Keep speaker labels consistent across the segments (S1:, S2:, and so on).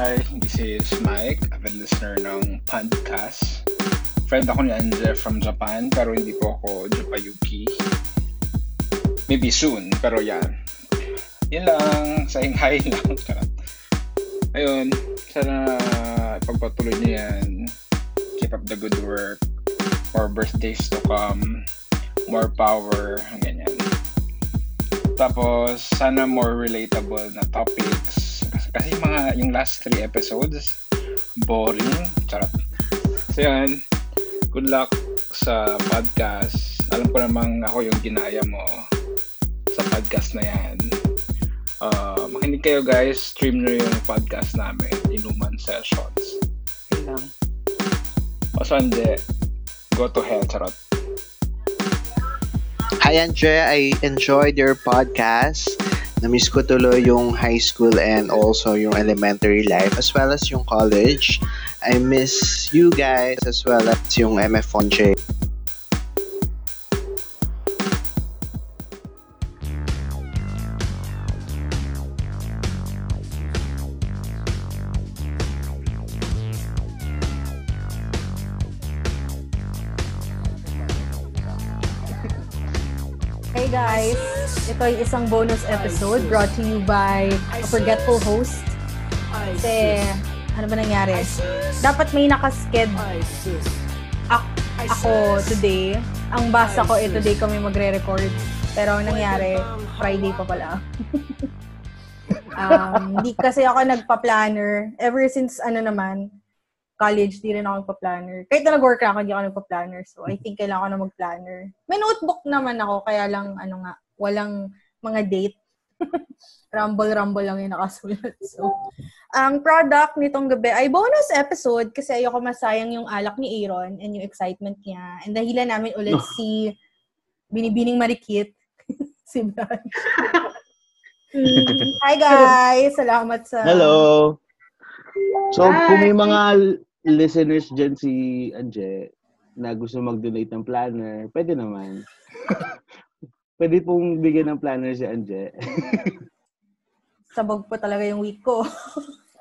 S1: Hi, this is Mike, avid listener ng podcast. Friend ako ni Anje from Japan, pero hindi po ako Japayuki. Maybe soon, pero yan. Yun lang, saying hi lang. Charot. Ayun, sana pagpatuloy niyo yan. Keep up the good work. More birthdays to come. More power. Ganyan. Tapos, sana more relatable na topics. Kasi, kasi yung mga, yung last three episodes, boring. Charot. So, yun. Good luck sa podcast. Alam ko namang ako yung ginaya mo sa podcast na yan. Uh, makinig kayo guys. Stream nyo yung podcast namin, Inuman Sessions. Yun lang. O, Sande, go to hell, charot.
S2: Hi, Andre. I enjoyed your podcast. Namiss ko tuloy yung high school and also yung elementary life as well as yung college. I miss you guys as well as yung MF Fonche.
S3: Hey guys, ito ay isang bonus episode brought to you by a forgetful host. Kasi, ano ba nangyari? Dapat may nakasked ak- ako today. Ang basa ko, eh, today kami magre-record. Pero ang nangyari, Friday pa pala. um, di kasi ako nagpa-planner. Ever since, ano naman, college, di rin ako nagpa-planner. Kahit na nag-work na ako, hindi ako nagpa-planner. So, I think kailangan ko na mag-planner. May notebook naman ako, kaya lang, ano nga, walang mga date. Rumble-rumble lang yung nakasulat. So, ang product nitong gabi ay bonus episode kasi ayoko masayang yung alak ni Aaron and yung excitement niya. And dahilan namin ulit si Binibining Marikit. si Brad. Mm, Hi guys! Salamat sa...
S4: Hello! So,
S3: Hi.
S4: kung may mga l- listeners dyan si Anje na gusto mag-donate ng planner, pwede naman. pwede pong bigyan ng planner si Anje.
S3: sabog po talaga yung week ko.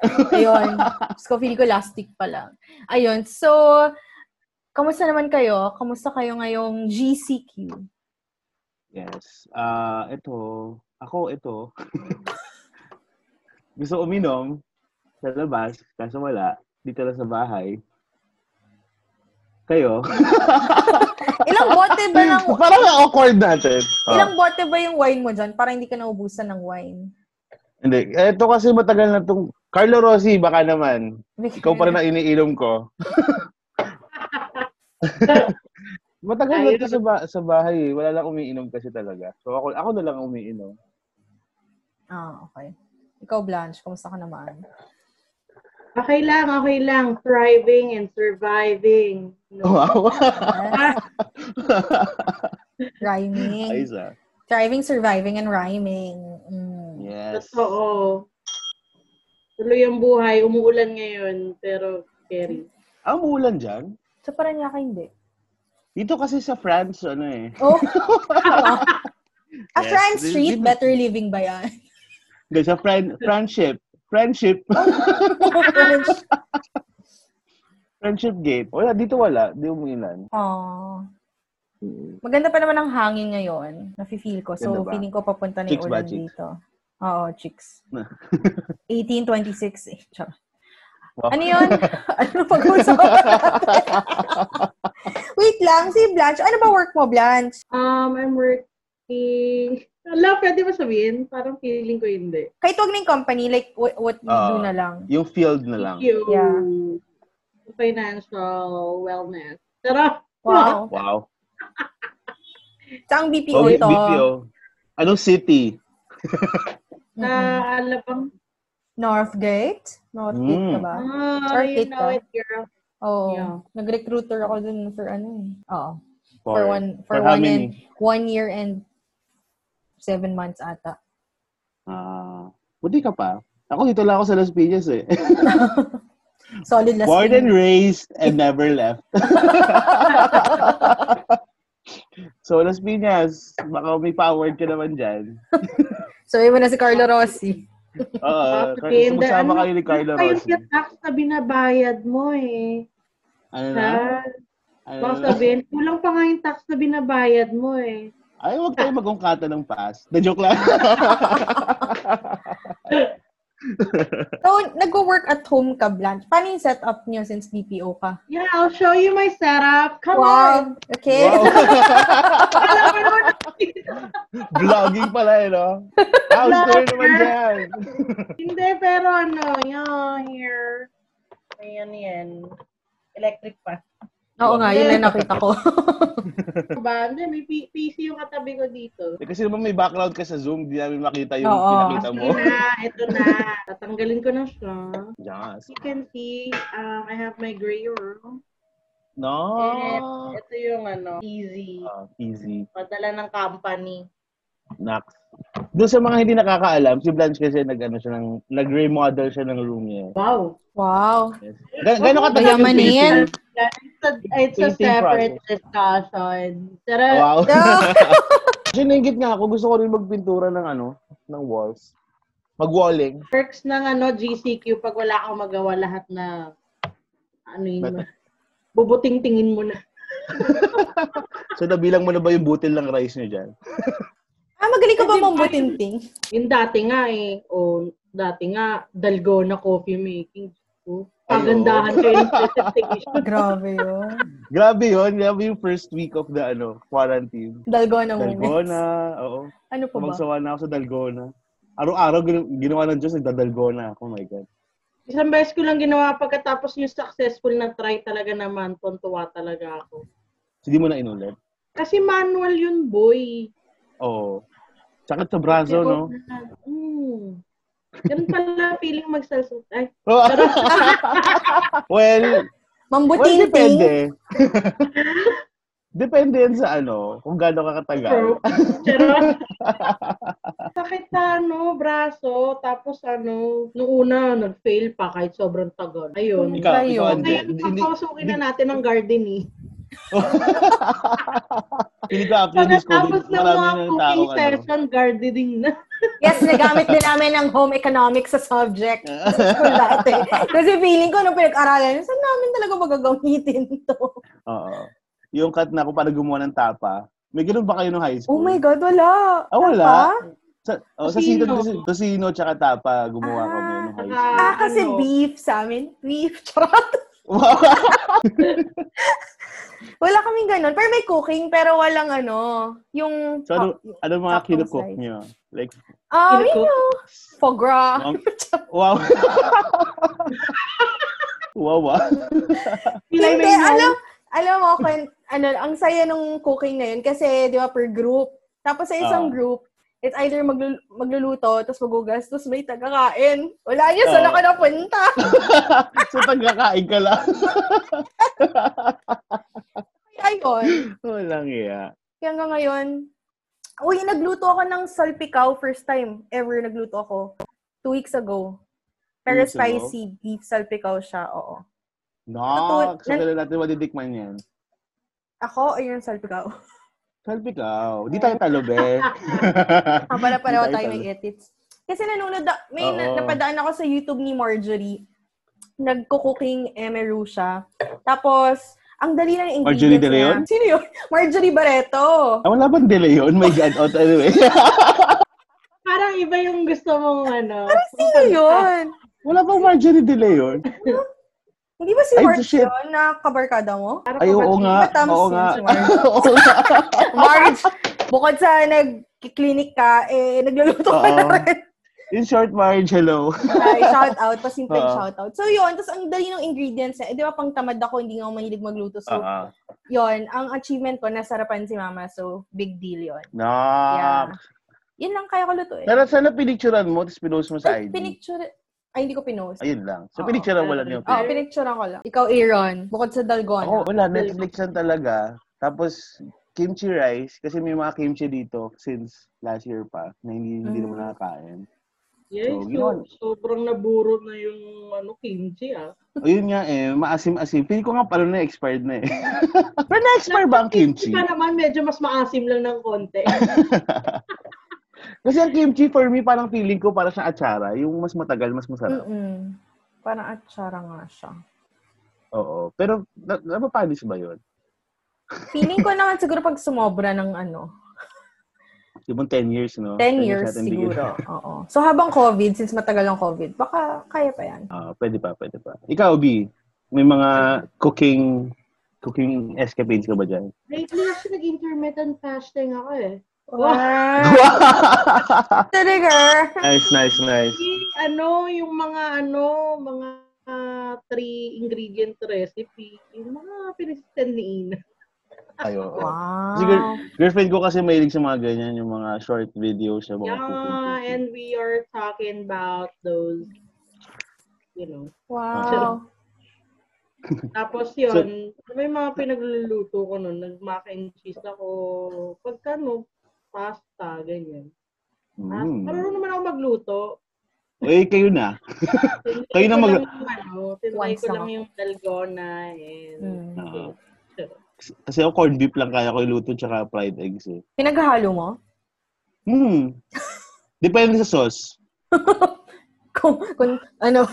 S3: Ayun. Tapos ko, feeling ko last week pa lang. Ayun. So, kamusta naman kayo? Kamusta kayo ngayong GCQ?
S4: yes. Ah, ito. Ako, ito. gusto uminom sa labas, kaso wala. Dito lang sa bahay. Kayo?
S3: Ilang bote ba ng...
S4: Parang awkward natin. Oh.
S3: Ilang bote ba yung wine mo dyan para hindi ka naubusan ng wine?
S4: Ah, Hindi. Ito kasi matagal na itong... Carlo Rossi, baka naman. Ikaw pa rin ang iniinom ko. Matagal na ito sa, ba- sa bahay eh. Wala lang umiinom kasi talaga. So ako, ako na lang ang umiinom.
S3: Ah, okay. Ikaw, Blanche, kamusta ka naman?
S5: Okay lang, okay lang. Thriving and surviving. No?
S4: Wow.
S3: Ah,
S4: Ayos
S3: rhyming.
S4: ah.
S3: Thriving, surviving, and rhyming. Mm.
S4: Yes.
S5: Totoo. Tuloy ang buhay. Umuulan ngayon, pero scary.
S4: Ang ulan dyan.
S3: So, parang yaka hindi.
S4: Dito kasi sa France, ano eh.
S3: Oh. A
S4: Yes.
S3: Front
S4: Di-
S3: Street,
S4: di-
S3: better living ba yan?
S4: Guys, sa friend, friendship. Friendship. friendship gate. Wala, dito wala. Di umuilan.
S3: Oh. Maganda pa naman ang hangin ngayon. Nafe-feel ko. So,
S4: Ganda ba?
S3: feeling ko papunta na yung
S4: Chicks ba,
S3: ulan
S4: chicks?
S3: dito. Oo, chicks. 1826 eh. Charot.
S4: Wow.
S3: Ano yun? ano pag-uusapan natin? Wait lang, si Blanche. Ano ba work mo, Blanche?
S5: Um, I'm working... Ala, pwede ba sabihin? Parang feeling ko hindi.
S3: Kahit huwag na yung company, like, what, what you do
S4: Ah.
S3: na lang.
S4: Yung field na lang.
S5: Yung
S3: Yeah.
S5: financial wellness. Pero,
S3: Wow.
S4: Wow.
S3: Sa ang BPO
S4: Oh,
S3: ito.
S4: BPO. Anong Ano, city?
S3: Mm-mm. Diba?
S5: na alapang...
S3: Northgate? Northgate ka
S4: Mm.
S3: ba?
S5: Oh,
S3: Or
S5: you
S3: kita.
S5: know it, girl.
S3: Oo.
S5: Yeah.
S3: Nag-recruiter ako dun for ano eh. Oo.
S4: For,
S3: For one, for one
S4: how
S3: and
S4: many?
S3: one year and seven months ata.
S4: Ah, buti ka pa. Ako dito lang ako sa Las Piñas eh.
S3: Solid last
S4: Born and
S3: year.
S4: raised and never left. so Las Piñas, baka may powered ka naman dyan.
S3: So, iba na si Carlo Rossi.
S4: Oo.
S5: Kapatid,
S4: Kasi magsama
S5: ano,
S4: kayo ni Carlo
S5: Ano
S4: Rossi.
S5: pa yung tax na binabayad mo eh?
S4: Ano na?
S5: Ha?
S4: Ano
S5: Baka
S4: na?
S5: sabihin, kulang pa nga yung tax na binabayad mo eh.
S4: Ay, huwag kayo magungkata ng pass. Na joke lang.
S3: So, nagwo-work at home ka, Blanche. Paano yung setup niyo since BPO ka?
S5: Yeah, I'll show you my setup. Come on!
S3: Wow. Okay.
S4: Wow.
S5: Alam mo naman,
S4: Vlogging pala eh, no? Houster naman dyan.
S5: Hindi, pero ano, yun, here. Ayan yan. Electric pa.
S3: Oo nga, yun na nakita ko.
S5: Ba? Diba? Hindi, may P- PC yung katabi ko dito.
S4: Eh, kasi naman may background ka sa Zoom, di namin makita yung
S3: Oo.
S4: pinakita mo.
S5: Ito na, ito na. Tatanggalin ko na siya.
S4: Yes.
S5: You can see, um, I have my gray room.
S4: No.
S5: And ito yung ano, easy.
S4: Ah, easy.
S5: Padala ng company.
S4: Nax. Doon sa mga hindi nakakaalam, si Blanche kasi nag-ano siya ng, nag-remodel siya ng room niya.
S5: Wow.
S3: Wow.
S4: Yes. Ga- Ah, Gano'ng katagal yung
S3: Mayaman
S4: painting?
S3: yan.
S5: It's a, it's a
S4: Painting
S5: separate discussion. Tara.
S4: Wow.
S3: No.
S4: Actually, nainggit nga ako. Gusto ko rin magpintura ng ano, ng walls. Mag-walling.
S5: Perks ng ano, GCQ pag wala kang magawa lahat na ano yun mo. Bubuting tingin mo na.
S4: So, nabilang mo na ba yung butil ng rice niyo dyan?
S3: Ah, magaling ka ba mambutinting?
S5: Yung dati nga eh, o dati nga, dalgona coffee making. Oh,
S4: Ay,
S5: Pagandahan kayo ng presentation.
S3: Grabe yun.
S4: Grabe yun. Grabe yung first week of the ano quarantine.
S3: Dalgona moments.
S4: Dalgona. Oo.
S3: Ano pa ba?
S4: Pamagsawa na ako sa Dalgona. Araw-araw ginu- ginawa ng Diyos, nagdadalgona ako. Oh my God.
S5: Isang beses ko lang ginawa pagkatapos yung successful na try talaga naman, tuntuwa talaga ako.
S4: So, di mo na inulit?
S5: Kasi manual yun, boy.
S4: Oo. Sakit sa braso, no?
S5: Mm. Ganun pala feeling magsalsot. Ay,
S4: well, well,
S3: Mambutinting.
S4: depende. depende yan sa ano, kung gaano ka katagal.
S5: Charot. Sakit sa ano, braso. Tapos ano, nung una, nag-fail pa kahit sobrang tagal. Ayun.
S4: Ikaw, ikaw,
S3: Ayun.
S5: Ngayon,
S4: Ande. Hindi,
S5: papausukin na natin ang garden eh.
S4: hindi ka after this
S5: Pagkatapos
S4: COVID,
S5: ng
S4: marami
S5: mga
S4: na ng tao ano?
S5: cooking session, gardening na.
S3: Yes, nagamit din namin ng home economics sa subject. Sa school dati. Kasi feeling ko, nung pinag-aralan, saan namin talaga magagamitin to?
S4: Oo. Yung cut na ako para gumawa ng tapa. May ganun ba kayo nung high school?
S3: Oh my God, wala.
S4: Ah, wala?
S3: Tapa?
S4: Sa, oh, sa
S5: Tosino.
S4: sino, tosino, tsaka tapa, gumawa kami nung high school.
S3: Ah, kasi
S5: Ano?
S3: beef sa amin. Beef. Charot.
S4: Wow.
S3: Wala kaming ganun. Pero may cooking, pero walang ano. Yung...
S4: so, ano, ano mga
S3: Tapos
S4: kinukook
S3: side.
S4: nyo? Like,
S3: Ah,
S5: Kinukook?
S3: you know, foie gras.
S4: Ma'am? wow. wow, wow.
S5: Kilay
S3: Hindi,
S5: may nose.
S3: alam, alam mo, kung, ano, ang saya nung cooking na yun kasi, di ba, per group. Tapos sa isang
S4: Ah.
S3: group, it's either maglul- magluluto, tapos magugas, tapos may tagakain. Wala niya, saan
S4: Ah.
S3: ako napunta?
S4: so, pagkakain ka lang.
S3: Kaya yun.
S4: Walang iya.
S3: Kaya nga ngayon, uy, nagluto ako ng salpikaw first time ever nagluto ako. Two weeks ago. Pero
S4: Two weeks ago?
S3: spicy beef salpikaw siya, oo.
S4: No,
S3: Natuwa-
S4: sa na natin matitikman yan.
S3: Ako, ayun yung salpikaw.
S4: Salpik ka. Di tayo talo, be.
S3: Ah, pala pareho
S4: Hindi
S3: tayo
S4: talo.
S3: may edits. Kasi nanonood, a- may
S4: Oo.
S3: na- napadaan ako sa YouTube ni Marjorie. Nagko-cooking emeru siya. Tapos, ang dali ng ingredients
S4: Marjorie De Leon?
S3: niya. Sino yun? Marjorie Barreto.
S4: Ah, wala bang delay yun? My God. Oh, anyway.
S5: Parang iba yung gusto mong ano.
S4: Ah.
S3: Sino yun?
S4: wala bang Marjorie delay yun?
S3: Hindi ba si
S4: Ay,
S3: Marge
S4: shit.
S3: yun na kabarkada mo?
S5: Parang
S4: Ay, oo
S5: kapatid.
S4: nga.
S3: Matams
S4: Oo
S3: yun
S4: nga.
S3: si Marge.
S4: Oo nga.
S3: Marge, bukod sa nag-clinic ka, eh, nagluluto ka
S4: Oo.
S3: na rin.
S4: In short, Marge, hello.
S3: Ay, shout out, pasimple
S4: Oo.
S3: shout out. So yun, tapos ang dali ng ingredients niya. Eh, di ba pang tamad ako, hindi nga ako mahilig magluto. So,
S4: Ah,
S3: yon ang achievement ko, nasarapan si mama. So, big deal yon
S4: no.
S3: Yeah. Yun lang kaya ko lutuin.
S4: Pero sana pinicturean mo, tapos pinost mo sa
S3: Ay,
S4: ID.
S3: pinicture... Ay, hindi ko pinost.
S4: Ayun lang. So,
S3: Oo.
S4: pinicturean mo lang yung
S3: Oo,
S4: pin-
S3: pinicturean ko lang. Ikaw, Aaron, bukod sa dalgona.
S4: Ako, wala. Netflix lang talaga. Tapos, kimchi rice. Kasi may mga kimchi dito since last year pa na hindi, hindi
S3: Mm.
S4: naman nakakain.
S5: Yay,
S4: So, yun.
S5: so, sobrang naburo na yung ano, kimchi ah.
S4: O yun nga eh, maasim-asim. Feeling ko nga pala na-expired na eh. Pero na-expire ba ang kimchi?
S5: Kimchi pa naman, medyo mas maasim lang ng konti.
S4: Kasi ang kimchi for me, parang feeling ko para sa atsara. Yung mas matagal, mas
S3: Mm.
S4: masarap.
S3: Mm-mm. Parang atsara nga siya.
S4: Oo. Pero, na, napapanis ba yun?
S3: Feeling ko naman siguro pag sumobra ng ano,
S4: Yung 10 years, no?
S3: 10 years
S4: Oh, natin bigyan.
S3: siguro. Oo. So habang COVID, since matagal ang COVID, baka kaya pa yan.
S4: Ah, pwede pa, pwede pa. Ikaw, B, may mga cooking cooking escapades ka ba dyan?
S5: Lately, actually, nag-intermittent fasting ako eh.
S3: Wow! Ah. Trigger!
S4: nice, nice, nice.
S5: Yung ano, yung mga ano, mga ah, three ingredient recipe, yung mga pinisistend ni Ina.
S4: Ay, oo.
S3: Wow!
S4: Kasi girl- girlfriend ko kasi mahilig sa mga ganyan, yung mga short videos sa mga cooking.
S5: Yeah, and we are talking about those, you know.
S3: Wow!
S5: Tapos yun, may mga pinagluluto ko nun, nag-mac and cheese ako, pagka no, pasta, ganyan. Ah,
S4: Mm.
S5: Marunong naman ako magluto.
S4: Eh, kayo na.
S5: Tinry
S4: Kayo na
S5: ko
S4: mag-
S5: lang yung Ano, tinry
S3: Once
S5: ko
S3: lang
S5: lang
S3: ako.
S5: yung dalgona and...
S3: Mm.
S4: Ah. Kasi- kasi ako corned beef lang kaya ko iluto tsaka fried eggs eh.
S3: Pinaghalo mo?
S4: Hmm. Depende sa sauce.
S3: Kung, kung ano,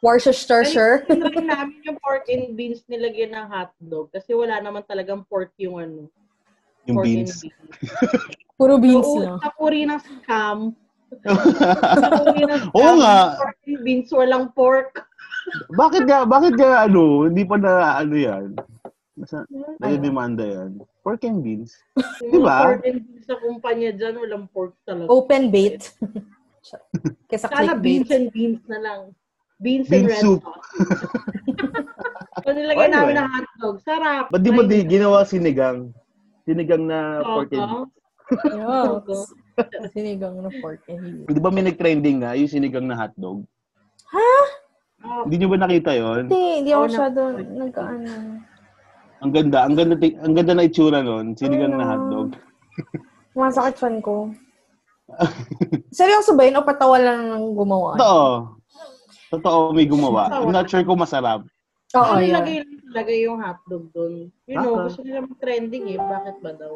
S3: Worcestershire?
S5: Ay, tinry namin yung pork and beans nilagyan ng hotdog kasi wala naman talagang pork yung ano.
S4: Yung
S5: pork
S4: beans.
S5: and beans.
S3: Puro beans
S5: Oo,
S3: lang.
S5: sa Korea ng scam. Sa Korea ng scam.
S4: Oo nga.
S5: Pork and beans, walang pork.
S4: bakit nga, bakit nga ano, hindi pa na ano yan? Nasa, nadidemanda yan. Pork and beans.
S5: Yung
S4: Di ba?
S5: Pork and beans sa kumpanya dyan, walang pork talaga.
S3: Open bait. Kesa
S5: Sana beans
S3: clickbait.
S5: and beans na lang. Beans,
S4: Bean
S5: and red
S4: soup.
S5: sauce. so, nilagyan
S4: Anyway.
S5: namin ng hotdog. Sarap.
S4: Ba't di mo di ginawa sinigang? Sinigang na pork and beans.
S3: Yes. Sinigang na pork and beans.
S4: Di ba may nag-trending nga yung sinigang na hotdog?
S3: Ha?
S5: Oh,
S4: Hindi nyo ba nakita yon?
S3: Hindi, hindi ako
S5: Oo,
S3: masyado
S5: na-
S3: nag-ano.
S4: Ang ganda, ang ganda, ti- ang ganda na itsura nun, sinigang na
S3: Ano?
S4: hotdog.
S3: Masakit fan ko. Seryoso ba yun o patawa lang ng gumawa?
S4: Totoo. Totoo, may gumawa. I'm not sure kung masarap.
S3: Oo,
S5: ano
S3: yun.
S5: nilagay lang talaga yung hotdog doon? You know,
S4: Baka.
S5: gusto nila mag-trending eh. Bakit ba daw?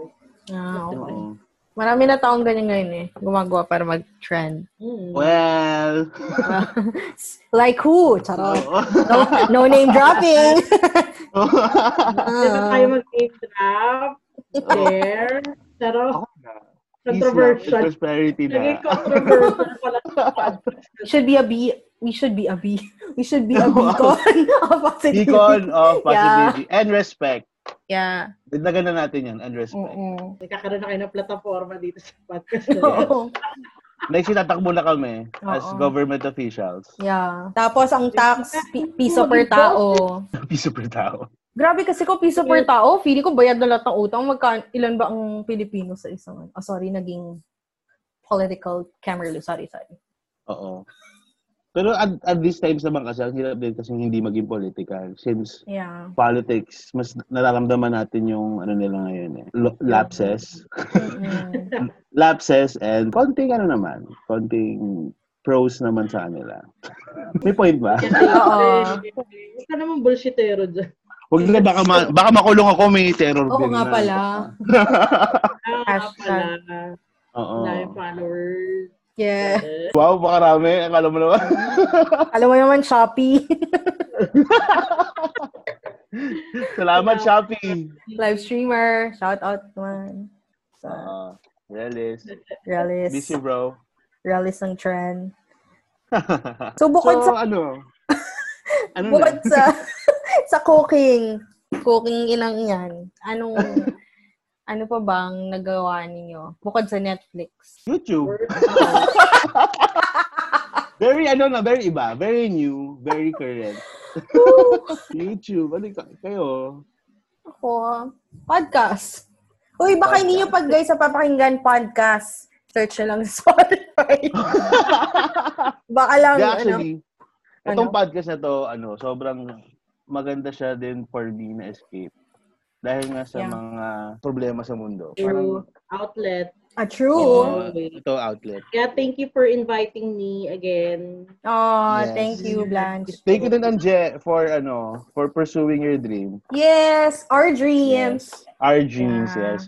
S3: Ah, okay.
S4: Oo.
S3: Marami na taong ganyan ngayon eh. Gumagawa para mag-trend.
S5: Mm.
S4: Well,
S3: like who? Charot.
S4: oo.
S3: No, no name dropping.
S5: Dito
S3: Ah.
S5: tayo mag-name drop. There. Pero,
S4: Ako na.
S5: controversial.
S4: Prosperity
S5: Naging
S4: na.
S5: controversial pala.
S3: should be a B. We should be a B. We should be a beacon of positivity.
S4: Beacon of positivity and respect.
S3: Yeah.
S4: Dagdagan na natin yan and respect.
S3: Oo.
S5: Nagkakaroon na kayo ng plataforma dito sa podcast. na yan.
S3: Oo.
S5: Mm.
S4: Next, tinatakbo na kami as
S3: Oo.
S4: government officials.
S3: Yeah. Tapos ang tax, pi- piso per tao.
S4: Piso per tao.
S3: Grabe kasi ko piso per tao. Feeling ko bayad na lahat ng utang. Magka, ilan ba ang Pilipino sa isang? Oh, sorry, naging political camera. Sorry, sorry.
S4: Oo. Pero at, at this times naman kasi, ang hirap din kasi hindi maging political. Since
S3: Yeah.
S4: politics, mas nararamdaman natin yung ano nila ngayon eh. lo- lapses.
S3: Mm-mm.
S4: Lapses and konting ano naman, konting pros naman sa kanila. May point ba?
S3: Oo.
S5: Huwag ka naman bullshitero dyan.
S4: Huwag na baka, ma- baka makulong ako may terror
S3: Oo
S4: din
S3: nga
S4: na.
S3: pala.
S5: Ah, nga pala.
S3: Hashtag.
S5: Ang
S4: Oo.
S5: dami followers.
S3: Yeah.
S4: Wow, baka rami. Akala mo naman.
S3: Alam mo naman, Shopee.
S4: Salamat, Shopee.
S3: Live streamer. Shout out naman. Sa
S4: Oo. Realis. Miss
S3: Realis.
S4: you, Ah, bro.
S3: Realis ng trend. So, bukod
S4: so,
S3: sa,
S4: ano? Ano
S3: bukod
S4: na?
S3: sa, sa cooking, cooking ilang yan, anong, ano pa bang nagawa ninyo? Bukod sa Netflix.
S4: YouTube.
S5: Word.
S4: Very, ano na, very iba. Very new. Very current. YouTube. Ano ka- kayo?
S3: Ako, podcast. Uy, baka hindi nyo pag guys sa papakinggan podcast. Search na lang sa Spotify. baka lang,
S4: Yeah,
S3: ano,
S4: actually, itong
S3: Ano?
S4: podcast na to, ano, sobrang maganda siya din for me na escape. Dahil nga sa
S3: Yeah.
S4: mga problema sa mundo.
S5: True. Outlet.
S3: ah, true.
S4: Oo, ito outlet.
S5: Yeah, thank you for inviting me again.
S3: Oh,
S4: Yes.
S3: thank you, Blanche.
S4: Thank you din, Anje, for, ano, for pursuing your dream.
S3: Yes, our dreams.
S4: Yes. Our dreams,
S3: Yeah.
S4: yes.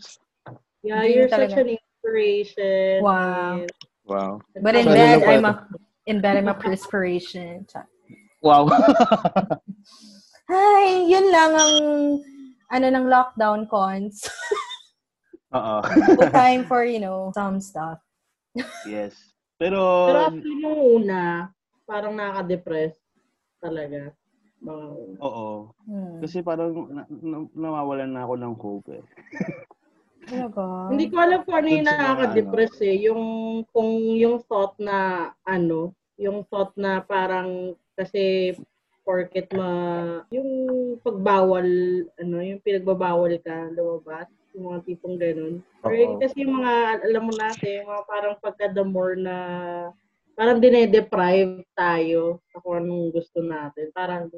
S5: Yeah,
S3: Hindi
S5: you're
S3: talaga.
S5: such an inspir perspiration.
S3: Wow.
S5: and-
S4: Wow.
S3: But in
S4: Sana
S3: bed,
S4: lang pa-
S3: I'm a, in bed, I'm a perspiration. Char.
S4: Wow.
S3: Ay, yun lang ang ano ng lockdown cons.
S4: Oo.
S3: No time for, you know, some stuff.
S4: yes. Pero,
S5: Pero actually, nung una, parang nakaka-depress talaga. Mga una.
S4: oo.
S3: Hmm.
S4: Kasi parang na, na- nawawalan na ako ng hope eh.
S3: Talaga.
S5: Hindi ko alam kung ano yung
S4: Dun sa mga ano.
S5: nakaka-depress eh. Yung, kung yung thought na ano, yung thought na parang kasi porket ma yung pagbawal ano yung pinagbabawal ka lumabas yung mga tipong ganun or
S4: Oo.
S5: kasi yung mga alam mo natin yung mga parang pagka the more na parang dinedeprive tayo sa kung anong gusto natin parang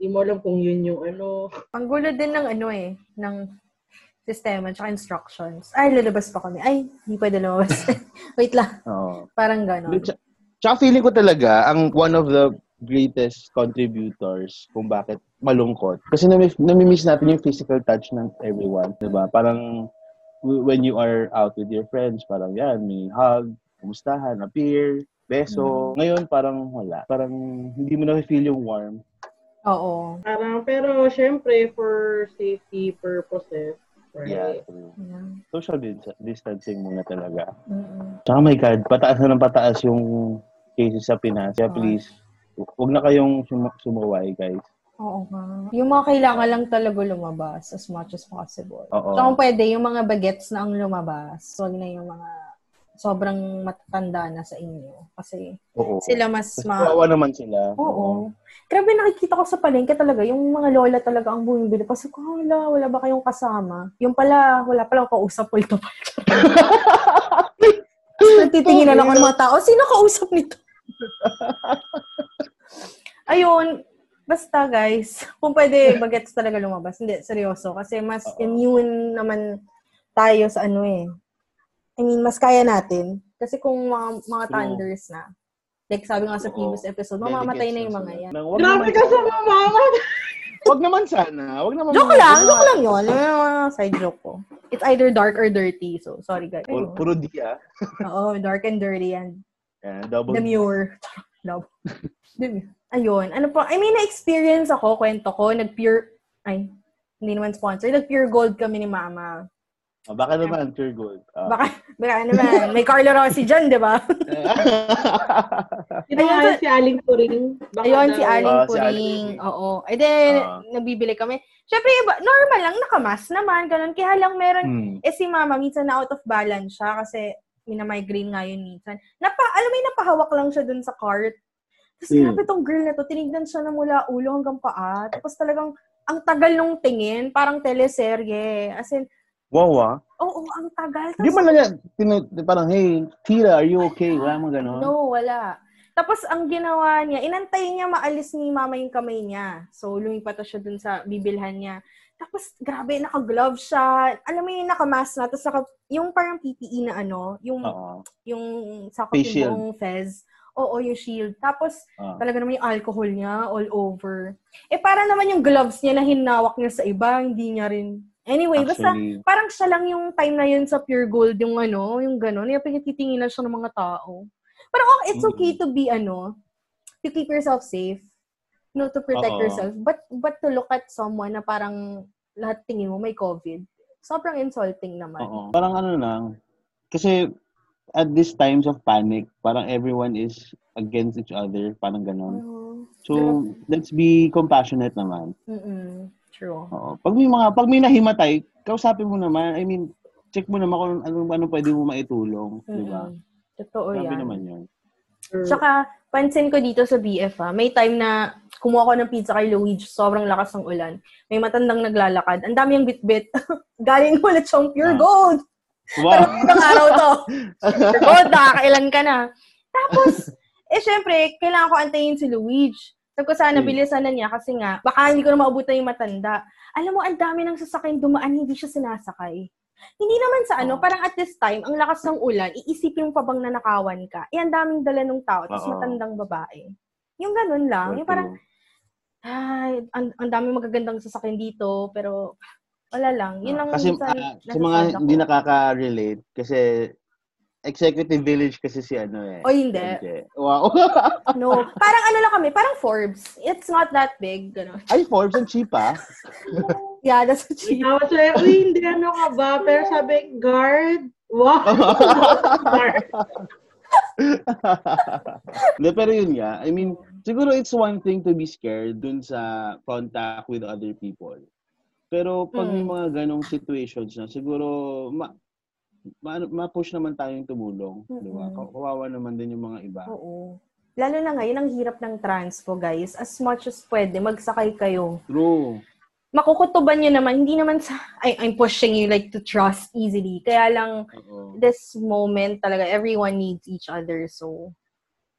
S5: di mo alam kung yun yung ano
S3: Ang gulo din ng ano eh, ng sistema tsaka instructions. Ay, lalabas pa kami. Ay, hindi pwede lumabas. Wait lang.
S4: Oo.
S3: Parang ganon.
S4: Tsaka- Tsaka feeling ko talaga, ang one of the greatest contributors kung bakit malungkot. Kasi nami- namimiss natin yung physical touch ng everyone, di ba? Parang w- when you are out with your friends, parang yan, may hug, kumustahan, a beer, beso. Ngayon, parang wala. Parang hindi mo na-feel yung warmth.
S3: Oo.
S5: Parang, pero syempre, for safety purposes, right?
S4: Yeah.
S3: Yeah.
S4: Social dis- distancing muna talaga.
S3: Mm-mm.
S4: Tsaka my God, pataas na ng pataas yung cases sa Pinas. Kaya
S3: Oo.
S4: please, hu- huwag na kayong sum- sumuway, guys.
S3: Oo nga. Yung mga kailangan lang talaga lumabas as much as possible. So,
S4: Oo.
S3: kung pwede, yung mga bagets na ang lumabas, huwag na yung mga sobrang matatanda na sa inyo. Kasi
S4: Oo.
S3: sila mas
S4: Kasi
S3: ma...
S4: kawawa naman sila.
S3: Oo. Grabe, nakikita ko sa palengke talaga, yung mga lola talaga ang bumibili. Kasi ko, "Ah, wala, wala ba kayong kasama? Yung pala, wala pala akong kausap ulit. Natitingin na ako ng mga tao, sino kausap nito? Ayun, basta guys, kung pwede, bagets talaga lumabas. Hindi, seryoso. Kasi mas
S4: Oo.
S3: immune naman tayo sa ano eh. I mean, mas kaya natin. Kasi kung mga, mga
S4: True.
S3: thunders na, like sabi nga sa
S4: Oo.
S3: previous episode,
S4: Delicates
S3: mamamatay na
S4: lang
S3: yung mga
S4: sila.
S3: yan.
S4: Nang, wag
S5: Grabe
S4: naman
S5: ka sa
S4: sana.
S5: mama!
S4: Wag naman sana. Wag naman.
S3: Joke lang, joke lang yun. Yun yung mga side joke ko. It's either dark or dirty. So, sorry guys.
S4: Puro,
S3: Ayun.
S4: puro di ah.
S3: Oo, dark and dirty and
S4: Yan, double
S3: The Muir. Love. The Muir. Ayun. Ano pa? I mean, na-experience ako, kwento ko, nag-pure, ay, hindi naman sponsor, nag-pure gold kami ni Mama.
S4: Ah, baka naman, pure gold. Ah.
S3: Baka, baka naman, may Carlo Rossi dyan, di ba?
S5: Sino nga
S3: Ayun,
S5: yun, si Aling Turing? Baka
S3: Ayun, si
S5: daw-
S3: Aling
S4: Ah, si Aling
S3: Puring.
S4: Puring.
S3: Oo. And then,
S4: Ah.
S3: nabibili kami. Siyempre, iba, normal lang, nakamas naman, ganun. Kaya lang meron,
S4: Hmm.
S3: eh si Mama, minsan na out of balance siya kasi minamigraine nga yun minsan. Napa, alam mo yun, napahawak lang siya dun sa cart. Tapos
S4: Mm.
S3: grabe tong girl na to, tinignan siya na mula ulo hanggang paa. Tapos talagang, ang tagal nung tingin, parang teleserye. As in,
S4: Wow, ah.
S3: oo, ang tagal.
S4: Di
S3: Tapos,
S4: man lang yan. Tinu- parang, hey, Tira, are you okay? Wala mo ganon.
S3: no, wala. Tapos, ang ginawa niya, inantay niya maalis ni mama yung kamay niya. So, lumipat na siya dun sa bibilhan niya. Tapos, grabe, naka-glove siya. Alam mo yung naka-mask na. Tapos, naka- yung parang PPE na ano, yung
S4: Oo.
S3: yung sakop
S4: Face
S3: yung buong fez. Oo, yung shield. Tapos,
S4: Ah.
S3: talaga naman yung alcohol niya all over. Eh, para naman yung gloves niya na hinawak niya sa iba, hindi niya rin. Anyway, basta,
S4: Actually,
S3: parang siya lang yung time na yun sa pure gold, yung ano, yung gano'n. Yung pinatitinginan siya ng mga tao. Pero oh, it's
S4: Mm.
S3: okay to be, ano, to keep yourself safe. No, to protect
S4: Oo.
S3: yourself. But, but to look at someone na parang lahat tingin mo may COVID, sobrang insulting naman.
S4: Oo. Parang ano lang. Kasi at these times of panic, parang everyone is against each other. Parang ganon.
S3: Oo.
S4: So, let's be compassionate naman.
S3: Mm-mm. True.
S4: Oo. Pag may mga, pag may nahimatay, kausapin mo naman. I mean, check mo naman kung ano, ano pwede mo maitulong. Di ba?
S3: Mm-mm. Totoo
S4: Sabi
S3: yan.
S4: naman yun.
S3: Tsaka, pansin ko dito sa BF, ha, may time na kumuha ko ng pizza kay Luigi, sobrang lakas ng ulan. May matandang naglalakad. Ang dami yung bitbit. Galing ulit siyang pure
S4: Ah.
S3: gold. Pero
S4: Wow!
S3: ibang araw to. pure gold, nakakailan ka na. Tapos, eh syempre, kailangan ko antayin si Luigi. Sabi ko sana,
S4: Hmm.
S3: bilisan na niya kasi nga, baka hindi ko na maabutan yung matanda. Alam mo, ang dami ng sasakyan dumaan, hindi siya sinasakay. Hindi naman sa ano,
S4: Oo.
S3: parang at this time, ang lakas ng ulan, iisipin mo pa bang nanakawan ka. Eh, ang daming dala ng tao, tapos
S4: Oo.
S3: matandang babae. Yung ganun lang. Yung parang, ay, ang, ang daming magagandang sasakyan dito, pero wala lang. Yun
S4: Ah,
S3: lang
S4: kasi
S3: minsan
S4: ah, sa
S3: nasa
S4: mga
S3: side ako.
S4: hindi nakaka-relate, kasi Executive Village kasi si ano eh.
S3: O hindi.
S4: Enche. Wow.
S3: No. Parang ano lang kami, parang Forbes. It's not that big. Ganun.
S4: Ay, Forbes ang cheap ah.
S3: Yeah, that's what she...
S5: Tapos sabi, Ah, uy, hindi ano ka ba? Pero sabi, guard. Wow. guard.
S4: Hindi, pero yun nga. I mean, siguro it's one thing to be scared dun sa contact with other people. Pero pag may
S3: Mm.
S4: mga ganong situations na, siguro ma, ma, ma-push naman tayong tumulong. Di ba?
S3: Mm-mm.
S4: Kaw- Kawawa naman din yung mga iba.
S5: Oh.
S3: Oo. Lalo na ngayon, ang hirap ng transpo, guys. As much as pwede, magsakay kayo.
S4: True.
S3: Makukutuban nyo naman. Hindi naman sa... I, I'm pushing you like to trust easily. Kaya lang,
S4: Oo.
S3: this moment talaga, everyone needs each other. So,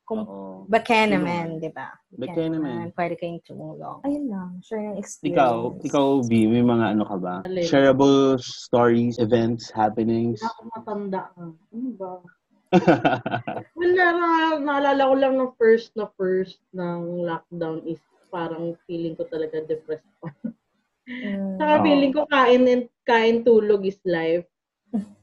S3: kung
S4: Oo.
S3: baka
S4: Sino
S3: naman, di ba?
S4: Baka naman.
S3: Pwede kayong tumulong. Ayun lang. Share ng experience.
S4: Ikaw, ikaw, B, may mga ano ka ba?
S5: Alin? Ah.
S4: Shareable stories, events, happenings.
S5: Ako matanda ka. Ano ba? Wala na, naalala ko lang ng first na first ng lockdown is parang feeling ko talaga depressed pa.
S3: Mm.
S5: Saka
S4: Oo.
S5: feeling ko kain and kain tulog is life.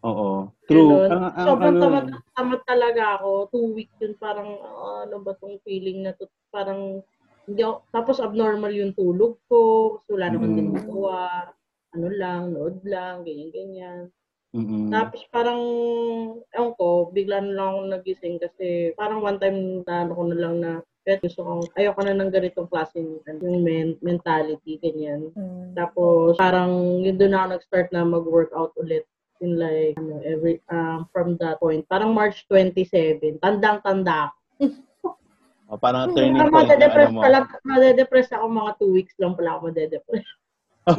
S4: Oo. True.
S5: Ganun.
S4: Ang, ang,
S5: Sobrang
S4: ano,
S5: tamad, tamad talaga ako. Two weeks yun, parang ah, ano ba tong feeling na to? Parang, hindi ako, tapos abnormal yung tulog ko. Kasi wala naman
S4: Mm.
S5: ginagawa. Ano lang, nood lang, ganyan-ganyan.
S4: mm-mm.
S5: Tapos parang, ewan ko, bigla na lang ako nagising kasi parang one time na ano ko na lang na kahit gusto ko, ayoko na ng ganitong klase yung men- mentality, ganyan.
S3: Mm.
S5: Tapos parang yun doon ako nag-start na mag-workout ulit in like ano, every um, from that point. Parang March 27, tandang-tanda ako.
S4: O, Oh, parang turning
S5: Mm, Parang
S4: point na ano
S5: madedepress
S4: mo.
S5: pala, madedepress ako mga two weeks lang pala ako madedepress.
S4: Oh,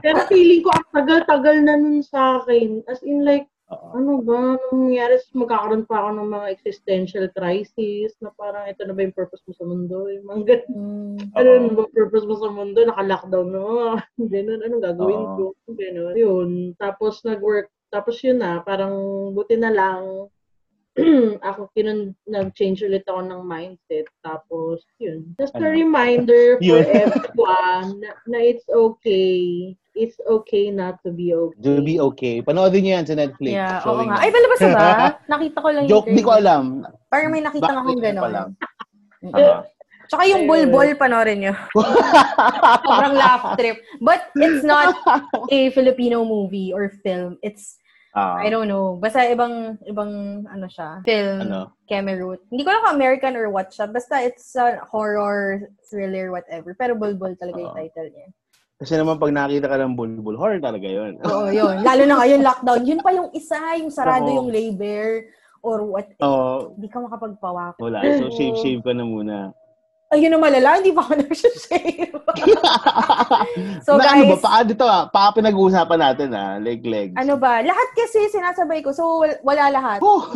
S5: Pero feeling ko ang tagal-tagal na nun sa akin. As in like,
S4: Oo.
S5: ano ba, anong nangyari? Tapos Magkakaroon pa ako ng mga existential crisis na parang ito na ba yung purpose mo sa mundo? Yung mga ganun.
S3: Mm.
S5: Ano
S4: Oo.
S5: yung purpose mo sa mundo? Naka-lockdown na ako. Ganun, ano gagawin
S4: Oo.
S5: ko? Ganun. Yun. Tapos nag-work. Tapos yun na, parang buti na lang. ako kinun, nag-change ulit ako ng mindset. Tapos yun. Just a
S4: Ano?
S5: reminder for
S4: Yun.
S5: everyone na, na it's okay. It's okay not to be okay.
S4: To be okay. Panoodin niyo yan sa Netflix.
S3: Yeah, oo
S4: Showing
S3: nga.
S4: na.
S3: Ay, palabas na ba? Nakita ko lang
S4: Joke, di
S3: trailer.
S4: ko alam.
S3: Parang may nakita
S4: Bakit
S3: nga akong
S4: yun Hmm. pa lang? Eh.
S3: gano'n.
S4: Oo.
S3: Tsaka yung
S5: Ayun.
S3: bulbol, panorin nyo. Sobrang laugh trip. But it's not a Filipino movie or film. It's,
S4: Ah,
S3: I don't know, basta ibang, ibang, ano siya, film,
S4: ano?
S3: Cameroon. Hindi ko alam kung American or what siya. Basta it's a horror, thriller, whatever. Pero bulbol talaga yung
S4: Oo.
S3: title niya.
S4: Kasi naman pag nakita ka ng bulbul, horror talaga yun.
S3: Oo, yun. Lalo na ngayon, lockdown. Yun pa yung isa, yung sarado
S4: Oo.
S3: yung labor or what.
S4: Oo.
S3: Hindi ka makapagpawak.
S4: Wala. So, shave-shave ka na muna.
S3: Ayun ang malala, hindi pa ako nagsishave. so
S4: na,
S3: guys,
S4: ano ba? Paa dito ah. Paa pinag-uusapan natin ah. Leg, legs.
S3: Ano ba? Lahat kasi sinasabay ko. So, wal- wala lahat.
S4: Oh!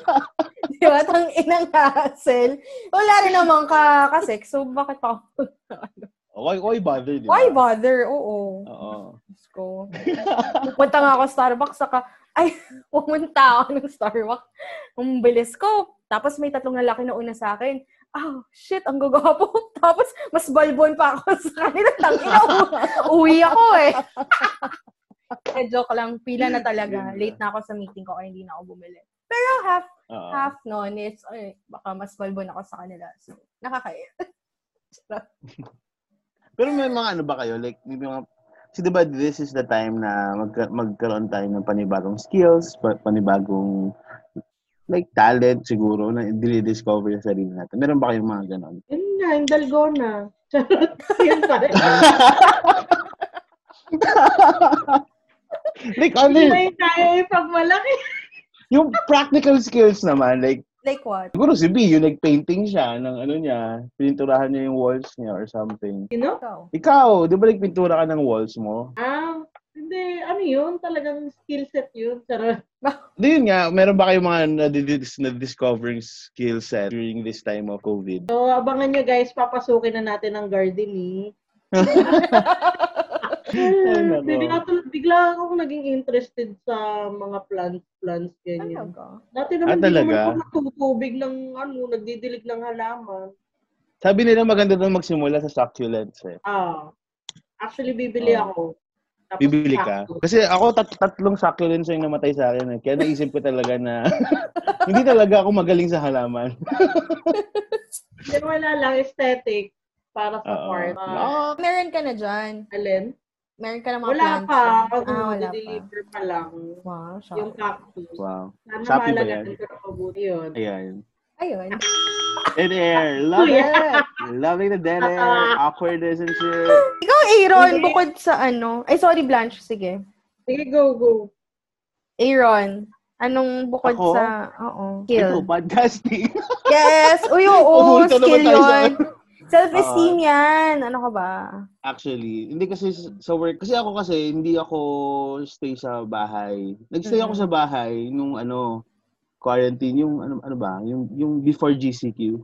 S3: Di ba? Tang inang hassle. Wala rin naman ka, kasek. So, bakit pa ako?
S4: Why, why bother, di ba?
S3: Why bother? Oo.
S4: Oo.
S3: Diyos ko. Pupunta nga ako Starbucks, saka, ay, pumunta ako ng Starbucks. Ang bilis ko. Tapos may tatlong lalaki na una sa akin. Oh, shit, ang gagapo. Tapos, mas balbon pa ako sa kanila. Tangina, u- uwi ako eh. eh. Joke lang, pila na talaga.
S4: Yun na.
S3: Late na ako sa meeting ko kaya hindi na ako bumili. Pero half
S4: Oo.
S3: half noon is, ay, baka mas balbon ako sa kanila. So, nakakaya.
S4: Pero may mga ano ba kayo? Like, may mga... Kasi diba, this is the time na magka, magkaroon tayo ng panibagong skills, pa- panibagong like talent siguro na dinidiscover sa sarili natin. Meron ba kayong mga ganon?
S5: Yun na, yung dalgona. Charot. Yun pa rin.
S4: like, ano
S5: Yun na
S4: yun?
S5: yung tayo eh, ipagmalaki.
S4: yung practical skills naman, like,
S3: Like what?
S4: siguro si B, yung nag-painting siya ng ano niya, pininturahan niya yung walls niya or something.
S5: You know?
S3: Ikaw.
S4: Ikaw, di ba nagpintura ka ng walls mo?
S5: Ah, hindi. Ano yun? Talagang skill set yun. Charot.
S4: Di yun nga, meron ba kayong mga nadidis- na-discovering skill set during this time of COVID?
S5: So, abangan nyo guys. Papasukin na natin ang eh. gardening.
S4: Ay, nako.
S5: bigla, to- bigla akong naging interested sa mga plants, plants, ganyan.
S3: Talaga.
S5: Dati
S4: Ah,
S5: naman, hindi
S4: talaga?
S5: naman ako natutubig ng ano, nagdidilig ng halaman.
S4: Sabi nila maganda daw magsimula sa succulents eh.
S5: Ah, actually, bibili
S4: Ah.
S5: ako. Tapos
S4: Bibili ka.
S5: sakto.
S4: Kasi ako, tat- tatlong succulents yung namatay sa akin. Eh. Kaya naisip ko talaga na hindi talaga ako magaling sa halaman.
S5: Hindi wala lang aesthetic para sa
S4: Oo. Ah.
S5: part. Ah,
S3: Oh, meron ka na dyan.
S5: Alin?
S3: Meron ka na mga
S5: Wala
S3: plants
S5: pa.
S3: dyan.
S5: Ako,
S3: Ah, wala pa.
S5: deliver pa lang.
S3: Wow, shock.
S5: Yung cactus.
S4: Wow.
S5: Sana
S4: Shopee ba
S5: mahalaga
S4: yan?
S5: ko na mabuti yun.
S4: Ayan.
S3: Ayun.
S4: Dead air. Love it.
S5: Kuya.
S4: Loving the dead air. Awkwardness and shit.
S3: Ikaw, Aaron,
S5: Hindi.
S3: bukod sa ano. Ay, sorry, Blanche. Sige.
S5: Sige, go, go.
S3: Aaron, anong bukod
S4: Ako?
S3: sa... Oo. Skill.
S4: Ito, podcasting.
S3: Yes! Uy, oo.
S4: Uhulto naman
S3: skill
S4: tayo sa- ano. Ah.
S3: yun. Self-esteem yan. Ano ka ba?
S4: Actually, hindi kasi s- sa work. Kasi ako kasi, hindi ako stay sa bahay. Nagstay ako
S3: Mm.
S4: sa bahay nung ano, quarantine, yung ano, ano ba, yung, yung before GCQ.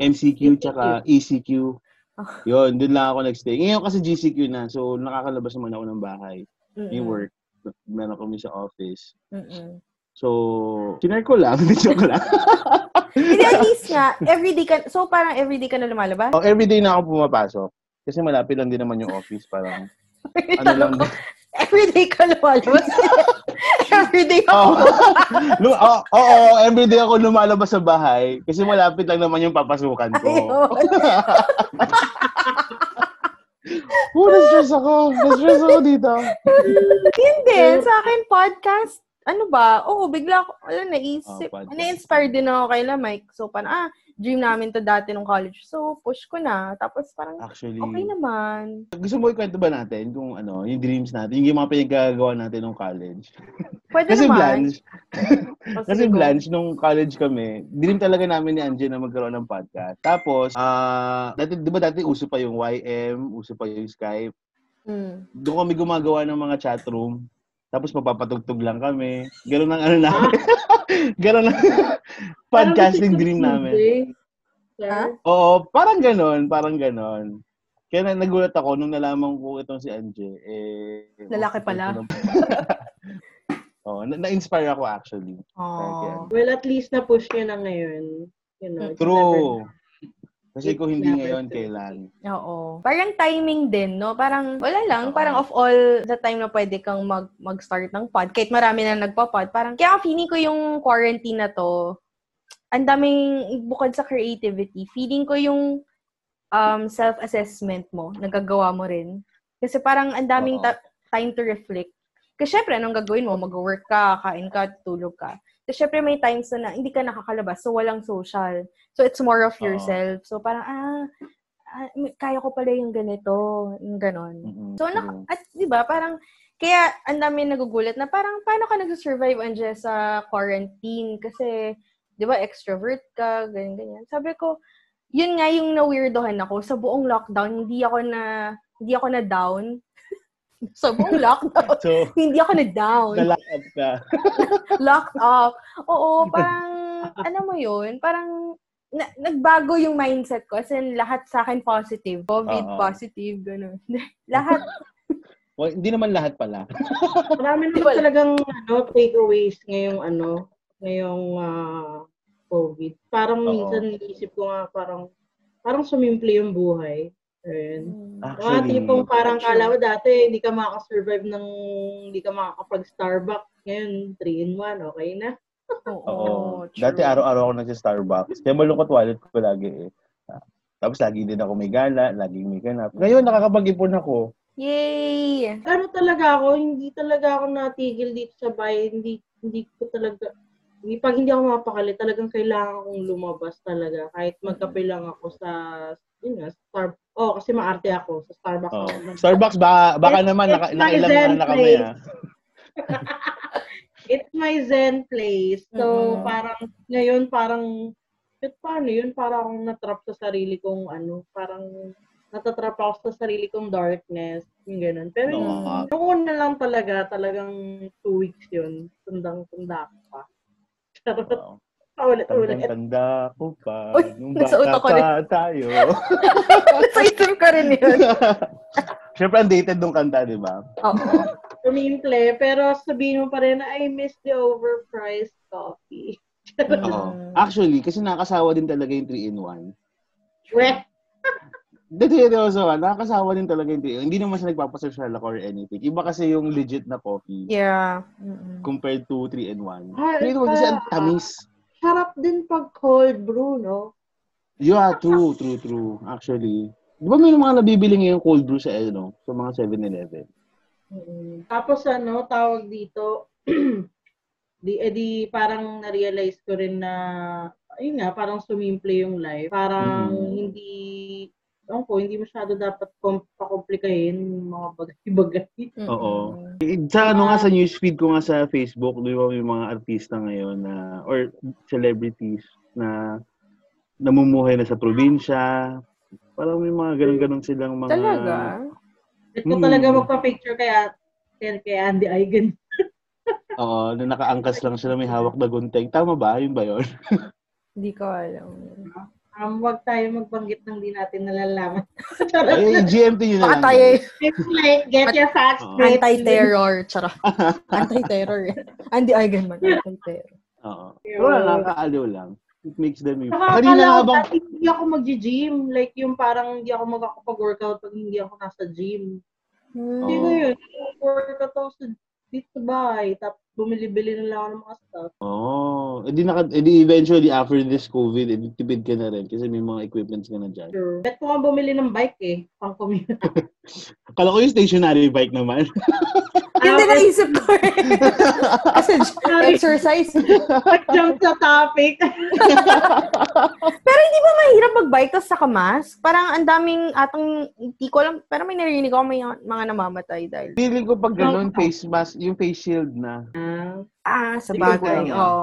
S4: MCQ, tsaka ECQ.
S3: Ah.
S4: Yun, dun lang ako nagstay. Ngayon kasi GCQ na, so nakakalabas naman ako ng bahay.
S3: Mm.
S4: Yung work, meron kami sa office.
S3: Mm-mm.
S4: So, kinare ko lang, hindi joke lang.
S3: Hindi, at least nga, everyday ka... So, parang everyday ka na lumalabas?
S4: oh, everyday na ako pumapasok. Kasi malapit lang din naman yung office, parang ano lang.
S3: everyday ka lumalabas? everyday ako.
S4: Oo, Lu- oo, oh, everyday ako lumalabas sa bahay kasi malapit lang naman yung papasukan ko.
S3: Ayun.
S4: Oh, na-stress ako. Na-stress ako dito.
S3: Yun din, sa akin, podcast, ano ba? Oo, bigla ako, wala, naisip.
S4: Oh, podcast.
S3: na-inspire din ako kay La Mike. So, parang, ah, dream namin to dati nung college. So, push ko na. Tapos, parang,
S4: Actually,
S3: okay naman.
S4: gusto mo ikwento ba natin kung ano, yung dreams natin, yung mga pinagkagawa natin nung college?
S3: Pwede
S4: Kasi
S3: Ano naman.
S4: Blanche, Kasi Blanche, nung college kami, dream talaga namin ni Angie na magkaroon ng podcast. Tapos, ah, dati, di ba dati uso pa yung YM, uso pa yung Skype.
S3: Mm.
S4: Doon kami gumagawa ng mga chat room. Tapos mapapatugtog lang kami. Ganun ang ano namin. Ganun ang
S5: Parang
S4: podcasting dream
S5: si
S4: namin.
S5: Tuesday, sir.
S3: Ha?
S4: Oo, parang ganun, parang ganun. Kaya na, nagulat ako nung nalaman ko itong si Angie. Eh,
S3: Lalaki pala.
S4: Oo, na- na-inspire ako actually.
S3: Oh.
S5: Well, at least na-push niya na ngayon. You know, it's never-
S4: True. Kasi
S5: It's
S4: kung hindi
S5: never
S4: ngayon,
S5: too late.
S4: kailan?
S3: Oo. Parang timing din, no? Parang, wala lang.
S4: Oo.
S3: Parang of all the time na pwede kang mag, mag-start ng pod. Kahit marami na nagpa-pod. Parang, kaya feeling ko yung quarantine na to, ang daming, bukod sa creativity, feeling ko yung um, self-assessment mo, nagagawa mo rin. Kasi parang ang daming
S4: Oo.
S3: ta- time to reflect. Kasi syempre, anong gagawin mo? Mag-work ka, kain ka, tulog ka. So, syempre, may times na, na hindi ka nakakalabas, so walang social. So, it's more of
S4: Oo.
S3: yourself. So, parang, ah, ah, may- kaya ko pala yung ganito, yung ganon.
S4: Mm-mm.
S3: So,
S4: True.
S3: na, at di ba, parang, kaya ang dami nagugulat na parang, paano ka nag-survive, Anje, sa quarantine? Kasi, di ba, extrovert ka, ganyan, ganyan. Sabi ko, yun nga yung na-weirdohan ako. Sa buong lockdown, hindi ako na, hindi ako na down. sa buong lockdown,
S4: So,
S3: hindi ako na down.
S4: nalakad ka.
S3: Locked up. Oo, parang, ano mo yun, parang, na- nagbago yung mindset ko. As in, lahat sa akin positive. COVID
S4: Oo.
S3: positive, gano'n. lahat
S4: Well, hindi naman lahat pala.
S5: Marami naman
S3: Well-
S5: talagang ano, takeaways ngayong ano, ngayong ah, COVID. Parang
S4: Oo.
S5: minsan naisip ko nga parang parang sumimple yung buhay. Ayun. Mga
S3: Ah,
S4: Ah. Actually,
S5: tipong parang
S3: True.
S5: kala ko dati hindi ka makakasurvive ng hindi ka makakapag-Starbucks. Ngayon, 3 in 1, okay na.
S3: Oo.
S4: oo.
S3: true.
S4: Dati araw-araw ako nagsa-Starbucks. Kaya malungkot wallet ko lagi eh. Ah, Tapos lagi din ako may gala, laging may ganap. Ngayon, nakakapag-ipon ako.
S3: Yay!
S5: ano talaga ako, hindi talaga ako natigil dito sa bahay. Hindi, hindi ko talaga, hindi, pag hindi ako mapakali, talagang kailangan kong lumabas talaga. Kahit magkape lang ako sa, yun nga, Star, oh, kasi maarte ako sa Starbucks.
S4: Oo.
S5: ako mag-
S4: Starbucks, ba, baka
S5: It's-
S4: naman, naka,
S5: it's my
S4: nakailang
S5: zen
S4: na na kami
S5: place.
S4: ah.
S5: It's my zen place. So,
S3: Mm-mm.
S5: parang, ngayon, parang, shit, paano yun? Parang akong natrap sa sarili kong, ano, parang, natatrap ako sa sarili kong darkness. Yung ganun. Pero
S4: No.
S5: yung Noong una lang talaga, talagang two weeks yun. Tundang-tunda ko pa. Charot.
S4: Wow.
S5: Paulit-ulit.
S4: Tandang-tanda ko pa.
S3: Uy,
S4: Nung
S3: nasa
S4: bata
S3: utak ko rin.
S4: pa tayo.
S3: Nasa isip ko rin yun.
S4: Siyempre, ang dated nung kanta, di ba?
S3: Oo.
S5: Tumimple. eh, Pero sabihin mo pa rin na, I miss the overpriced coffee.
S3: Mm.
S4: Oo. Actually, kasi nakasawa din talaga yung 3-in-1.
S5: Weh!
S4: Dito ka, ah. nakakasawa din talaga yung tea. Hindi naman siya nagpapasosyal ako or anything. Iba kasi yung legit na coffee
S3: Yeah. Mm-mm.
S4: compared to 3 and 1.
S5: Ah,
S4: 3 and 1 kasi ang
S5: iba.
S4: tamis.
S5: Sarap din pag cold brew, no?
S4: Yeah, true, true, true. Actually. Di ba may mga nabibili ngayon cold brew sa, ano, sa mga 7-Eleven? Mm-hmm.
S5: Mm. Tapos ano, tawag dito, di, eh, di parang na-realize ko rin na, ayun nga, parang sumimple yung life. Parang
S4: Mm.
S5: hindi, ewan ko, hindi masyado dapat kom- pakomplikahin yung mga bagay-bagay.
S3: Mm-mm.
S4: Oo. Eh, Sa ano nga sa newsfeed ko nga sa Facebook, di ba may mga artista ngayon na or celebrities na namumuhay na sa probinsya. Parang may mga ganun-ganun silang mga
S3: Talaga?
S5: Ba't ko
S4: Mm.
S5: talaga magpa-picture kaya, kaya, kaya Andy Eigen.
S4: Oo, na nakaangkas lang sila may hawak na gunteng. Tama ba? Yun ba yun?
S3: Hindi ko alam.
S5: Um, wag tayo magbanggit ng di natin nalalaman.
S4: Ay, GMT nyo na
S3: Baka
S4: lang.
S3: tayo
S4: yun.
S5: It's like, get your facts
S4: Oo.
S5: straight.
S3: anti-terror. Tsara. anti-terror. eh. Andy Eigenman. Anti-terror.
S4: Oo. Wala lang, kaaliw lang. It makes them
S5: Saka akala
S4: Kanina nga
S5: ko
S4: bang...
S5: dati hindi ako mag-gym. Like, yung parang hindi ako magkakapag-workout pag hindi ako nasa gym.
S3: Hmm.
S5: Hindi ko
S4: Oo.
S5: yun. Workout ako sa dito bahay. Tapos bumili-bili na lang ako ng mga stuff.
S4: Oo. Oh, edi, naka, edi eventually after this COVID, edi tipid ka na rin kasi may mga equipments ka na dyan.
S5: Sure. Bet ko nga bumili ng bike eh. Pang commute.
S4: Kala ko yung stationary bike naman.
S3: Hindi naisip ko eh. As a j- exercise.
S5: Jump sa topic.
S3: Pero hindi ba mahirap mag-bike tas saka mask? Parang ang daming atang, hindi ko alam, pero may narinig ako may mga namamatay dahil.
S4: Feeling ko pag ganun, face mask, yung face shield na.
S5: Ah.
S3: Ah, sa
S5: Hindi ko
S3: bagay.
S4: alam.
S3: Oo.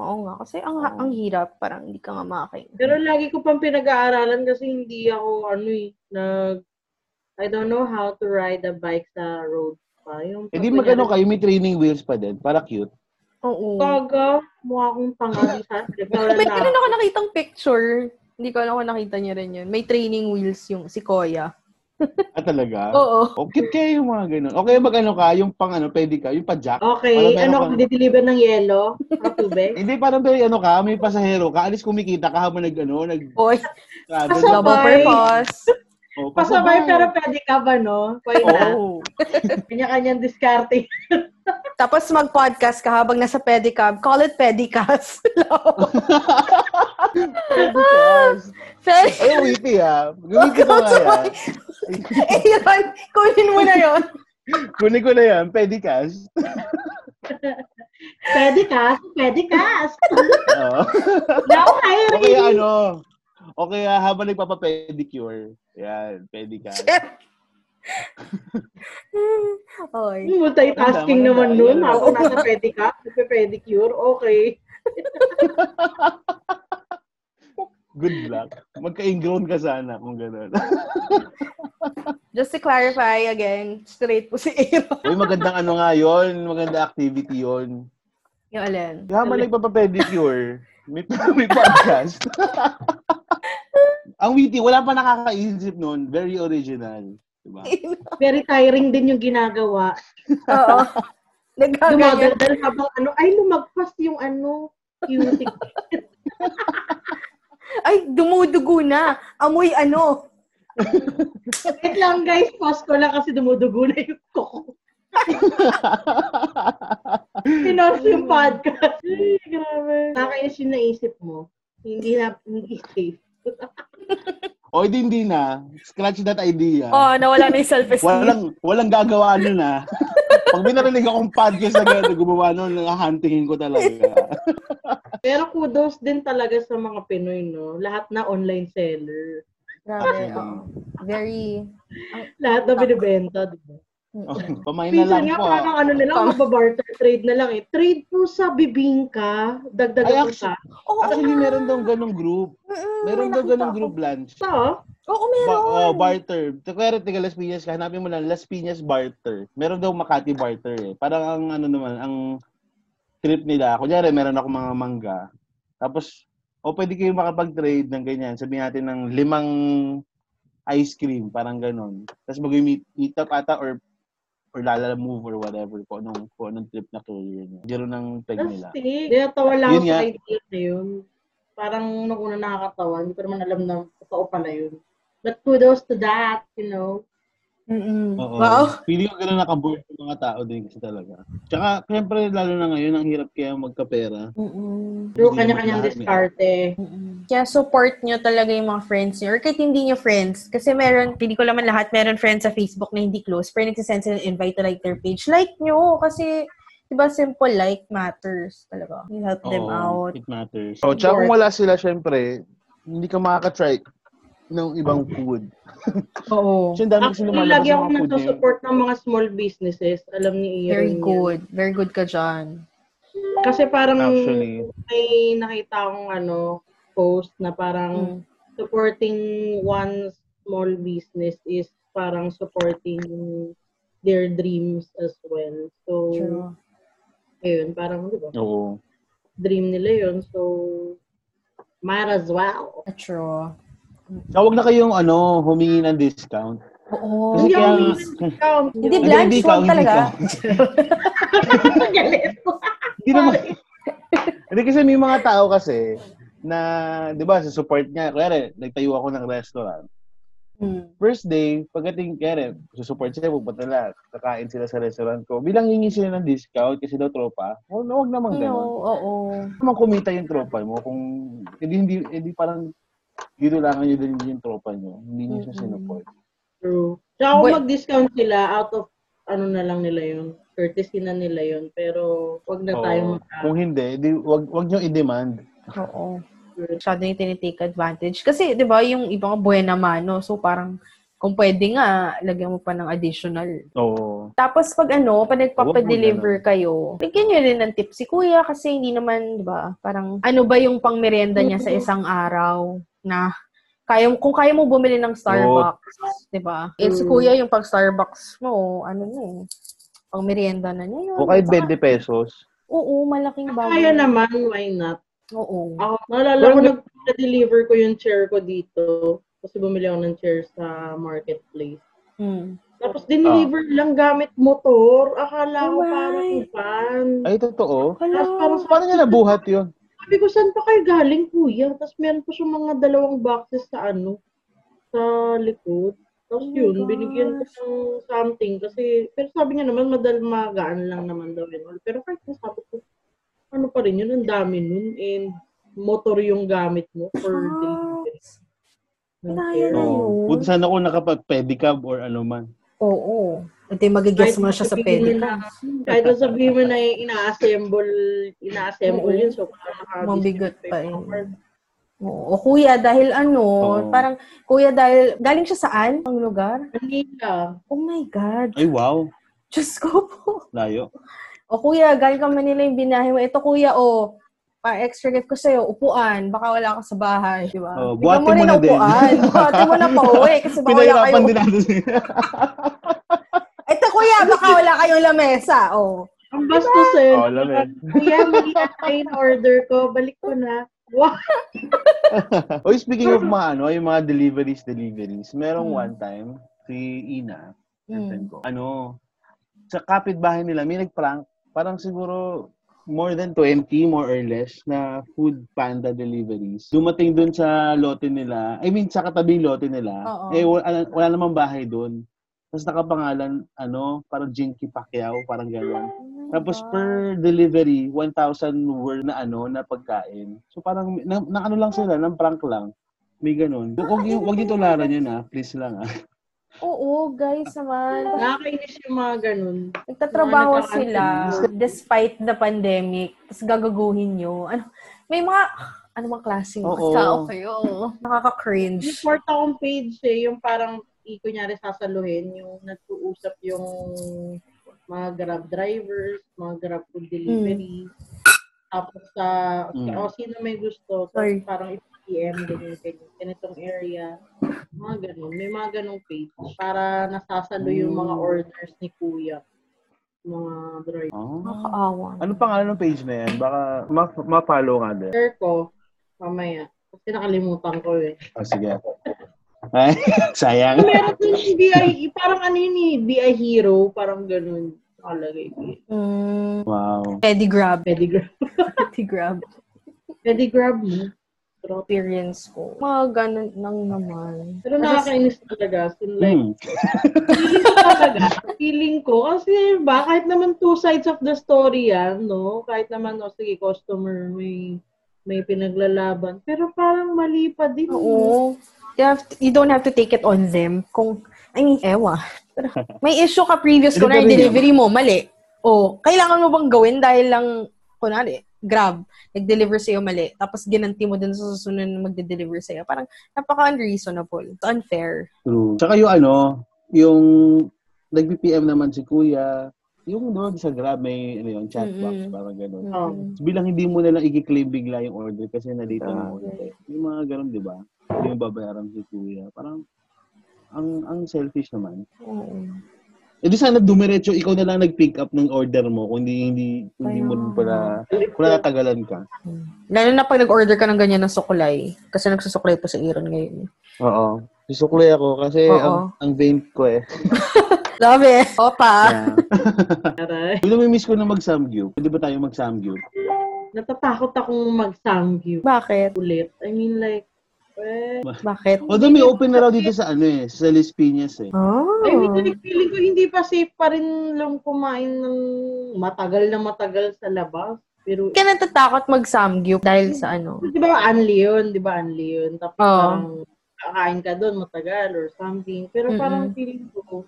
S3: Oo nga. Kasi ang,
S4: Oo.
S3: ang hirap. Parang hindi ka nga makakain.
S5: Pero lagi ko pang pinag-aaralan kasi hindi ako ano eh. Nag, I don't know how to ride a bike sa road pa. Yung pag-
S4: Edi Eh, magano kayo, may training wheels pa din. Para cute.
S3: Oo.
S5: Kaga, mukha kong tanga sa Wala
S3: May
S5: na
S3: ganun ako nakitang picture. Hindi ko alam kung nakita niya rin yun. May training wheels yung si Koya.
S4: Ah, talaga?
S3: Oo.
S4: Oh, cute kayo yung mga ganun. Okay, magano ka, yung pang ano, pwede ka, yung pa-jack. Wala,
S5: Okay,
S4: meron
S5: ano
S4: ka-
S5: kung dideliver ng yelo? Ang tubig?
S4: Hindi, parang pwede ano ka, may pasahero ka, alis kumikita ka habang nag, ano, nag,
S3: Oy,
S4: travel.
S5: Pasabay.
S3: double purpose.
S4: Oh,
S5: Pasabay pero pwede ka ba, no? Pwede na.
S4: Oo.
S5: Kanya-kanyang diskarte.
S3: Tapos mag-podcast ka habang nasa pedicab. Call it pedicast.
S4: Yes.
S3: Sorry.
S4: Ay, witty ah. Gawin ko na yan.
S3: Eh, yun. Kunin mo na yun.
S4: Kunin ko na yan, pedicast.
S5: Pwede ka, pwede ka.
S4: Oo.
S5: Wala akong eh. hiring.
S4: Okay, ano. Okay, ah, habang nagpapapedicure. Yan, pedicast.
S3: Oy.
S5: Multitasking
S4: Ang dami
S5: naman
S4: na
S5: nun.
S4: tayo.
S5: Ako nasa pwede ka, nagpe-pedicure, okay.
S4: Good luck. Magka-ingrown ka sana kung gano'n.
S3: Just to clarify again, straight po si Aaron.
S4: Uy, magandang ano nga yun. Maganda activity yun.
S3: Yung alin.
S4: Habang nagpapapedicure, may, may podcast. Ang witty, wala pa nakakaisip nun. Very original. Diba?
S5: Very tiring din yung ginagawa.
S3: Oo.
S4: Ah,
S3: Nagkaganyan.
S5: Dumadal habang ano, ay lumagpas yung ano, cutie.
S3: Ay, dumudugo na. Amoy ano.
S5: Wait lang guys, pause ko lang kasi dumudugo na yung koko. Pinost yung
S4: Mm.
S5: podcast. Ay, grabe. Nakakainis yung naisip mo. Hindi na, hindi safe.
S4: o hindi, hindi na. Scratch that idea.
S3: Oh, nawala na yung self-esteem.
S4: Walang, walang gagawa nun ah. Pag may narinig akong podcast na gano'n, gumawa nun, nakahantingin ko talaga.
S5: Pero kudos din talaga sa mga Pinoy, no? Lahat na online seller.
S3: Grabe, oo. Very...
S5: Lahat na binibenta, di ba?
S4: Oh, Pamain na
S5: Minsan nga,
S4: lang po.
S5: parang ano nila,
S3: Tama.
S5: magbabarter trade na lang eh. Trade po sa bibingka, dagdag
S4: Ay,
S5: po sa.
S4: actually-
S3: Oo,
S4: Actually,
S3: nga.
S4: meron daw ganong group.
S3: Mm-mm, may
S4: Meron daw
S3: nakita
S4: ganong
S3: ako.
S4: group lunch.
S5: So, oh,
S3: Oo,
S4: Ba-
S3: meron.
S4: oh, barter. Kaya taga Las Piñas ka, hanapin mo lang Las Piñas barter. Meron daw Makati barter eh. Parang ang ano naman, ang trip nila. Kunyari, meron ako mga mangga. Tapos, o pwede kayo makapag-trade ng ganyan. Sabihin natin ng limang ice cream, parang ganon. Tapos mag-meet meet up ata or or lala move or whatever kung anong, kung anong trip na career niya. Zero ng peg nila.
S5: nasty. Natawa lang
S4: Yun
S5: ako sa
S4: nga.
S5: idea na yun. Parang nung una nakakatawa, hindi ko naman alam na totoo pala yun. But kudos to that, you know.
S3: Mm-mm.
S4: Oo.
S3: Wow.
S4: Feeling ko gano'n nakaboard yung mga tao din kasi talaga. Tsaka, syempre, lalo na ngayon, ang hirap kaya magkapera.
S3: Mm-mm.
S5: Through
S4: Hindi
S5: kanya-kanyang
S4: naman lahat may-
S5: diskarte.
S3: Kaya support nyo talaga yung mga friends nyo. Or kahit hindi nyo friends. Kasi meron, hindi ko naman lahat, meron friends sa Facebook na hindi close. Pero nagsisend sila ng invite to like their page. Like nyo. Kasi, di ba, simple like matters talaga. You help them
S4: Oo,
S3: out.
S4: It matters.
S5: Oo, tsaka
S4: Oh, tsaka
S5: kung
S4: kung wala sila, syempre, hindi ka makakatry ng ibang food.
S3: Oo.
S4: Kasi ang dami kasi
S5: Actually,
S4: lumalabas
S5: lagi
S4: ng
S5: ako
S4: mga food eh. ngayon.
S5: nagsusupport ng mga small businesses. Alam ni Iren
S3: Very
S5: yan.
S3: good. Very good ka dyan.
S5: Kasi parang
S4: Actually.
S5: may nakita akong ano, post na parang
S3: Mm.
S5: supporting one small business is parang supporting their dreams as well. So,
S3: True.
S5: ayun, parang di ba,
S4: Oo.
S5: dream nila yun. So, might as well.
S3: True.
S4: Tsaka huwag na kayong, ano, humingi ng discount.
S3: Oo.
S4: Kasi
S5: Hindi
S4: kaya...
S5: ako humingi ng
S3: Hindi,
S5: discount.
S3: Blanche,
S4: ikaw,
S3: huwag
S4: hindi
S3: talaga.
S4: ikaw.
S5: Ang galit ko.
S4: Hindi naman. Hindi kasi may mga tao kasi na, di ba, sa support niya, kaya nagtayo ako ng restaurant.
S3: Mm.
S4: First day, pagdating kaya susupport sila, pupunta na, kakain sila sa restaurant ko. Bilang hingi sila ng discount kasi daw tropa, huwag na huwag naman
S3: You know,
S4: ganun.
S3: oo.
S4: Huwag naman kumita yung tropa mo kung, hindi, hindi, hindi parang, ginulangan nyo din yung tropa nyo. Hindi nyo siya
S3: Mm-mm.
S4: sinuport.
S5: True. Tsaka kung
S3: But-
S5: mag-discount sila, out of ano na lang nila yun. Courtesy na nila yun. Pero wag na tayo
S4: Oo.
S5: mag
S4: Kung hindi, di, wag, wag nyo i-demand.
S3: Oo. Masyado yung tinitake advantage. Kasi, di ba, yung ibang buena mano. So, parang, kung pwede nga, lagyan mo pa ng additional.
S4: Oo.
S3: Tapos, pag ano, pag
S4: Huwag
S3: nagpapadeliver kayo, bigyan nyo rin ng tip si kuya kasi hindi naman, di ba, parang, ano ba yung pang merienda niya sa isang araw na kaya, kung kaya mo bumili ng Starbucks, di ba? Eh, si
S5: Mm.
S3: kuya yung pag Starbucks mo, ano na eh, pang merienda na niya yun.
S4: O kahit
S3: Saka-
S4: 20 pesos,
S3: Oo, malaking bagay.
S5: Kaya naman, why not?
S3: Oo.
S5: Ako, naalala ko nag-deliver ko yung chair ko dito. Kasi bumili ako ng chair sa marketplace.
S3: Mm.
S5: Tapos dineliver lang gamit motor. Akala ko
S3: Alright.
S5: parang van.
S4: ay totoo.
S5: Tapos
S3: Hello.
S5: parang
S4: Paano niya nabuhat yun?
S5: sabi ko, saan pa kayo galing, kuya? Tapos meron pa siyang mga dalawang boxes sa ano, sa likod. Tapos
S3: Oh my
S5: yun, binigyan ko
S3: gosh.
S5: ng something kasi, pero sabi niya naman, madalmagaan lang naman daw yun. Pero kahit na sabi ko, ano pa rin yun, ang dami nun. And motor yung gamit mo for delivery. ng
S3: Ah.
S5: fare.
S3: Kaya na yun.
S4: Oo. Buti sana ako nakapag-pedicab or ano man.
S3: Oo. Hindi, magigess mo na siya sa
S5: sabihin mo
S3: pedicab.
S5: na- Kahit na sabihin mo na ina-assemble, ina-assemble
S3: Oo.
S5: yun. So, parang nakaka-
S3: Mabigat pa eh. yun. Oo. O kuya, dahil ano,
S4: Oo.
S3: parang, kuya, dahil, galing siya saan? Ang lugar?
S5: Manila.
S3: Oh my God.
S4: Ay, wow.
S3: Diyos ko po.
S4: Layo.
S3: O kuya, galing ka Manila yung binahe mo. Ito kuya, o, pa-extra gift ko sa'yo, upuan. Baka wala ka sa bahay, di ba? Bigyan
S4: Oh, buhatin mo
S3: rin
S4: na
S3: ang
S4: din.
S3: Upuan. Buhatin mo na pa uwi kasi baka wala
S4: Pinahirapan
S3: kayo
S4: din natin siya.
S3: Ito kuya, baka wala kayong lamesa. Oh.
S5: Ang bastos eh.
S4: Oo, alam eh.
S5: Kuya, mali na train order ko. Balik ko na. Wow!
S4: Oy, speaking of mga ano, yung mga deliveries, deliveries. Merong
S3: Hmm.
S4: one time, si Ina, girlfriend
S3: Mm.
S4: ko, ano, sa kapitbahay nila, may nag-prank. Parang siguro more than 20, more or less, na food panda deliveries. Dumating dun sa lote nila, I mean, sa katabing lote nila,
S3: Oo.
S4: eh, wala, wala namang bahay dun. Tapos nakapangalan, ano, parang Jinky Pacquiao, parang gano'n. Tapos per delivery, 1,000 worth na ano, na pagkain. So parang, na, na ano lang sila, ng prank lang. May ganun. Huwag yung, huwag yung tularan yun ah, please lang ah.
S3: Oo, guys naman.
S5: Nakakainis yung mga ganun.
S3: Nagtatrabaho
S5: Mga nagkaka-
S3: sila despite the pandemic. Tapos gagaguhin nyo. Ano, may mga, ano mga klaseng
S4: Oo.
S3: tao kayo?
S5: May
S3: Nakaka-cringe.
S5: fourth akong page eh, yung parang, i, kunyari sasaluhin, yung nag-uusap yung mga grab drivers, mga grab food delivery. Tapos sa,
S4: Mm.
S5: o sino may gusto,
S3: Sorry.
S5: tapos parang i-PM, ganyan, ganyan, ganitong area. Mga ganun. May mga ganong page para nasasalo yung mga
S4: Mm.
S5: orders ni kuya. Mga driver.
S4: Oh.
S3: Nakakaawa.
S4: Ano pangalan ng page na yan? Baka ma- ma-follow nga din.
S5: share ko mamaya. Kasi nakalimutan ko eh.
S4: Oh, sige. Ay, sayang.
S5: Meron din yung BI, parang ano yun eh, BI hero, parang ganun. Nakalagay ko eh.
S3: Mm.
S4: Wow.
S3: Pedigrab.
S5: Pedigrab.
S3: Pedigrab.
S5: Pedigrab mo.
S3: experience ko. Mga ganun lang naman.
S5: Pero nakakainis talaga. So, like,
S4: Mm.
S5: feeling ko talaga, feeling ko, kasi ba, kahit naman two sides of the story yan, no? Kahit naman, no, sige, customer, may may pinaglalaban. Pero parang mali pa din.
S3: Oo. You, have to- you don't have to take it on them. Kung, I mean, ewa. Pero may issue ka previous, kunwari
S4: Delivery
S3: delivery mo, mali. O, kailangan mo bang gawin dahil lang, kunwari, grab, nag-deliver sa'yo mali, tapos ginanti mo din sa susunod na magde-deliver sa'yo. Parang, napaka-unreasonable. It's unfair.
S4: True. Tsaka yung ano, yung nag-BPM naman si Kuya, yung doon sa Grab may ano yun, chat box,
S3: Mm-mm.
S4: parang gano'n.
S5: Oo.
S3: Mm.
S4: So, bilang hindi mo nalang i-claim bigla yung order kasi nalito
S2: Ah.
S4: mo order. Yung mga gano'n, di ba? Hindi mo babayaran si Kuya. Parang, ang ang selfish naman.
S3: Oo.
S4: E di sana dumiretso, ikaw na lang nag-pick up ng order mo, kung hindi, hindi, hindi mo rin pala,
S5: eh.
S4: kung natagalan ka.
S3: Lalo na pag nag-order ka ng ganyan ng sukulay. Kasi nagsusuklay po sa Iran ngayon.
S4: Oo. Susukli ako kasi
S3: Oo.
S4: ang, ang vain ko eh.
S3: Love it! Opa!
S4: Yeah. Yung namimiss ko na mag-samgyup, pwede ba tayo mag-samgyup?
S5: Natatakot akong mag-samgyup
S3: Bakit?
S5: ulit. I mean, like, eh,
S3: Bakit?
S4: Although may open na raw dito sa ano eh, sa Las Piñas eh.
S3: Oh.
S5: I mean, like, feeling ko hindi pa safe pa rin lang kumain ng matagal na matagal sa labas. Pero, eh,
S3: Hindi ka natatakot mag-samgyup dahil sa ano.
S5: di ba, anli yun, di ba, anli yun. Tapos,
S3: Oo.
S5: parang, kakain ka doon, matagal or something. Pero parang
S3: Mm-mm.
S5: feeling ko,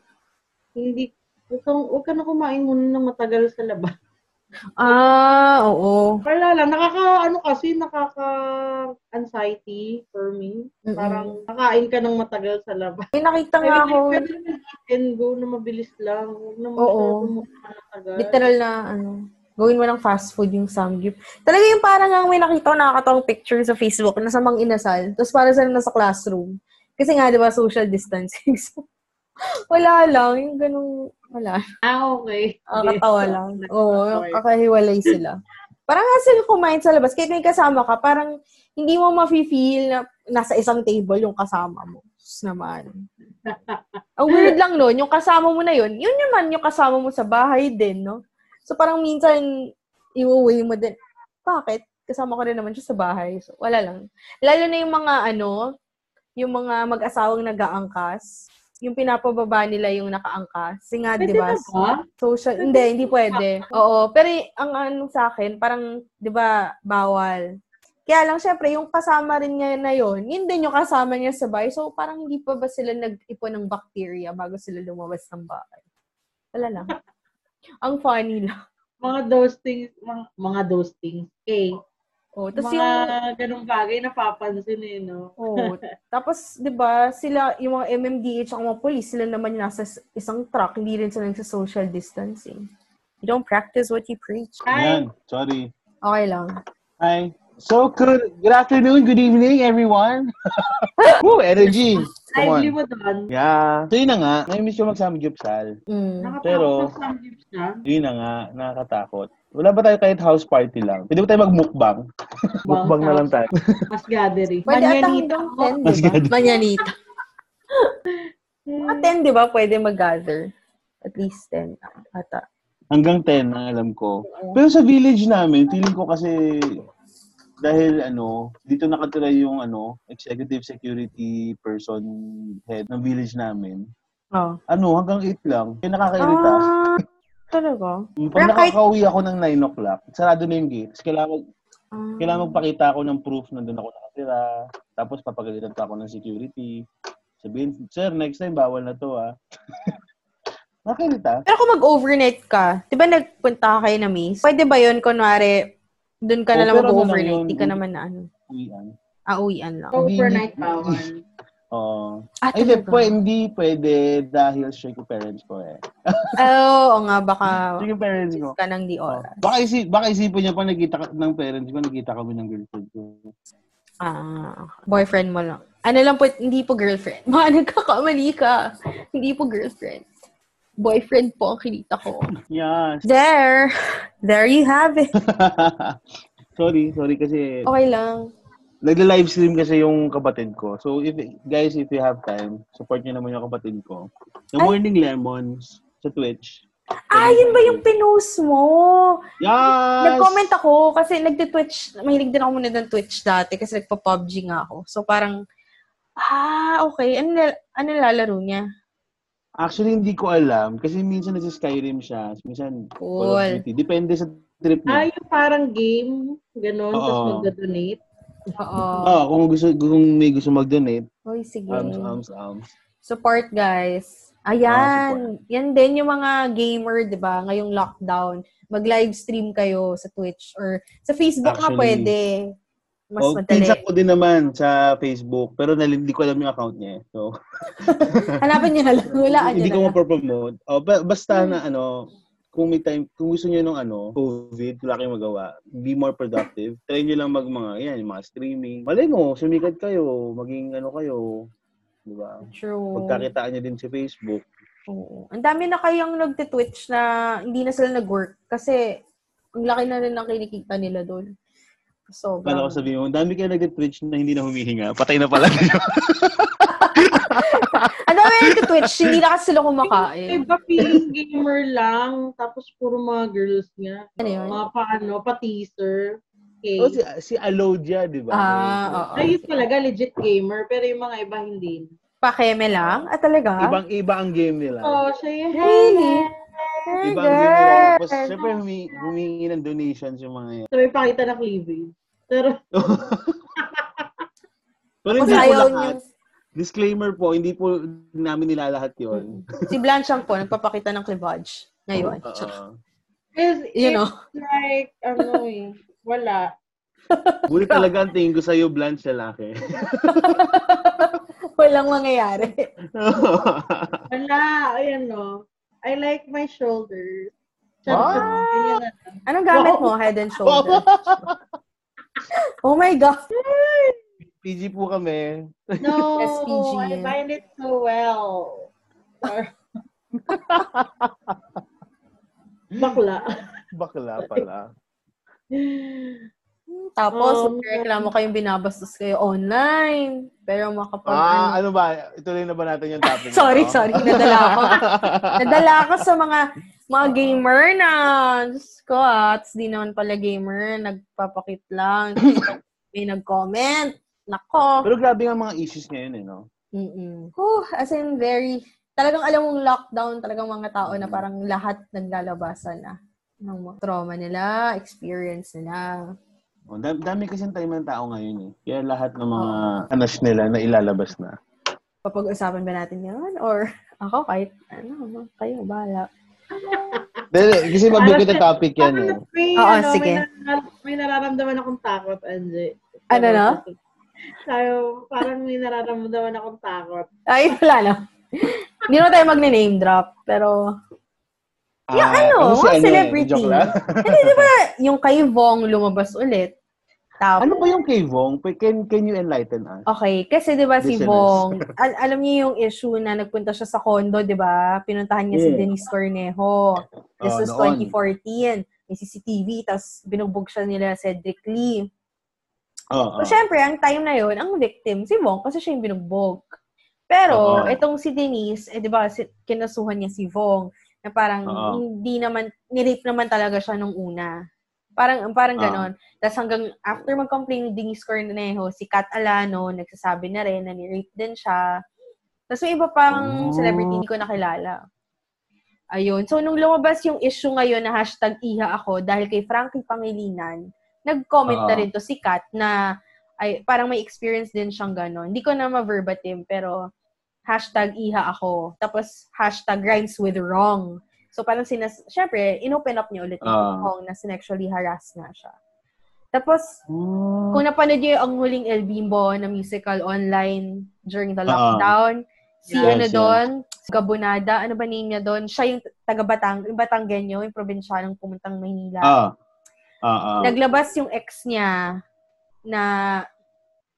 S5: hindi, huwag ka, huwag ka na kumain muna ng matagal sa labas.
S3: Ah, oo.
S5: Wala lang, nakaka, ano kasi, nakaka anxiety for me.
S3: Mm-mm.
S5: Parang, nakain ka ng matagal sa labas.
S3: May nakita
S5: Pero
S3: nga ako,
S5: Pwede naman up and go na mabilis lang. Huwag na
S3: Oo.
S5: masyadong matagal.
S3: literal na ano, gawin mo ng fast food yung samgyup. Talaga yung parang ang may nakita ko nakakatawang picture sa Facebook na sa mga inasal. Tapos para sa nasa classroom. Kasi nga, di ba, social distancing. So, wala lang. Yung ganung, wala.
S5: Ah, okay.
S3: Nakakatawa lang. Oo,
S5: Okay.
S3: kakahiwalay sila. Parang nga sila kumain sa labas. Kahit may kasama ka, parang hindi mo mafe-feel na nasa isang table yung kasama mo. Sus naman. Ang weird lang nun, yung kasama mo na yun, yun naman yung kasama mo sa bahay din, no? So parang minsan, iuwi mo din. Bakit? Kasama ka rin naman siya sa bahay. So, wala lang. Lalo na yung mga ano, yung mga mag-asawang nag-aangkas, yung pinapababa nila yung nakaangkas. Kasi nga,
S5: Pwede
S3: di
S5: na
S3: ba?
S5: ba?
S3: Social, hindi, hindi pwede. Oo, pero y- ang ano sa akin, parang, di ba, bawal. Kaya lang, syempre, yung kasama rin niya na yun, yun din yung kasama niya sa bahay. So, parang hindi pa ba sila nag-ipon ng bacteria bago sila lumabas ng bahay? Wala lang. ang funny lang.
S5: Mga those things, mga, mga those things. Okay.
S3: Oh,
S5: Mga
S3: tapos yung,
S5: ganung bagay napapansin eh, no?
S3: Oo. Tapos, di ba, sila, yung mga MMDH at mga police, sila naman yung nasa s- isang truck, hindi rin sila sa social distancing. You don't practice what you preach.
S5: Ay,
S4: Yan, sorry.
S3: Okay lang.
S4: Hi. So, good, good afternoon, good evening, everyone. Woo, energy. Come on.
S5: lively mo doon.
S4: Yeah. So, yun na nga. Namimiss ko mag-samgyup, Sal.
S3: Mm.
S4: Pero-
S5: Nakatakot sa samgyup siya.
S4: Yun na nga, nakakatakot. Wala ba tayo kahit house party lang? Pwede ba tayo magmukbang? Mukbang na lang tayo.
S5: Mas gathering.
S3: Pwede ata
S5: Manyanita
S3: hanggang
S5: ako.
S3: 10, di ba? Manyanita. Mga 10, di ba, pwede mag-gather. At least 10 ata.
S4: Hanggang 10 ang alam ko. Pero sa village namin, feeling ko kasi dahil ano, dito nakatira yung ano, executive security person head ng village namin.
S3: Oh.
S4: Ano, hanggang 8 lang. Kaya nakakairita.
S3: Ah, talaga?
S4: Pag
S3: pero kahit-
S4: nakakauwi ako ng 9 o'clock, sarado na yung gate. Tapos Kailangan,
S3: Ah.
S4: kailangan magpakita ako ng proof na doon ako nakatira. Tapos papagalitan pa ako ng security. Sabihin, sir, next time bawal na to ah. Nakakairita.
S3: Pero kung mag-overnight ka, di ba nagpunta ka kayo na miss? Pwede ba yun, kunwari, doon ka na
S4: Oh,
S3: lang
S4: pero ano lang
S3: mag-overnight,
S4: yun,
S3: di ka
S4: uwi-
S3: naman na ano,
S4: Uwian.
S3: auwian lang.
S5: Overnight bawal.
S4: Oo.
S3: Ah,
S4: Ay, hindi,
S3: talaga?
S4: pwe- hindi pwede dahil strict yung parents ko eh.
S3: Oo nga, baka
S4: Strict yung parents ko. Oh.
S3: ka nang di oras.
S4: Baka, isi, baka isipin niya pa nakita ka- ng parents ko, nakita kami ng girlfriend ko.
S3: Ah, boyfriend mo lang. Ano lang po, hindi po girlfriend. Mga nagkakamali ka. Hindi po girlfriend. Boyfriend po ang kinita ko.
S4: Yes.
S3: There. There you have it.
S4: sorry, sorry kasi
S3: Okay lang.
S4: nagla-live stream kasi yung kapatid ko. So if guys, if you have time, support niyo naman yung kapatid ko. The
S3: Ay.
S4: Morning Lemons sa Twitch.
S3: Ah, yun ba yung pinost mo?
S4: Yes!
S3: Nag-comment ako kasi nagti-Twitch. Mahilig din ako muna ng Twitch dati kasi nagpa-PUBG nga ako. So parang, ah, okay. Ano, nil- ano nilalaro niya?
S4: Actually, hindi ko alam. Kasi minsan nasa Skyrim siya. Minsan, Call of
S3: Cool.
S4: Duty. Depende sa trip
S5: Ah,
S4: niya.
S5: yung parang game, ganun, tapos
S4: Oo.
S5: mag-donate.
S3: Oo.
S4: Oo, Oh, kung gusto kung may gusto mag-donate,
S3: Uy, sige.
S4: arms, arms, arms.
S3: Support, guys.
S4: Ah,
S3: Ayan. Yan din yung mga gamer, di ba? Ngayong lockdown. Mag-livestream kayo sa Twitch or sa Facebook nga
S4: Actually,
S3: pwede. Mas
S4: Oh,
S3: madali.
S4: pinsa ko din naman sa Facebook, pero nal- hindi ko alam yung account niya. eh. So,
S3: Hanapin nyo na lang. Hulaan nyo
S4: hindi
S3: na
S4: ko
S3: lang.
S4: ma-promote. Oh, ba-
S3: Hmm.
S4: basta na ano, kung may time, kung gusto niyo ng ano, COVID, wala kayong magawa, be more productive. Try niyo lang mag mga, yan, yung mga streaming. Malay mo, sumikat kayo, maging ano kayo, di ba?
S3: True.
S4: Pagkakitaan niyo din sa Facebook.
S3: Diba? Oo. Ang dami na kayang nagte-twitch na hindi na sila nag-work kasi ang laki na rin ang kinikita nila doon. So,
S4: Kala ko sabihin mo, ang dami kayo nag-twitch na hindi na humihinga. Patay na pala.
S3: ang dami na nagte-twitch, hindi na kasi sila
S5: Ay,
S3: kumakain.
S5: ba feeling gamer lang, tapos puro mga girls niya.
S3: Ano yun?
S5: Mga pa ano, pa teaser. Okay.
S4: oh, si, si Alodia, di ba?
S3: Ah, oo.
S5: Ay, yun talaga, legit gamer, pero yung mga iba hindi.
S3: Pakeme lang? Ah, talaga?
S4: Eh, Ibang iba ang game nila.
S5: Oo,
S3: Oh,
S5: siya yun.
S3: Really?
S4: Iba ang game nila. Tapos, syempre, humi- humingi ng donations yung mga yan.
S5: So, may pakita na cleavage. Pero,
S4: Pero
S3: Tapos
S4: hindi po
S3: ayaw
S4: lahat.
S3: niyo.
S4: Disclaimer po, hindi po namin nilalahat yun.
S3: Si Blanchang po, nagpapakita ng cleavage. Ngayon. Tsaka,
S4: Oo.
S5: it's,
S3: You know.
S5: it's like, ano eh, wala.
S4: Bulit talaga ang tingin ko sa'yo, Blanche, lalaki.
S3: Walang mangyayari.
S5: Wala, ayan no. I like my shoulders.
S4: Wow.
S5: Ganyan na lang.
S3: Anong gamit mo? Head and shoulder. Oh my God.
S4: PG po kami.
S5: No,
S3: SPG
S5: I
S3: yan.
S5: find it so well. Or- Bakla.
S4: Bakla pala.
S3: Tapos,
S5: Um,
S3: reklamo kayong binabastos kayo online. Pero makapag, ano,
S4: Ah, ano ba? Ituloy na ba natin yung topic?
S3: Sorry,
S4: na to?
S3: sorry. Nadala ako. Nadala ako sa mga mga gamer na, Diyos ko ah, tas di naman pala gamer, nagpapakit lang. May nag-comment. Nako.
S4: Pero grabe nga mga issues ngayon eh, no?
S3: Mm-mm. Whew, as in, very, talagang alam mong lockdown, talagang mga tao na parang lahat naglalabasan na ng mga trauma nila, experience nila.
S4: Oh, dami, dami kasi time ng tao ngayon eh. Kaya lahat ng mga anas nila na ilalabas na.
S3: Papag-usapan ba natin yun? Or ako, kahit ano, kayo, bahala.
S4: Dahil, kasi mabigat na topic yan eh.
S5: Ano, may,
S3: Oo,
S5: ano,
S3: sige.
S5: May, nararam- may nararamdaman akong takot, Anze.
S3: Ano na?
S5: Sayo, parang may nararamdaman akong takot.
S3: Ay, wala na. Hindi naman tayo magne-name drop, pero
S4: Ah, Yung eh,
S3: ano, mga celebrity.
S4: Joke lang.
S3: Hindi, di ba yung kay Vong lumabas ulit? Tapos,
S4: ano ba yung kay Vong? P- Can, can you enlighten us?
S3: okay, kasi di ba si
S4: Listeners.
S3: Vong, al- alam niyo yung issue na nagpunta siya sa condo, di ba? Pinuntahan niya si
S4: Yeah.
S3: Denise Cornejo. This
S4: Oh,
S3: was
S4: noon.
S3: 2014. May CCTV, tapos binugbog siya nila Cedric Lee.
S4: Oo.
S3: So, syempre, ang time na yon ang victim, si Vong, kasi siya yung binugbog. Pero,
S4: Oo.
S3: itong si Denise, eh, di ba, si, kinasuhan niya si Vong, na parang
S4: Oo.
S3: hindi naman, nirape naman talaga siya nung una. Parang, parang
S4: Oo.
S3: ganon. Tapos hanggang after mag-complain ni Denise Cornejo, si Kat Alano, nagsasabi na rin na nirape din siya. Tapos may iba pang
S4: Oh.
S3: celebrity hindi ko nakilala. Ayun. So, nung lumabas yung issue ngayon na hashtag iha ako dahil kay Frankie Pangilinan, nag-comment na
S4: Oo.
S3: rin to si Kat na ay, parang may experience din siyang gano'n. Hindi ko na ma-verbatim, pero hashtag iha ako. Tapos hashtag rhymes with wrong. So parang sinas... Siyempre, inopen up niya ulit yung
S4: Ah.
S3: wrong na sinexually harassed na siya. Tapos,
S4: Oh.
S3: kung napanood niyo yung ang huling El Bimbo na musical online during the
S4: Oo.
S3: lockdown, si
S4: Yes,
S3: ano
S4: yes.
S3: doon, Gabonada, ano ba name niya doon? Siya yung taga Batang, yung Batanggenyo, yung probinsyanong pumuntang Maynila.
S4: Ah. Ah, ah.
S3: Naglabas yung ex niya na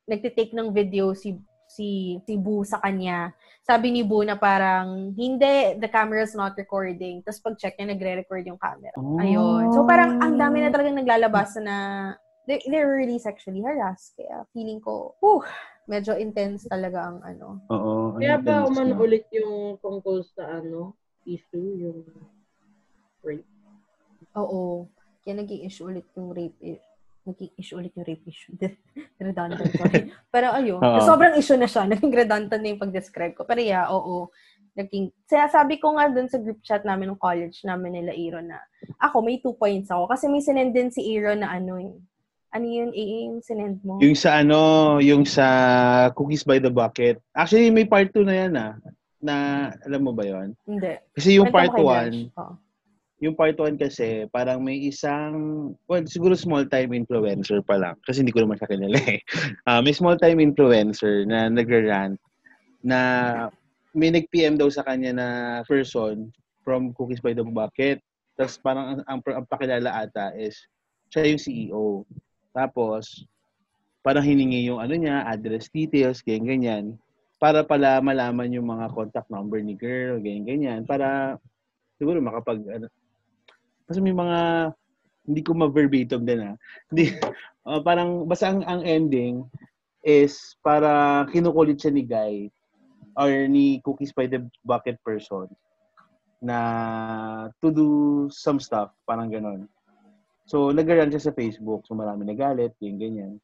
S3: nagtitake ng video si si si Bu sa kanya. Sabi ni Bu na parang, hindi, the camera's not recording. Tapos pag-check niya, nagre-record yung camera.
S4: Oh.
S3: Ayun. So parang
S5: Oh.
S3: ang dami na talagang naglalabas na they, they're really sexually harassed. Kaya feeling ko, whew, medyo intense talaga ang ano.
S4: Oo. ang
S5: Kaya ba
S4: intense
S5: umano
S4: na.
S5: ulit yung tungkol sa ano, issue, yung rape.
S3: Oo. Kaya naging issue ulit yung rape i- naging issue ulit yung rape issue. redundant, sorry. Pero ayun,
S4: Oo.
S3: sobrang issue na siya. Naging redundant na yung pag-describe ko. Pero yeah, oo. Naging, kaya sabi ko nga dun sa group chat namin ng college namin nila Aaron na, ako, may two points ako. Kasi may sinendin si Aaron na ano eh. Ano yun, AA yung sinend mo?
S4: Yung sa ano, yung sa Cookies by the Bucket. Actually, may part 2 na yan ah. Na, alam mo ba yon
S3: Hindi.
S4: Kasi yung
S3: Kwento mo
S4: part
S3: kay Benj.
S4: 1,
S3: Oo.
S4: yung part 1 kasi, parang may isang, well, siguro small-time influencer pa lang. Kasi hindi ko naman siya kilala eh. Ah, may small-time influencer na nagra-rant na may nag-PM daw sa kanya na person from Cookies by the Bucket. Tapos parang ang, ang, ang pakilala ata is siya yung CEO. Tapos, parang hiningi yung ano niya, address details, ganyan-ganyan. Para pala malaman yung mga contact number ni girl, ganyan-ganyan. Para siguro makapag, ano, kasi may mga, hindi ko ma-verbatim din ah. Hindi, ah, parang, basta ang, ang ending is para kinukulit siya ni Guy or ni Cookies by the Bucket person na to do some stuff, parang ganon. So, nag siya sa Facebook. So, marami nagalit, yung ganyan.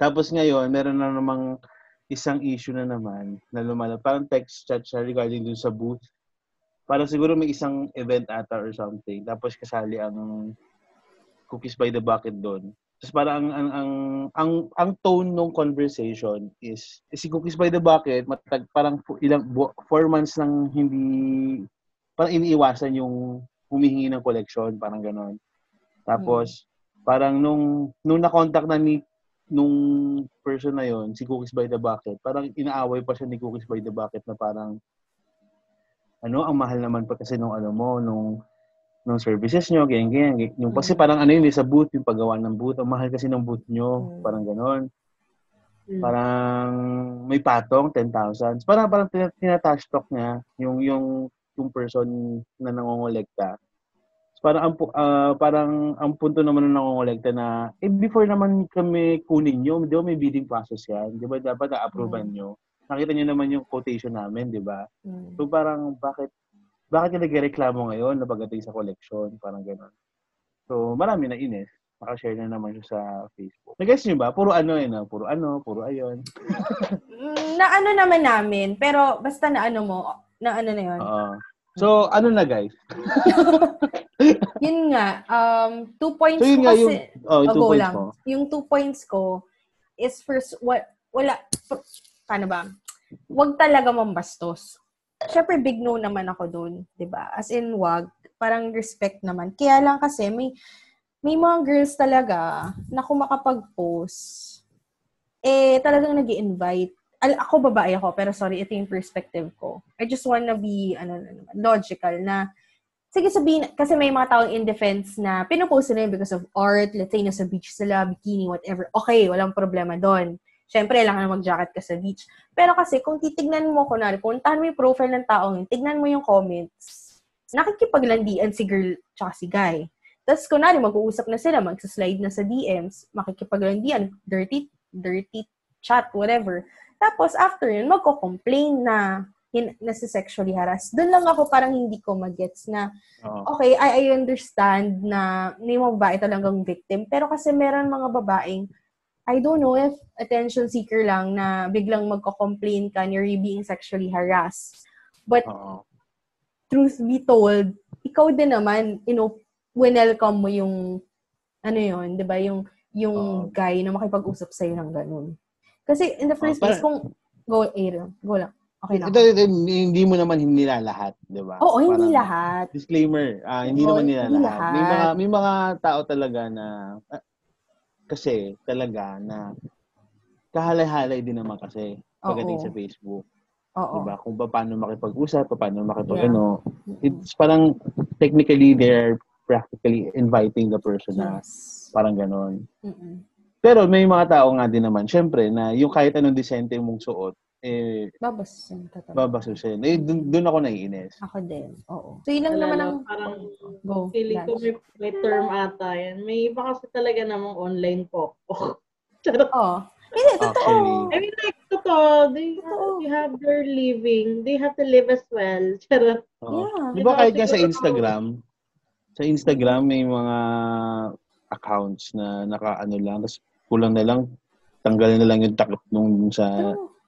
S4: Tapos ngayon, meron na namang isang issue na naman na lumalabas. Parang text chat siya regarding dun sa booth. Parang siguro may isang event ata or something. Tapos kasali ang Cookies by the Bucket doon. Tapos parang ang, ang, ang, ang, ang tone ng conversation is, is si Cookies by the Bucket, matag, parang fu- ilang, bu- four months nang hindi, parang iniiwasan yung humihingi ng collection, parang ganon. Tapos, parang nung, nung na-contact na ni nung person na yon si Cookies by the Bucket, parang inaaway pa siya ni Cookies by the Bucket na parang ano, ang mahal naman pa kasi nung ano mo, nung nung services nyo, ganyan, ganyan. ganyan. Yung, kasi
S3: Mm.
S4: parang ano yun, eh, sa booth, yung paggawa ng booth, ang mahal kasi ng booth nyo,
S3: Mm.
S4: parang ganon.
S5: Mm.
S4: Parang may patong, 10,000. Parang, parang tina- tinatash talk niya yung, yung, yung person na nangongolekta. So, parang, ang, pu- ah, parang ang punto naman ng nangongolekta na, eh, before naman kami kunin nyo, di ba may bidding process yan? Di ba dapat a-approvean nyo? Nakita nyo naman yung quotation namin, di ba?
S3: Mm.
S4: So parang bakit bakit yung nagreklamo ngayon na pagdating sa collection, parang gano'n. So marami na inis. Nakashare na naman siya sa Facebook. Nag-guess niyo ba? Puro ano eh, no? Puro ano, puro ayon.
S3: Mm, Na ano naman namin, pero basta na ano mo, na ano na yun.
S4: Oo. So ano na guys?
S3: Yun nga, um, two points
S4: So yun
S3: ko
S4: nga
S3: kasi,
S4: yung, oh, yung
S3: Oh,
S4: two
S3: go
S4: points
S3: lang.
S4: mo.
S3: Yung two points ko is first, wa- wala, p- paano ba? Wag talaga mambastos. Siyempre, big no naman ako doon, di ba? As in, wag. Parang respect naman. Kaya lang kasi, may, may mga girls talaga na kung makapag-post, eh, talagang nag invite Al- ako babae ako, pero sorry, ito yung perspective ko. I just wanna be, ano, na naman, logical na sige sabihin, kasi may mga taong in defense na pinupost nila yun because of art, let's say nasa beach sila, bikini, whatever. Okay, walang problema doon. Siyempre, kailangan na mag-jacket ka sa beach. Pero kasi, kung titignan mo, kunwari, puntahan mo yung profile ng taong yun, tignan mo yung comments, nakikipaglandian si girl tsaka si guy. Tapos, kunwari, mag-uusap na sila, magsaslide na sa DMs, makikipaglandian, dirty, dirty chat, whatever. Tapos, after yun, magko-complain na hin- na si sexually harassed. Doon lang ako parang hindi ko magets na
S4: Oo.
S3: okay, I, I understand na may mga babae talagang victim. Pero kasi meron mga babaeng, I don't know if attention seeker lang na biglang magko-complain ka and you're being sexually harassed. But
S4: Oo.
S3: truth be told, ikaw din naman, you know, winelcome mo yung, ano yun, di ba, yung, yung
S4: Oo.
S3: guy na makipag-usap sa'yo ng ganun. Kasi in the first
S4: Oo,
S3: place,
S4: parang-
S3: kung, go, Aaron, go lang. Okay na.
S4: Ito, ito, hindi mo naman nila lahat, di ba?
S3: Oo, hindi
S4: Parang-
S3: lahat.
S4: Disclaimer, ah, hindi
S3: Oo,
S4: naman nila
S3: hindi
S4: lahat. May mga
S3: lahat.
S4: may mga tao talaga na ah, kasi talaga na kahalay-halay din naman kasi pagdating
S3: Oo.
S4: sa Facebook,
S3: Oo.
S4: 'di ba? Kung pa- paano makipag-usap, pa- paano makipag
S3: Yeah.
S4: ano, it's parang technically they're practically inviting the person na
S3: Yes.
S4: parang ganon.
S3: Mm-mm.
S4: Pero may mga tao nga din naman, syempre, na yung kahit anong disente mong suot, eh,
S3: Babasin ka talaga.
S4: babasusin. Eh, dun, dun ako naiinis.
S3: Ako din, oo. So, yun lang
S5: Wala
S3: naman
S5: lang,
S3: ang...
S5: parang
S3: Go.
S5: feeling ko may, may term ata yan. May iba kasi talaga namang online pokpok. Charot.
S3: Oo. Hindi, totoo.
S4: Actually.
S5: I mean, like, totoo, they,
S3: Totoo.
S5: they have their living. They have to live as well. Charot.
S4: Oo.
S3: Yeah.
S4: Di ba kahit nga sa
S5: Siguro-
S4: Instagram, Sa Instagram, may mga accounts na naka-ano lang, tapos kulang na lang, tanggalin na lang yung takip nung sa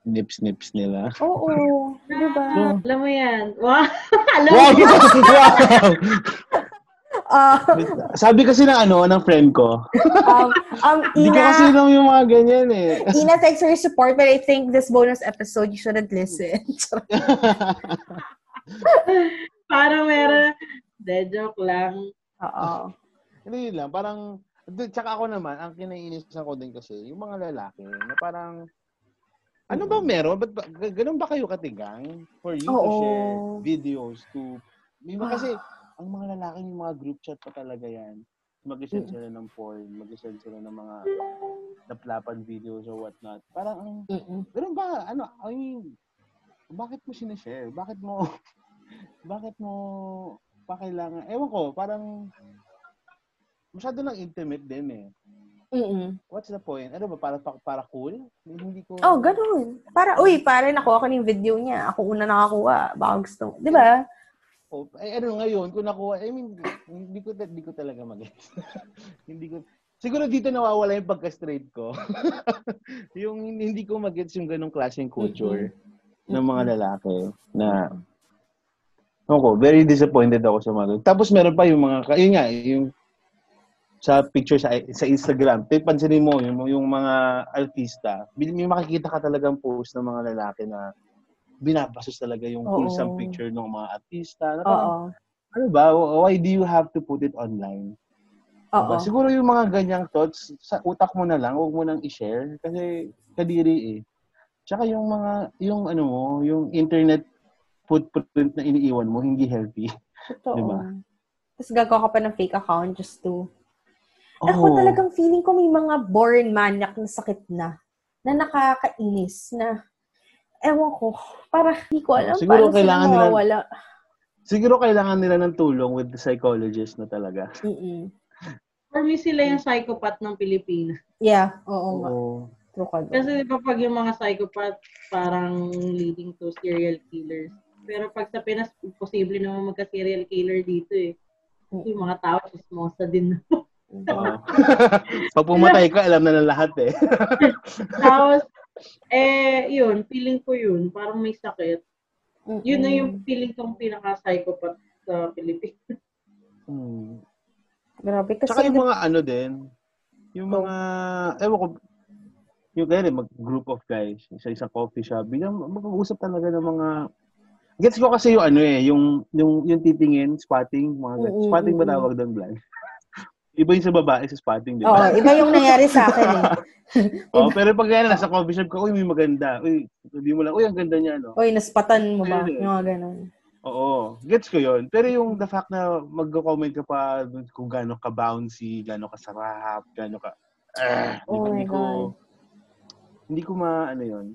S4: nips-nips nila.
S3: Oo. Diba?
S5: Alam mo yan. Wow! Alam mo
S4: Wow!
S5: yan.
S4: wow!
S3: Ah,
S4: Sabi kasi ng ano, ng friend ko,
S3: um, um,
S4: hindi ko kasi
S3: Ina,
S4: alam yung mga ganyan eh.
S3: Ina, thanks for your support, but I think this bonus episode, you shouldn't listen. Charot.
S5: Parang meron. De, joke lang.
S3: Oo.
S4: Hindi yun lang, parang, d- tsaka ako naman, ang kinainis ko din kasi, yung mga lalaki, na parang, ano ba meron? Ba't ba, g- ganun ba kayo katigang for you to
S3: Oo.
S4: share videos to, may mga kasi, ang mga lalaki, yung mga group chat pa talaga yan, mag-send sila ng porn, mag-send sila ng mga naplapan videos or whatnot. Parang, ang,
S3: Mm-mm.
S4: ganun ba, ano, I mean, bakit mo sinishare? Bakit mo, bakit mo, pa kailangan, ewan ko, parang, masyado lang intimate din eh.
S3: Mm-mm.
S4: What's the point? Ano ba, para, para, para cool? Hindi ko,
S3: Oh, ganun. Para, uy, para nakuha ko na yung video niya. Ako una nakakuha. Baka gusto mo. Di ba?
S4: oh, ay, ano ngayon, kung nakuha, I mean, hindi ko, ta- hindi ko talaga mag Hindi ko, siguro dito nawawala yung pagka-straight ko. yung hindi hindi ko mag-gets yung ganong klaseng culture ng mga lalaki na, Ewan ko, very disappointed ako sa mga ganun. Tapos meron pa yung mga, ka- yun nga, yung sa picture sa sa Instagram, Tay, pansinin mo yung, yung mga artista, bil- may makikita ka talagang post ng mga lalaki na binabasos talaga yung
S3: Oo.
S4: wholesome picture ng mga artista. Na parang,
S3: Oo.
S4: ano ba? Why do you have to put it online?
S3: Oo.
S4: Diba? Siguro yung mga ganyang thoughts, sa utak mo na lang, huwag mo nang i-share. Kasi kadiri eh. Tsaka yung mga, yung ano mo, yung internet footprint na iniiwan mo, hindi healthy.
S3: Totoo.
S4: Diba?
S3: Tapos gagawa ka pa ng fake account just to Ako talagang feeling ko may mga born maniac na sakit na. Na nakakainis na. Ewan ko. Para hindi ko alam. paano
S4: Siguro
S3: sila
S4: kailangan nila-
S3: mawawala.
S4: Siguro kailangan nila ng tulong with the psychologist na talaga.
S3: Mm-mm.
S5: For me, sila
S4: Mm.
S5: yung psychopath ng Pilipinas.
S3: Yeah. Oo nga.
S4: Oo.
S3: True ka doon.
S5: Kasi di ba pag yung mga psychopath, parang leading to serial killers. Pero pag sa Pinas, posible naman magka-serial killer dito eh. Kasi yung mga tao, chismosa din.
S4: Oo. Pag pumatay ka, alam na na lahat eh.
S5: Tapos, eh, yun, feeling ko yun. Parang may sakit. Yun na
S4: Mm.
S5: yung feeling kong pinaka-psychopath sa Pilipinas.
S4: Hmm.
S3: Grabe. Kasi Oh.
S4: Tsaka yung mga ano din, yung mga, ewan ko, yung kaya rin, mag-group of guys, sa isang coffee shop, biglang mag-uusap talaga ng mga, gets ko kasi yung ano eh, yung, yung, yung titingin, spotting, mga ganyan.
S3: Mm, mm,
S4: Spotting ba
S3: mm,
S4: tawag doon, Blan? Iba yung sa babae, sa spotting, di
S3: Oo.
S4: ba?
S3: Iba yung nangyari sa akin eh.
S4: Oo, pero pag yan, nasa coffee shop ka, uy, may maganda. Uy, sabi mo lang, uy, ang ganda niya, ano?" no?
S3: Uy, naspatan mo ba?
S4: Ayun eh.
S3: Yung mga ganun.
S4: Oo, gets ko yon Pero yung the fact na mag-comment ka pa dun kung gaano ka bouncy, gaano ka sarap, gaano ka... Ah,
S3: Oh my
S4: hindi, ko,
S3: God.
S4: hindi ko ma... Ano yun?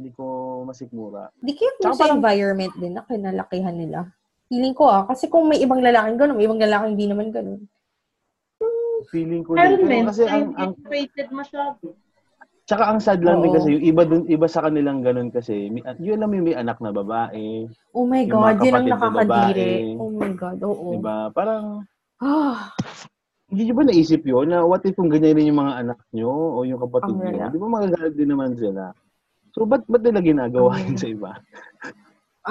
S4: Hindi ko masikmura.
S3: Di kaya kung
S4: Tsaka
S3: sa
S4: parang-
S3: environment din na kinalakihan nila. Feeling ko ah. Kasi kung may ibang lalaking ganun, may ibang lalaking hindi naman ganun.
S4: Feeling ko
S5: Pero
S4: din. Pero
S5: men,
S4: kasi ang, ang,
S5: anticipated masyado.
S4: tsaka ang sad lang din
S3: Oo.
S4: kasi yung iba, dun, iba sa kanilang ganun kasi. May, yun alam mo yung may anak na babae.
S3: Oh my
S4: Yung
S3: God, yun ang
S4: mga kapatid na
S3: nakakadiri.
S4: babae. Diba?
S3: Oh my God, oo.
S4: Di ba? Parang
S3: Ah,
S4: hindi nyo ba naisip yun na what if kung ganyan rin yung mga anak nyo o yung
S3: Ang
S4: kapatid nyo?
S3: hirap.
S4: Di ba magagalit din naman sila? So, ba't, ba't nila ginagawa yun sa iba?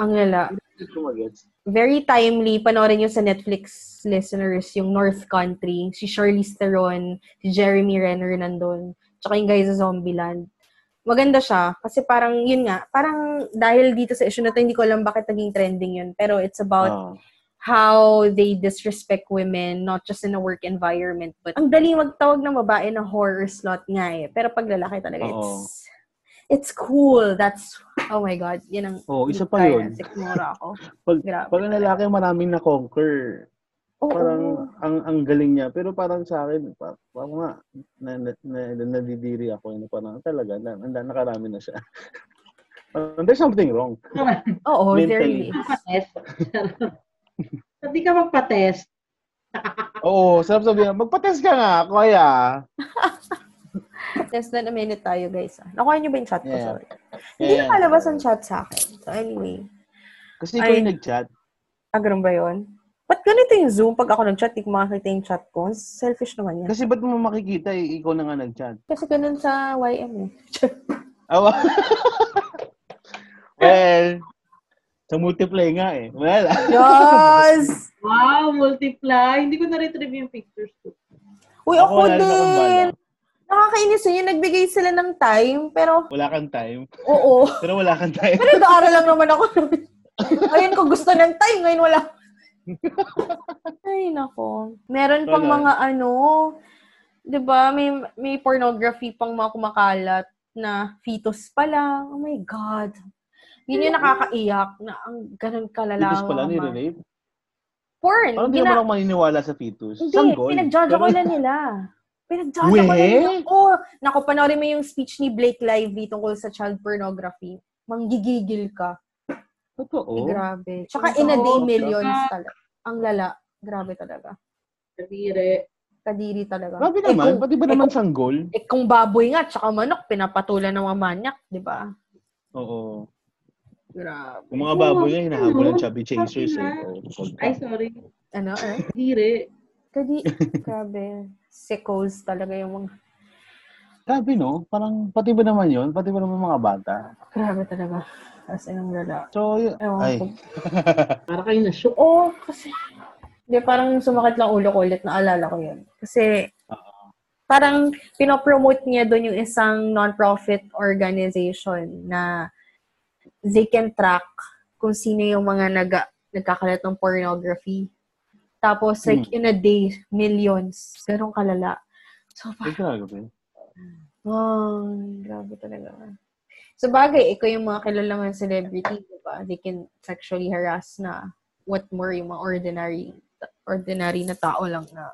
S3: ang lala.
S4: Hindi ko magets.
S3: Very timely. Panoorin nyo sa Netflix listeners yung North Country. Si Charlize Theron, si Jeremy Renner nandun. Tsaka yung guys sa Zombieland. Maganda siya. Kasi parang, yun nga, parang dahil dito sa issue na to, hindi ko alam bakit naging trending yun. Pero it's about
S4: Ah.
S3: how they disrespect women, not just in a work environment, but ang dali magtawag ng babae na horror slot nga eh. Pero pag lalaki talaga, it's, it's cool. That's, oh my God, yun ang
S4: Oo, Oh, isa pa
S3: kaya
S4: yun.
S3: na sikmura ako.
S4: Pag-
S3: Grabe.
S4: Pag ang lalaki, maraming na-conquer.
S3: Oo.
S4: Parang ang ang galing niya. Pero parang sa akin, pa- parang nga, na, na, na, nadidiri ako. Na parang talaga, na, na, nakarami na siya. parang, there's something wrong.
S3: Oo, there
S4: mentally.
S3: is.
S5: Test. Ba't di ka magpa-test?
S4: Oo, sarap sabihin. Magpa-test ka nga, kuya.
S3: Less than a minute tayo, guys. ah. Nakuha niyo ba yung chat ko?
S4: Yeah.
S3: Sorry.
S4: Yeah,
S3: Hindi
S4: yeah.
S3: nakalabas ang chat sa akin. So anyway,
S4: Kasi ikaw
S3: Ay.
S4: yung nag-chat.
S3: ah, ganun ba yun? Ba't ganito yung Zoom? Pag ako nag-chat, di ko makakita yung chat ko. Selfish naman yan.
S4: Kasi ba't mo makikita eh, ikaw na nga nag-chat?
S3: Kasi ganun sa YM eh.
S4: Awa. well, sa multiply nga eh. Wala.
S3: Yes!
S5: Wow, multiply. Hindi ko na-retrieve yung pictures ko.
S3: Uy, ako,
S4: Ako, wala rin akong
S3: din!
S4: bala.
S3: Nakakainis yun. Yung nagbigay sila ng time, pero
S4: Wala kang time.
S3: oo.
S4: Pero wala kang time.
S3: Pero nag-aaral lang naman ako. Ayun ko gusto ng time, ngayon wala. Ay, nako. Meron pang
S4: Wala.
S3: mga ano, 'di ba? May may pornography pang mga kumakalat na fetus pa lang. Oh my god. Yun yung nakakaiyak na ang ganun kalala.
S4: ano? Fetus pala nire-rape.
S3: Porn.
S4: Parang hindi
S3: Gina-
S4: naman ako maniniwala sa fetus.
S3: hindi,
S4: Sanggol.
S3: pinag-judge ako
S4: Pero-
S3: lang nila. Pinag-judge ako lang
S4: Weh?
S3: nila. Oh, naku, panoorin mo yung speech ni Blake Lively tungkol sa child pornography. Manggigigil ka.
S4: Totoo.
S3: Eh, grabe. Tsaka
S5: Oo.
S3: in a day, millions talaga. Ang lala. Grabe talaga.
S5: Kadire.
S3: Kadiri talaga.
S4: Grabe
S3: Eh,
S4: naman.
S3: kung,
S4: Pati ba
S3: eh,
S4: naman
S3: kung-
S4: sanggol?
S3: eh, kung baboy nga, tsaka manok, pinapatulan ng mga manyak, di ba?
S4: Oo.
S3: Grabe.
S4: Yung mga
S5: Oo,
S4: baboy niya, hinahabol ng
S5: ano?
S4: chubby chasers eh.
S5: Sabi
S4: Oo, totoo.
S5: Ay, sorry.
S3: Ano, eh?
S5: Kadire.
S3: Kadi, grabe. Sickles talaga yung mga...
S4: Grabe no? Parang pati ba naman yon Pati ba naman mga bata?
S3: Grabe talaga. As in, ang lala.
S4: So, yun.
S3: Ewan
S4: Ay.
S3: ko.
S5: Para kayo na-shook.
S3: Oo, oh, kasi... Di, parang sumakit lang ulo ko ulit. Naalala ko yun. Kasi, parang pinopromote niya doon yung isang non-profit organization na they can track kung sino yung mga naga, nagkakalat ng pornography. Tapos, like, in a day, millions. Ganong kalala. So,
S4: Ay, grabe.
S3: Oh, grabe talaga. Sa bagay, ikaw yung mga kilalang mga celebrity, di ba? They can sexually harass na what more yung mga ordinary ordinary na tao lang na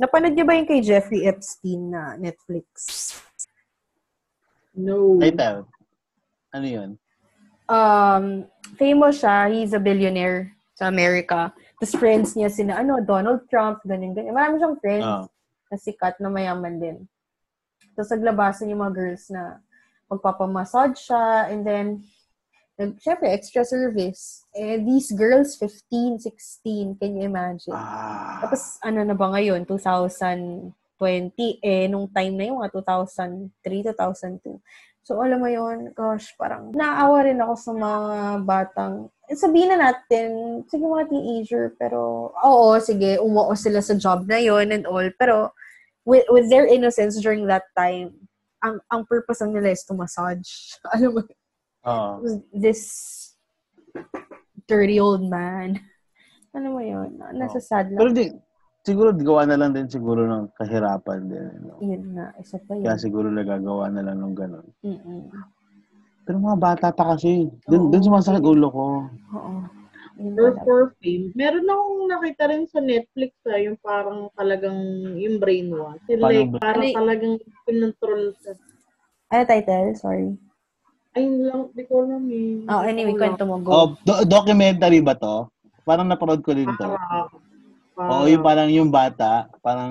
S3: Napanood niyo ba yung kay Jeffrey Epstein na Netflix?
S5: No.
S4: Title. Ano yun?
S3: Um, famous siya. He's a billionaire sa America. Tapos friends niya sina, ano, Donald Trump, ganyan, ganyan. Marami siyang friends.
S4: Ah.
S3: na sikat na mayaman din. Tapos naglabasan yung mga girls na magpapamassage siya and then nag, syempre, extra service. Eh, these girls, 15, 16, can you imagine?
S4: Ah.
S3: Tapos, ano na ba ngayon? 2020. Eh, nung time na yun, mga 2003, 2002. So, alam mo yun, gosh, parang naawa rin ako sa mga batang, eh, sabihin na natin, sige mga teenager, pero, oo, sige, umuo sila sa job na yun and all, pero, with, with their innocence during that time, ang, ang purpose lang nila is to massage. alam mo,
S4: Ah.
S3: this dirty old man. Ano mo yun? Nasasad
S4: Pero
S3: lang.
S4: di, siguro gawa na lang din siguro ng kahirapan din. No?
S3: Yun nga, isa pa yun.
S4: Kaya siguro nagagawa na lang ng ganun.
S3: Mm-mm.
S4: Pero mga bata pa kasi.
S3: Oo.
S4: Dun, dun sumasakit ulo ko.
S3: Oo. Yun
S5: Or
S3: talaga.
S5: for fame. Meron akong nakita rin sa Netflix ah, yung parang talagang yung brainwash. Yung
S4: Paano
S5: like,
S4: ba-
S5: parang
S3: Ano y-
S5: talagang pinontrol sa...
S3: Ano title? Sorry.
S5: Ayun lang, di ko alam eh.
S3: Oh, anyway, kwento mo. Go.
S4: Oh, do- documentary ba to? Parang naparod ko din to.
S5: Parang,
S4: Oo, yung parang yung bata, parang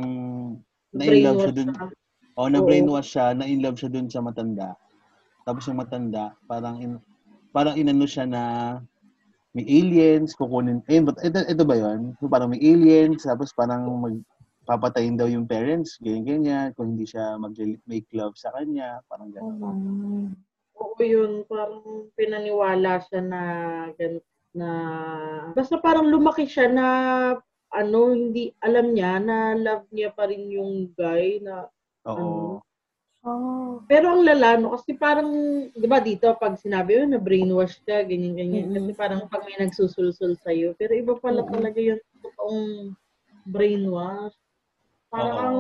S4: na-inlove siya dun.
S5: brainwash
S4: Oo, na-brainwash siya, na-inlove siya dun sa matanda. Tapos yung matanda, parang in, parang inano siya na may aliens, kukunin, eh, but ito, ito ba yun? So, parang may aliens, tapos parang magpapatayin daw yung parents, ganyan-ganyan, kung hindi siya mag-make love sa kanya,
S3: Oh,
S4: parang gano'n.
S3: man.
S5: Oo yun, parang pinaniwala siya na, gan- na, basta parang lumaki siya na, ano, hindi alam niya na love niya pa rin yung guy na,
S4: Oo.
S3: Oh.
S5: pero ang lala, no, kasi parang, di ba dito, pag sinabi yun, na brainwash ka, ganyan, ganyan,
S3: Mm-mm.
S5: kasi parang pag may nagsusulsul sa'yo, pero iba pala
S3: Mm-mm.
S5: talaga yung totoong brainwash.
S4: Oo.
S5: Parang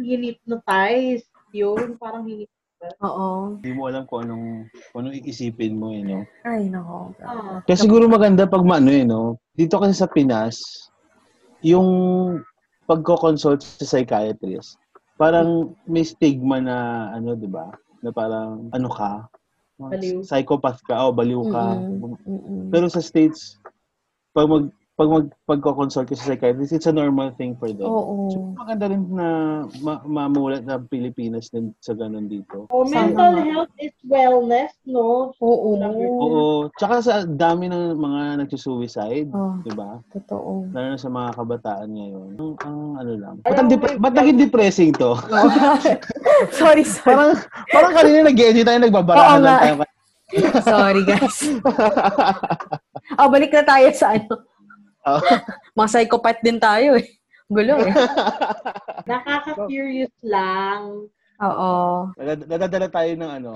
S5: hinipnotize yun, parang hinip
S3: Oo.
S4: Hindi mo alam kung anong, kung anong iisipin mo, eh, no?
S3: Ay, nako.
S5: Ah,
S4: Kaya siguro maganda pag maano eh, no? Dito kasi sa Pinas, yung pagko-consult sa psychiatrist, parang may stigma na ano, 'di ba? Na parang ano ka?
S5: Baliw.
S4: Psychopath ka, o baliw ka.
S3: Mm-mm. Mm-mm.
S4: Pero sa states, pag mag pag mag, pagko-consult ka sa psychiatrist, it's a normal thing for them.
S3: Oo.
S4: Maganda rin na ma- mamulat ng Pilipinas din sa ganun dito.
S5: Oh,
S3: Sana
S5: mental
S3: nga.
S5: health is wellness, no?
S3: Oo.
S4: Oo. Tsaka sa dami ng mga nagsusuicide,
S3: Ah,
S4: di ba?
S3: totoo.
S4: Lalo na sa mga kabataan ngayon. Ang, ang ano lang.
S5: Alam
S4: Ba't, ang
S5: mo,
S4: depre-
S5: may-
S4: ba't naging depressing to?
S3: sorry, sorry.
S4: parang, parang kanina nag-edit tayo,
S3: Oo
S4: nagbabarahan lang
S3: nga.
S4: tayo.
S3: sorry, guys. Ah, balik na tayo sa ano.
S4: Oo.
S3: Mga psychopath din tayo eh. Gulo eh.
S5: Nakaka-curious lang.
S3: Oo.
S4: Nadad- Nadadala tayo ng ano,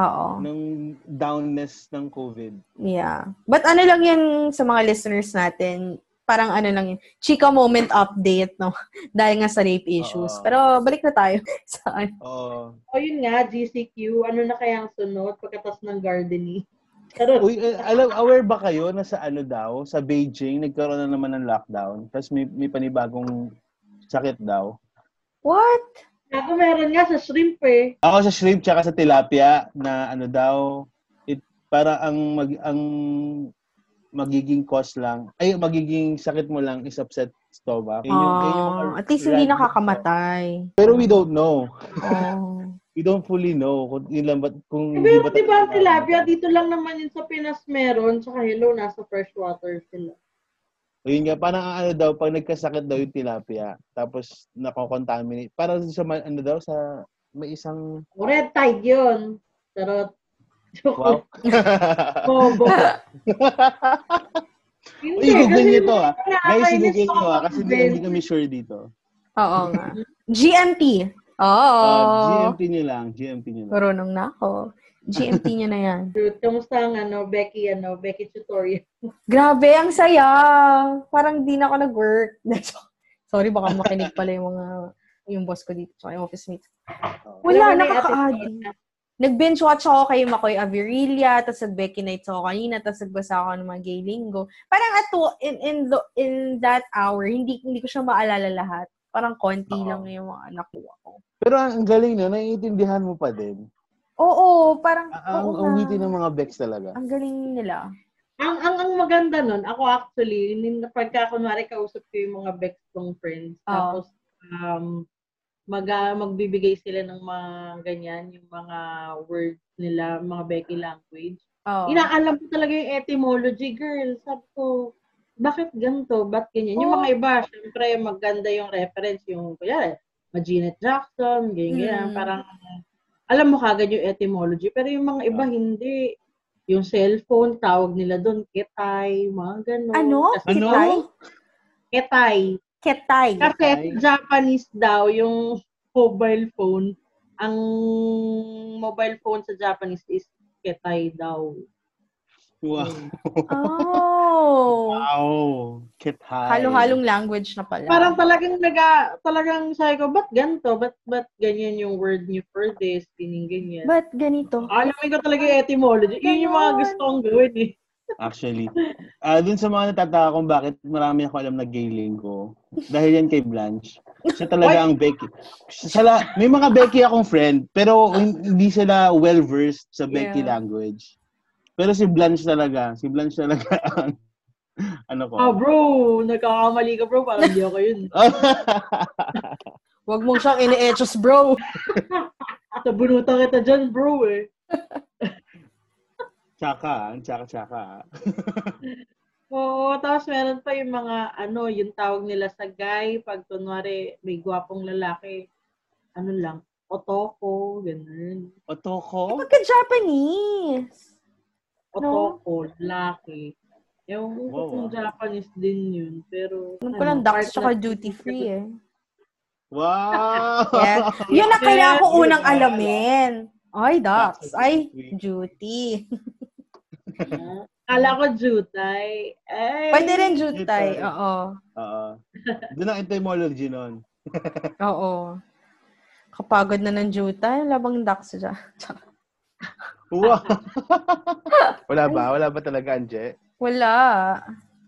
S3: Oo.
S5: Oh.
S4: ng downness ng COVID.
S3: Yeah. But ano lang yan sa mga listeners natin, parang ano lang yun, chika moment update, no? Dahil nga sa rape issues.
S4: Oo.
S3: Pero balik na tayo sa ano.
S4: Oo.
S5: O yun nga, GCQ, ano na kaya ang sunod pagkatas ng gardening? Charot.
S4: Uy, eh, alam, aware ba kayo na sa ano daw, sa Beijing, nagkaroon na naman ng lockdown, tapos may, may panibagong sakit daw.
S3: What?
S5: Ako meron nga sa shrimp eh.
S4: Ako sa shrimp tsaka sa tilapia na ano daw, it, para ang mag ang magiging cause lang, ay magiging sakit mo lang is upset stomach. Yun yung- yun yung
S3: Ah, at least hindi
S4: random-
S3: nakakamatay.
S4: Pero we don't know.
S3: Oh.
S4: We don't fully know kung ilan ba kung
S5: Eh, pero
S4: ta-
S5: di ba ang tilapia, dito lang naman yun sa Pinas meron, tsaka hello, nasa freshwater sila.
S4: Ayun nga, parang ang ano daw, pag nagkasakit daw yung tilapia, tapos nakokontaminate. Parang sa, ma- ano daw, sa may isang,
S5: O, Red tide yun. Charot.
S4: wow.
S5: Bobo.
S4: Uy, google nyo to ah.
S5: nakakainis
S4: Guys, google
S5: ako
S4: nyo ah, kasi hindi, hindi
S5: mag-vent.
S4: kami sure dito.
S3: Oo nga. GMT. Oo.
S4: Uh, GMT nyo lang, GMT nyo lang.
S3: Marunong na ako. GMT niya na yan.
S5: Dude, kamusta ang ano, Becky, ano, Becky tutorial?
S3: Grabe, ang saya. Parang di na ako nag-work. Sorry, baka makinig pala yung mga yung boss ko dito, tsaka yung office mates.
S5: Alam mo,
S3: Wala,
S5: may
S3: nakaka-adi.
S5: attitude na.
S3: Nag-binge watch ako kay Makoy Avirilia, tapos nag Becky Nights ako kanina, tapos nagbasa ako ng mga gay linggo. Parang at wa- in, in, the- in that hour, hindi hindi ko siya maalala lahat. Parang konti
S4: Oo.
S3: lang yung mga nakuha ko.
S4: Pero ang, ang galing na, naiintindihan mo pa din.
S3: Oo, parang,
S5: Ah,
S4: A- Ang,
S3: oo
S4: ang
S3: nga.
S4: witty ng mga Bex talaga.
S3: Ang galing nila.
S5: Ang, ang, ang maganda nun, ako actually, nin- pagka kunwari kausap ko yung mga best kong friends,
S3: Oo.
S5: tapos um, mag, ah, magbibigay sila ng mga ganyan, yung mga words nila, mga Becky language.
S3: Oo.
S5: Inaalam ko talaga yung etymology, girl. Sabi ko, bakit ganito? Ba't ganyan? Yung
S3: Oo.
S5: mga iba, syempre, maganda yung reference. Yung, kuya, Janet Jackson, ganyan, ganyan.
S3: Mm.
S5: Parang, alam mo kagad yung etymology. Pero yung mga iba, hindi. Yung cellphone, tawag nila doon, ketay, mga ganon.
S3: Ano?
S5: Tas-
S4: Ano?
S5: Ketay.
S3: Kitay? Ketay.
S5: Kasi
S4: Ketay.
S5: Japanese daw, yung mobile phone, ang mobile phone sa Japanese is ketay daw.
S4: Wow.
S3: Oh.
S4: Wow. Kithai.
S3: Halo-halong language na pala.
S5: Parang talagang naga, talagang sabi ko, ba't ganito? Ba't, ba't ganyan yung word niyo for this? Ganyan, ganyan.
S3: Ba't ganito?
S5: Alamin ko talaga yung etymology. Yun yung mga
S3: Ganon.
S5: gusto kong gawin eh.
S4: Actually. Ah, dun sa mga natataka kung bakit marami ako alam na gay linggo. Dahil yan kay Blanche. Siya talaga ang Becky. Siya la- may mga Becky akong friend, pero hin- hindi sila well-versed sa Becky
S3: Yeah.
S4: language. Pero si Blanche talaga, si Blanche talaga ang ano ko.
S3: Oh.
S5: Ah, bro, nagkakamali ka bro, parang di ako yun.
S3: Huwag mong siyang ine-etchos, bro.
S5: Nabunutan kita dyan, bro eh.
S4: tsaka, ang tsaka-tsaka.
S5: Oo, tapos meron pa yung mga, ano, yung tawag nila sa guy, pag kunwari may gwapong lalaki, ano lang, otoko, ganun.
S4: Otoko?
S3: Pagka-Japanese.
S5: Otoko, lalaki. Ewan ko
S4: Wow,
S5: kung
S4: ah.
S5: Japanese din yun, pero... ano,
S3: Alam ko lang,
S5: part
S3: Dax tsaka
S5: na-
S3: duty free eh.
S4: Wow!
S3: Yeah. Yun ang kailangan ko unang
S4: Yeah.
S3: alamin. Ay, Dax.
S4: Dax,
S3: Ay,
S4: duty free.
S3: duty.
S5: Ah, Kala ko jutay. Ay,
S3: Pwede rin jutay.
S4: Jutay.
S3: Oo.
S4: Oo. Doon ang etymology nun.
S3: Oo. Kapagod na ng jutay, labang Dax siya.
S4: Wow! Wala ba? Wala ba talaga, Anje?
S3: Wala.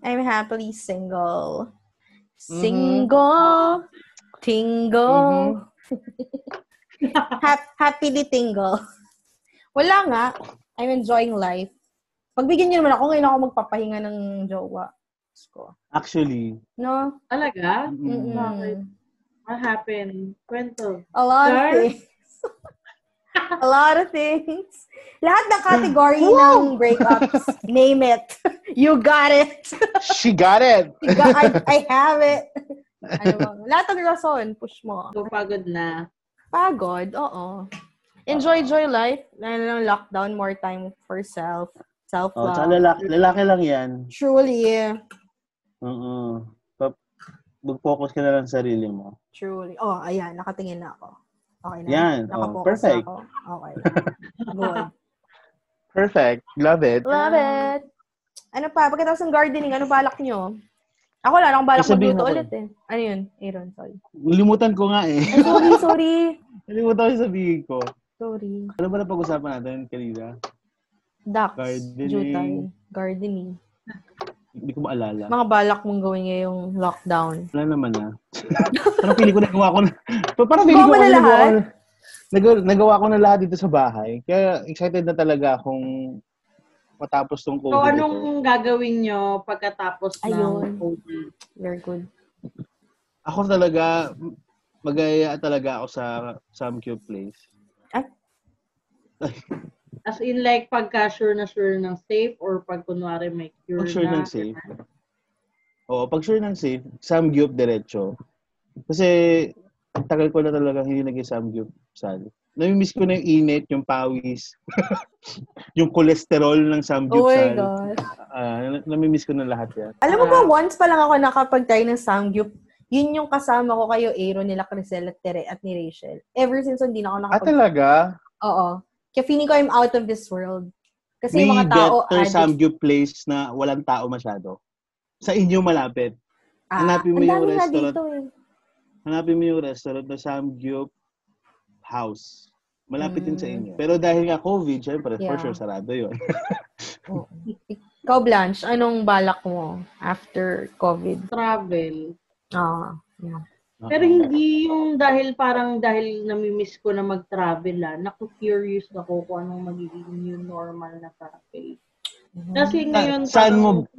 S3: I'm happily single. Mm-hmm. Single.
S4: Mm-hmm.
S3: Tingle. Hap- happily tingle. Wala nga. I'm enjoying life. Pagbigyan niyo naman ako, ngayon ako magpapahinga ng jowa. thoughts ko.
S4: Actually,
S3: No?
S5: Alaga?
S4: mm,
S5: Bakit? What happened? Kwento.
S3: A lot
S5: Sir?
S3: of things. A lot of things. Lahat ng category ng breakups, name it. You got it.
S4: she got it.
S3: You got- I, I have it. Ano bang, lahat ng rason, push mo.
S5: So, pagod na.
S3: Pagod, oo. Enjoy, joy life. Lalo ng lockdown, more time for self.
S4: Oh,
S3: Self-love.
S4: tsaka lalaki, lalaki lang yan.
S3: Truly.
S4: Oo. Pa- Mag-focus ka na lang sa sarili mo.
S3: Truly. Oh, ayan. Nakatingin na ako. Okay na.
S4: Yan, oh,
S3: Nakapokus
S4: perfect.
S3: na ako. Okay. Good.
S4: Perfect. Love it.
S3: Love it. Ano pa? Pagkatapos ng gardening, ano balak nyo? Ako wala na akong balak
S4: Eh, sabihin
S3: magluto
S4: ako
S3: ulit eh. Ano yun? Aaron, sorry.
S4: Limutan ko nga eh.
S3: Ay, sorry, sorry.
S4: Limutan ko yung sabihin ko.
S3: Sorry.
S4: Ano ba na pag-usapan natin kanina?
S3: Ducks.
S4: Gardening.
S3: Jutan. Gardening.
S4: Hindi ko maalala.
S3: Mga balak mong gawin ngayong lockdown.
S4: Wala naman na. parang pili ko nagawa ko na. Pa- Parang pili ko
S3: Nagawa mo na
S4: nagawa
S3: lahat?
S4: ko na- nagawa, nagawa ko na lahat dito sa bahay. Kaya excited na talaga akong matapos tong COVID.
S5: So,
S4: ito.
S5: anong gagawin nyo pagkatapos
S3: Ayun.
S5: ng COVID?
S3: Very good.
S4: Ako talaga, magaya talaga ako sa Samcube Place.
S5: As in, like, pagka sure na sure ng safe or pag kunwari may cure
S4: Pag sure
S5: na.
S4: ng safe. Oo, pag sure ng safe, Samgyup diretso. Kasi, ang tagal ko na talaga hindi naging Samgyup sal. Namimiss ko na yung init, yung pawis, yung cholesterol ng Samgyup
S3: Oh my
S4: sal.
S3: gosh.
S4: Ah, namimiss ko na lahat yan.
S3: Alam mo ba, once pa lang ako nakapag-try ng Samgyup, yun yung kasama ko kayo, Aaron, nila Crisel at, Tere, at ni Rachel. Ever since hindi na ako
S4: Ah,
S3: nakapag
S4: talaga?
S3: Oo. Kaya feeling ko I'm out of this world. Kasi
S4: May
S3: yung mga tao,
S4: better
S3: addicts-
S4: Samgyup place na walang tao masyado. Sa inyo malapit.
S3: Ah,
S4: Hanapin mo
S3: ang
S4: yung
S3: dami nga
S4: restaurant.
S3: dito eh.
S4: Hanapin mo yung restaurant na Samgyup House. Malapit din sa
S3: Mm.
S4: inyo. Pero dahil nga COVID, syempre,
S3: Yeah.
S4: for sure, sarado yun.
S3: Oo. Ikaw, Blanche, anong balak mo after COVID?
S5: Travel.
S3: Ah, yeah.
S5: Pero hindi yung dahil parang dahil namimiss ko na mag-travel ah. Naku-curious ako kung anong magiging new normal na travel.
S3: Mm-hmm.
S5: Kasi ngayon...
S4: Sa- Ah, saan
S5: parang-
S4: mo-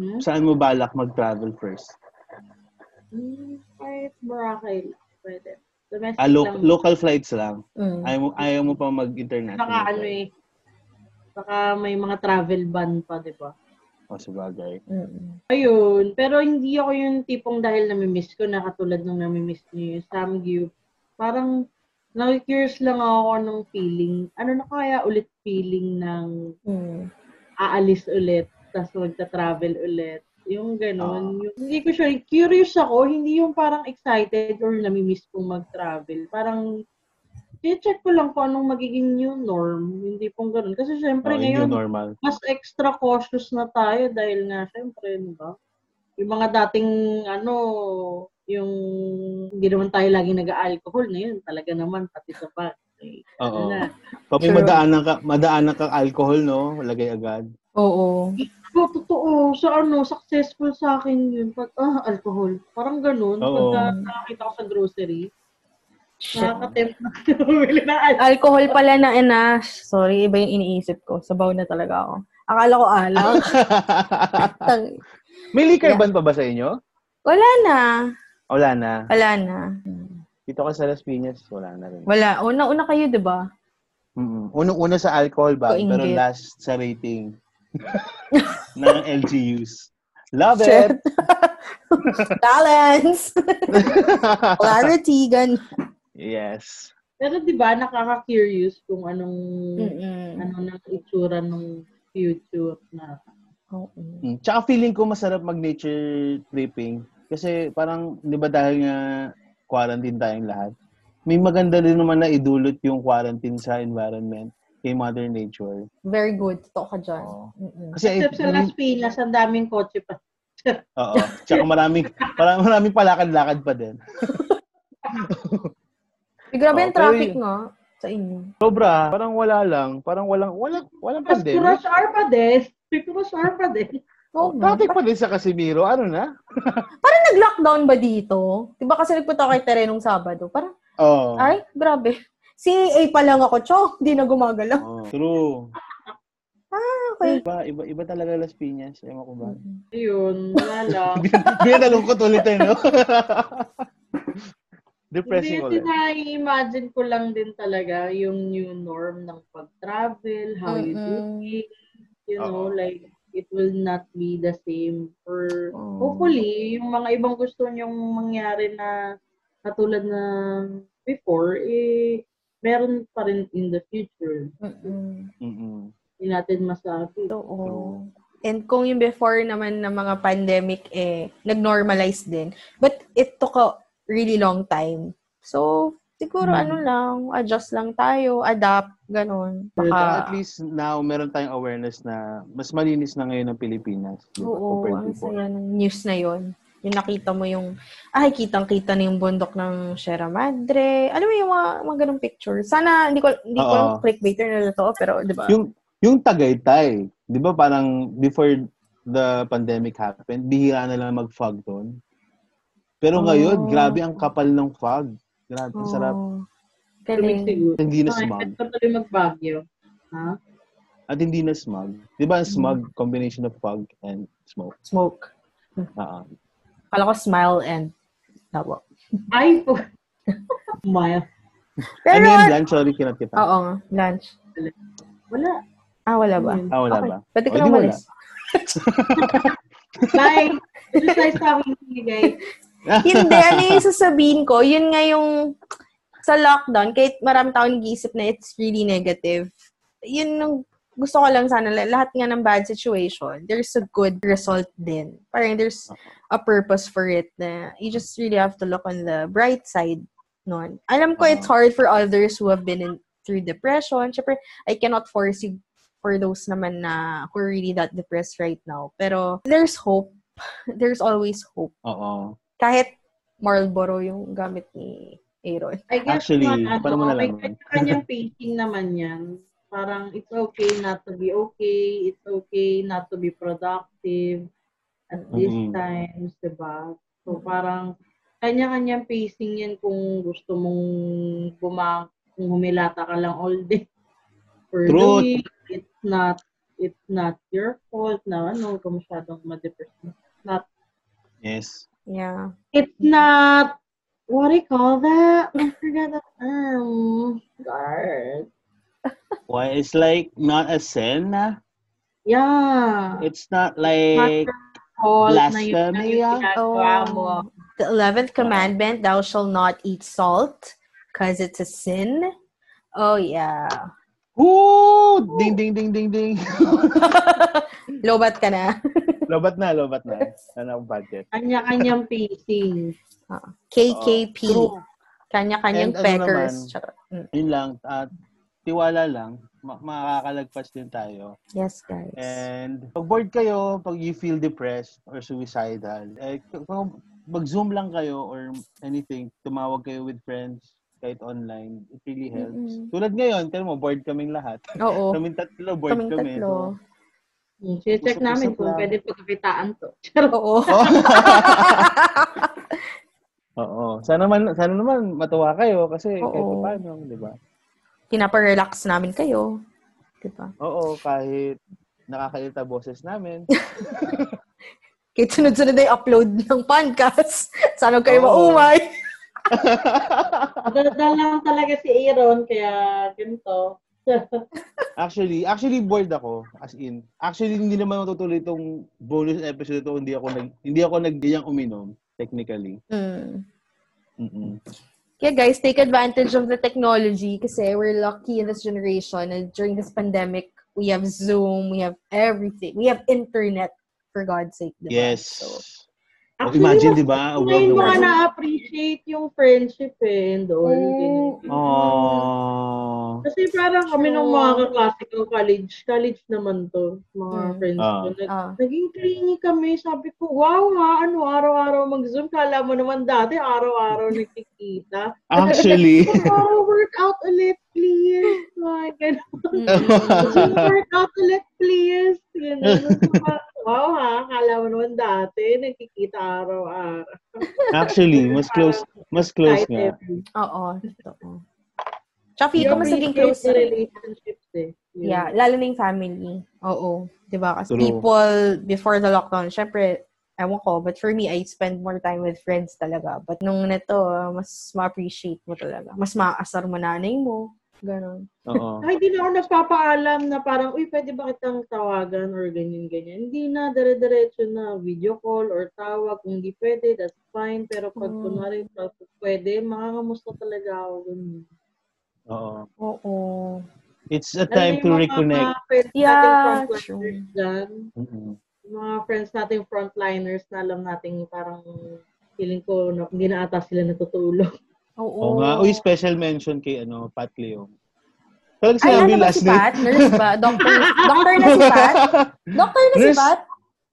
S5: Hmm?
S4: Saan mo balak mag-travel first?
S5: Hmm, Kahit Boracay lang. Pwede. Domestic
S4: Ah, lo-
S5: lang.
S4: local flights lang.
S3: Mm.
S4: Ayaw mo, ayaw mo pa
S5: Baka
S4: mag-international.
S5: ano eh. Baka may mga travel ban pa, di ba?
S4: O, Oh, sabagay.
S3: Mm.
S5: Ayun. Pero hindi ako yung tipong dahil namimiss ko na katulad nung namimiss niyo yung Samgyup. Parang na-curious lang ako ng feeling. Ano na kaya ulit feeling ng
S3: Mm.
S5: aalis ulit, tapos magta-travel ulit. Yung
S4: Ah.
S5: ganun. Yung- hindi ko sure. Curious ako. Hindi yung parang excited or namimiss kong mag-travel. Parang, check ko lang kung anong magiging new norm. Hindi pong ganun. Kasi syempre
S4: Oh, yun
S5: ngayon,
S4: yung normal.
S5: mas extra cautious na tayo dahil nga syempre, di ba? Yung mga dating ano, yung hindi naman tayo lagi nag-alcohol na yun, talaga naman pati sa bag. Eh,
S4: Oo.
S5: ano na.
S4: Pag may
S3: Sure.
S4: madaanan ka, madaanan kang alcohol, no? Lagay agad.
S3: Oo.
S5: So, totoo, sa ano, successful sa akin yun. Pag, ah, alcohol. Parang ganun.
S4: Oo.
S5: Pagka nakakita ko sa grocery,
S3: Shit.
S5: nakakatempt na ako bumili ng alcohol.
S3: Alcohol pala na ina. Sorry, iba yung iniisip ko. Sabaw na talaga ako. Akala ko ah, alak. Tang-
S4: may liquor
S3: Yeah.
S4: ban pa ba sa inyo?
S3: wala na.
S4: Wala na.
S3: Wala na.
S4: Dito ka sa Las Piñas, wala na rin.
S3: Wala. Una-una kayo, di ba?
S4: Mm-mm. Unang-una sa alcohol ban,
S3: Koinggit.
S4: pero last sa rating ng LGUs. Love
S3: Shit.
S4: it!
S3: Balance! Clarity, gan.
S4: yes.
S5: Pero di ba, nakaka-curious kung anong,
S3: Mm. Mm-mm.
S5: ano na itsura ng future na.
S3: Oo.
S4: Mm. Tsaka feeling ko masarap mag-nature tripping. Kasi parang, di ba dahil nga quarantine tayong lahat, may maganda rin naman na idulot yung quarantine sa environment kay Mother Nature.
S3: Very good. Totoo ka dyan.
S4: Oo.
S3: Mm-mm.
S4: Kasi
S5: Except sa Las Piñas, ang daming kotse pa.
S4: Oo. Tsaka maraming, maraming, maraming palakad-lakad pa din.
S3: Eh, grabe
S4: Oo,
S3: yung
S4: pero
S3: traffic
S4: yun-
S3: nga sa inyo.
S4: Sobra. Parang wala lang. Parang walang, walang, walang
S5: Mas
S4: pandemic.
S5: crush hour pa din. May crush hour pa din.
S3: Oo nga.
S4: Traffic pa din sa Casimiro. Ano na?
S3: Parang nag-lockdown ba dito? Diba kasi nagpunta ako kay Tere nung Sabado? Parang,
S4: Oo.
S3: ay, grabe. CA pa lang ako, Cho. Hindi na gumagalaw.
S4: Oh, true.
S3: Ah,
S6: okay.
S4: Iba, iba, iba talaga Las Piñas. Ewan ko ba.
S5: Yun, wala lang.
S4: Binalungkot ulit eh, no? Depressing
S5: Hindi
S4: ulit.
S5: kasi imagine ko lang din talaga yung new norm ng pag-travel, how you do
S3: Mm-mm.
S5: it, you know,
S4: Oo.
S5: like it will not be the same for
S3: Oo.
S5: hopefully yung mga ibang gusto niyong mangyari na katulad na before eh meron pa rin in the future.
S3: Mm-mm.
S4: Mm-mm.
S5: Hindi natin masabi.
S3: Oo. And kung yung before naman ng mga pandemic, eh, nag-normalize din. But it took a really long time. So, siguro
S4: Hmm.
S3: ano lang, adjust lang tayo, adapt, ganun.
S4: Pero
S3: Baka,
S4: at least now, meron tayong awareness na mas malinis na ngayon ang Pilipinas. di ba,
S3: oo,
S4: compared
S3: ang
S4: before.
S3: saya ng news na yon Yung nakita mo yung, ay, kitang-kita na yung bundok ng Sierra Madre. Alam mo yung mga, mga ganung picture. Sana, hindi ko, hindi ko
S4: Oo.
S3: lang clickbaiter na totoo, pero di ba?
S4: Yung yung Tagaytay, 'di ba parang before the pandemic happened, bihira na lang mag-fog doon. Pero
S3: Oh.
S4: ngayon, grabe ang kapal ng fog. Grabe, ang
S3: Oo.
S4: sarap.
S5: Tumig
S3: Galing.
S5: siguro.
S4: Hindi
S5: Ay,
S4: na smog.
S5: ito tuloy magbagyo. Ha?
S4: At hindi na smog. 'Di ba ang smog combination of fog and smoke? Ah,
S3: Smoke.
S4: Oo.
S3: Kala ko smile and tawa.
S5: Ay po. Maya.
S3: Pero, Oh.
S4: ano yun, Blanche? Sorry, kinat kita.
S3: oo nga, lunch.
S5: Wala.
S3: Ah, wala ba?
S5: Yun.
S4: Ah, wala
S3: Okay.
S4: ba?
S3: Pwede ko
S4: O,
S3: na
S4: di wala.
S3: umalis.
S5: Bye. Just nice talking to you guys.
S3: Hindi, ano yung sasabihin ko? Yun nga yung sa lockdown, kahit marami tao nag-iisip na it's really negative. Yun yung gusto ko lang sana, lah- lahat nga ng bad situation, there's a good result din. Parang there's a purpose for it na you just really have to look on the bright side nun. Alam ko it's hard for others who have been in, through depression. Siyempre, I cannot force you for those naman na who are really that depressed right now. Pero there's hope. There's always hope
S4: Oo.
S3: kahit Marlboro yung gamit ni Aaron.
S5: I guess
S4: Actually,
S5: naman,
S4: paano mo
S5: ano, may
S4: nalaman?
S5: kanya-kanyang pacing naman yan. Parang, it's okay not to be okay, it's okay not to be productive at this
S4: Mm-mm.
S5: times, di ba? So, parang, kanya-kanyang pacing yan kung gusto mong buma, kung humilata ka lang all day. For the
S4: Truth.
S5: week, it's not, it's not your fault na, ano, kung masyadong ma-depress. Not,
S4: Yes.
S3: Yeah.
S5: it's not, what do you call that? I forgot the term. Guard.
S4: Why? It's like not a sin. ah.
S5: Yeah.
S4: It's not like...
S5: All na
S4: blasphemy,
S5: yun
S4: ah.
S5: ang ginagawa mo.
S3: Oh. The 11th commandment, thou shall not eat salt because it's a sin. Oh, yeah.
S4: Woo! Ding, ding, ding, ding, ding.
S3: Lobat ka na.
S4: lobat na, lobat na. Ano ang budget?
S5: Kanya-kanyang pacing.
S3: KKP.
S4: Oh, True.
S3: Kanya-kanyang
S4: And ano
S3: peckers.
S4: naman?
S3: Charot. Mm.
S4: Yun lang. At tiwala lang. Ma- makakalagpas din tayo.
S3: Yes, guys.
S4: And pag bored kayo, pag you feel depressed or suicidal, eh, k- kung mag-zoom lang kayo or anything, tumawag kayo with friends kahit online, it really helps.
S3: Mm-mm.
S4: Tulad ngayon, tell mo, bored kaming lahat.
S3: Oo.
S4: Kaming tatlo, bored
S3: Kaming
S4: kami.
S3: tatlo.
S4: So,
S5: Hmm, Check
S4: Usap-usap
S5: namin kung
S4: lang.
S5: pwede pagkapitaan to.
S3: Oo.
S4: Oh. Oo. Sana man sana naman matuwa kayo kasi
S3: Oo.
S4: kahit paano, 'di ba?
S3: Pinaparelax namin kayo. Diba?
S4: Oo, kahit nakakairita boses namin.
S3: Kahit sunod-sunod na yung upload ng podcast. Sana huwag kayo
S4: Oo.
S3: maumay.
S5: Dadal lang talaga si Aaron, kaya ganito.
S4: Actually, actually bored ako as in. Actually hindi naman matutuloy itong bonus episode to kung hindi ako nag hindi ako nagdiyang uminom technically.
S3: Mm.
S4: Mm-mm.
S3: Kaya guys, take advantage of the technology kasi we're lucky in this generation and during this pandemic, we have Zoom, we have everything. We have internet, for God's sake. diba?
S4: Yes.
S3: So,
S4: Oh,
S5: Actually,
S4: imagine, 'di ba? A world
S5: Ngayon mo
S4: war.
S5: na-appreciate yung friendship eh, and all.
S3: Hmm.
S5: ganyan.
S4: Oh.
S5: Kasi parang kami ng
S3: True.
S5: mga kaklase ko college, college naman to, mga
S3: Hmm.
S5: friends ko.
S4: Ah.
S5: Nag-
S3: ah,
S5: Naging clingy kami. Sabi ko, wow ha, ano, araw-araw mag-zoom. Kala mo naman dati, araw-araw nagkikita.
S4: Actually.
S5: Tomorrow, workout ulit, please. Mga ganun. Zoom workout ulit, please. Ganun. So, parang, Wow ha, kala mo naman dati, nagkikita araw-araw.
S4: actually, mas close mas
S5: Kahit
S4: close nga.
S5: every-
S3: oo. Totoo. Tsaka feel ko mas naging
S5: appreciate
S3: close na rin.
S5: relationships eh. Yun.
S3: Yeah, lalo na yung family. Oo, 'di ba? Kasi
S4: True.
S3: people before the lockdown, syempre ewan ko, but for me, I spend more time with friends talaga. But nung nito, mas ma-appreciate mo talaga. Mas maasar mo nanay mo. Ganon.
S4: Oo.
S5: Ay, hindi na ako nagpapaalam na parang, uy, pwede ba kitang tawagan or ganyan-ganyan. Hindi na, dire-diretso na video call or tawag. Kung hindi pwede, that's fine. Pero pag
S3: Mm.
S5: kunwari, pag pwede, makakamusta talaga ako. Ganun.
S4: Oo.
S3: Oo.
S4: It's a time to reconnect.
S5: Mga friends
S3: Yeah,
S5: natin
S3: true.
S5: frontliners dyan.
S4: Mm-mm.
S5: Yung Mga friends natin frontliners na alam natin parang feeling ko na, hindi na ata sila natutulog.
S3: Oo.
S4: Oo nga. Uy, special mention kay ano, Pat Leong.
S3: Ay,
S4: Talagang sinabi
S3: ano ba si
S4: last name.
S3: Pat? Nurse ba? Doctor? Doctor na si Pat? Doctor na si
S4: Nurse.
S3: Pat?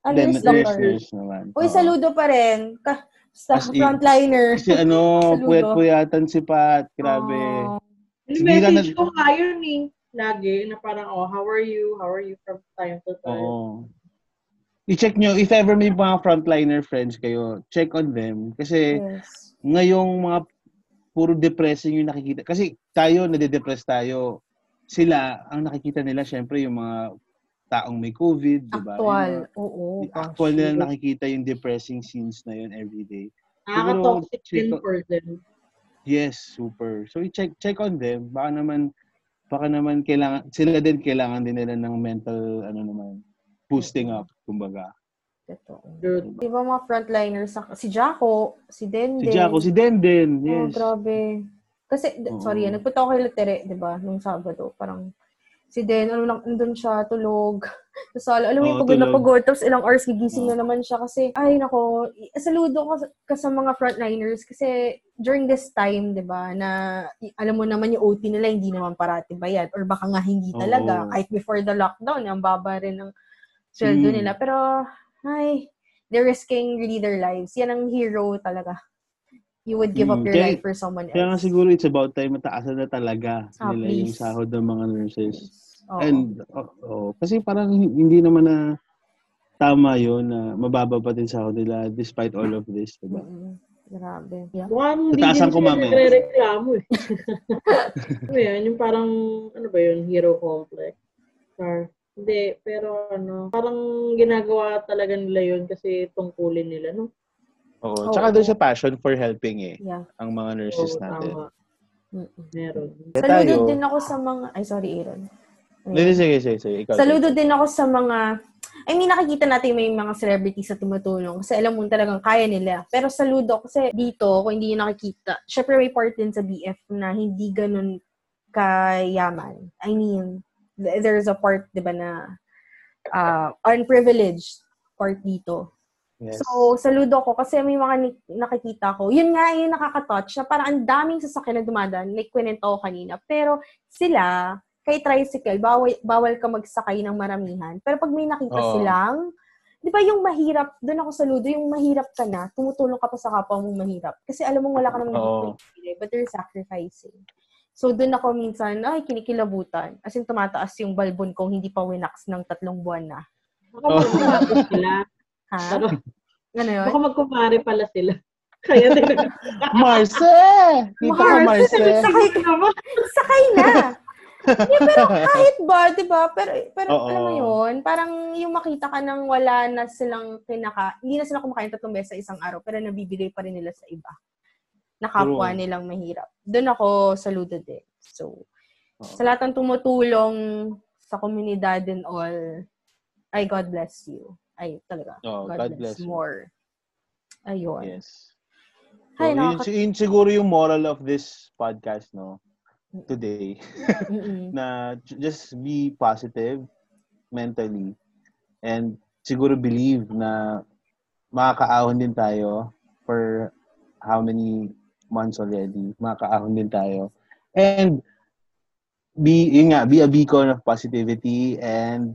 S3: Ah,
S4: Then,
S3: nurse, doctor.
S4: nurse naman.
S3: Uy,
S4: Oo.
S3: saludo pa rin. Ka- sa
S4: As in,
S3: frontliner.
S4: Kasi ano,
S3: Saludo.
S4: puyat-puyatan si Pat. Grabe.
S3: Oo.
S5: Yung
S4: Hindi na
S5: message
S4: nag-
S5: ko nga yun eh. Lagi na parang, oh, how are you? How are you from time to
S3: Oh.
S5: time?
S4: Oo. I-check nyo, if ever may mga frontliner friends kayo, check on them. Kasi
S3: yes.
S4: ngayong mga puro depressing yung nakikita. Kasi tayo, nade-depress tayo. Sila, ang nakikita nila, syempre, yung mga taong may COVID, di ba?
S3: Actual.
S4: Diba? Yung mga-
S3: Oo.
S4: yung
S3: gosh.
S4: actual nila nakikita yung depressing scenes na yun every day.
S5: Nakaka-toxic
S4: Siguro,
S5: din
S4: siguro-
S5: for them.
S4: Yes, super. So, i-check check on them. Baka naman, baka naman kailangan, sila din kailangan din nila ng mental, ano naman, boosting up, kumbaga.
S3: Totoo.
S5: True.
S3: Di ba mga frontliners? sa- Si Jaco, si Denden.
S4: Si Jaco, si Denden,
S3: Oh,
S4: yes.
S3: grabe. Kasi, d-
S4: Oo.
S3: sorry, ah, nagpunta ako kay Latere, di ba, nung Sabado. Parang, si Den, ano lang, andun siya, tulog. Tapos, alam alam mo yung
S4: Oo,
S3: pagod na
S4: tulog.
S3: pagod. Tapos, ilang hours, gigising
S4: Oo.
S3: na naman siya. Kasi, ay, nako, i- saludo ka, sa- ka sa mga frontliners. Kasi, during this time, di ba, na, i- alam mo naman yung OT nila, hindi naman parati bayad. Or baka nga hindi
S4: Oo.
S3: talaga. Kahit before the lockdown, ang baba rin ng sweldo
S4: Mm.
S3: nila. Pero, ay, they're risking really their lives. Yan ang hero talaga you would give up
S4: Mm,
S3: your
S4: kaya-
S3: life for someone else.
S4: Kaya nga siguro it's about time mataasan na talaga
S3: Ah,
S4: nila yung
S3: please.
S4: sahod ng mga nurses.
S3: Oo.
S4: And, oh, oh, kasi parang hindi naman na tama yon na mababa pa din sahod nila despite all of this, diba?
S3: Mm-mm. Grabe. Yeah.
S5: Mukhang hindi
S4: Tataasan
S5: din
S4: ko
S5: sila
S4: mamaya.
S5: nagre-reklamo eh. ano yan? Yung parang, ano ba yun? Hero complex. Or, hindi, pero ano, parang ginagawa talaga nila yun kasi tungkulin nila, no?
S3: Oo.
S4: Oo. Tsaka doon sa passion for helping eh,
S3: Yeah.
S4: ang mga
S5: Oo,
S4: nurses natin.
S5: tama.
S3: Mm-mm.
S5: Meron.
S4: Kaya tayo,
S3: Saludo din ako sa mga... Ay, sorry, Aaron. Ayun.
S4: Hindi, sige, sige, sige. Ikaw,
S3: Saludo din ako sa mga... I mean, nakikita natin may mga celebrities na tumutulong kasi alam mo talagang kaya nila. Pero saludo kasi dito, kung hindi nyo nakikita, syempre may part din sa BF na hindi ganun kayaman. I mean, th- there's a part, di ba, na uh, unprivileged part dito.
S4: Yes.
S3: So, saludo ko kasi may mga ni- nakikita ko. Yun nga yung nakaka-touch na parang ang daming sasakyan na dumadaan. Like, kwento ko kanina. Pero sila, kay tricycle, bawal, bawal ka magsakay ng maramihan. Pero pag may nakita
S4: Oo.
S3: silang, di ba yung mahirap, doon ako saludo, yung mahirap ka na, tumutulong ka pa sa kapwa mong mahirap. Kasi alam mo, wala ka naman
S4: Oo.
S3: dito, but they're sacrificing. So, doon ako minsan, ay, kinikilabutan. As in, tumataas yung balbon kong hindi pa winax ng tatlong buwan na.
S4: Oh.
S5: Baka magkumare sila.
S3: Ha?
S5: Baka,
S3: Ano yun?
S5: baka magkumare pala sila. Kaya din.
S4: Marce! Dito ka, Marce!
S5: Sakit naman.
S3: sakay na. yeah, pero kahit ba, 'di ba? Pero pero
S4: Oo.
S3: alam mo 'yun, parang yung makita ka nang wala na silang kinaka, hindi na sila kumakain tatlong beses sa isang araw, pero nabibigay pa rin nila sa iba. Na kapwa
S4: True.
S3: nilang mahirap. Doon ako saludo din. So,
S4: Oo.
S3: sa lahat ng tumutulong sa komunidad and all, ay God bless you. Ay, talaga.
S4: Oo,
S3: God,
S4: Oh, God
S3: bless,
S4: bless you.
S3: more. Ayun.
S4: Yes. So,
S3: Ay,
S4: yun,
S3: nakaka-
S4: yun siguro yung moral of this podcast, no? Today.
S3: Mm-mm.
S4: na j- just be positive mentally and siguro believe na makakaahon din tayo for how many months already. Makakaahon din tayo. And be yun nga, be a beacon of positivity and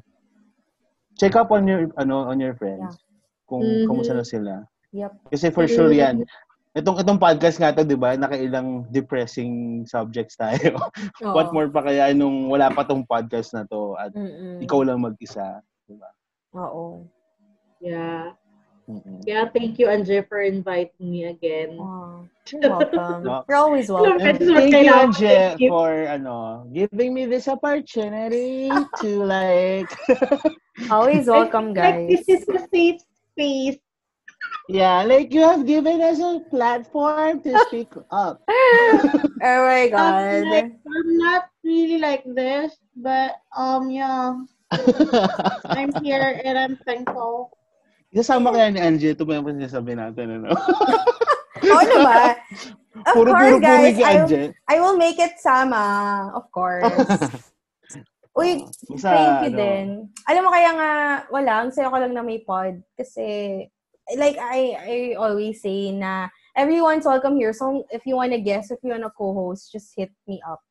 S4: check up on your ano on your friends. Kung
S5: Mhm.
S4: kumusta na sila.
S3: Yep.
S4: Kasi for sure yan. Itong itong podcast nga to, 'di ba? Nakailang depressing subjects tayo.
S3: Oo.
S4: What more pa kaya nung wala pa tong podcast na to at
S3: Mm. Mm-mm.
S4: ikaw lang mag-isa.
S3: Oo.
S5: Yeah.
S4: Mm-mm.
S5: Kaya thank you, Anje, for inviting me again.
S3: Wow. Oh, You're welcome. You're always welcome.
S4: And
S5: That's what
S4: thank you,
S5: kailangan
S4: Anje,
S5: ko.
S4: for ano, giving me this opportunity to like,
S3: Always welcome,
S5: Like,
S3: guys.
S5: this is a safe space.
S4: yeah, like you have given us a platform to speak up.
S3: Oh my
S5: I'm, like,
S3: God.
S5: I'm not really like this, but um, yeah, I'm here and I'm thankful.
S4: Isasama kaya ni Anje, ito ba yung sinasabi natin, ano?
S3: Oo naman. Oh, Of
S4: puro,
S3: course,
S4: puro
S3: guys.
S4: pumig kay
S3: I,
S4: Anje.
S3: I will make it sama. Of course. Uy,
S5: Oh,
S4: Basta,
S3: thank you
S4: ano,
S3: din. Alam mo, kaya nga, wala. Ang saya ko lang na may pod. Kasi, like, I, I always say na, everyone's welcome here. So, if you wanna guest, if you wanna co-host, just hit me up.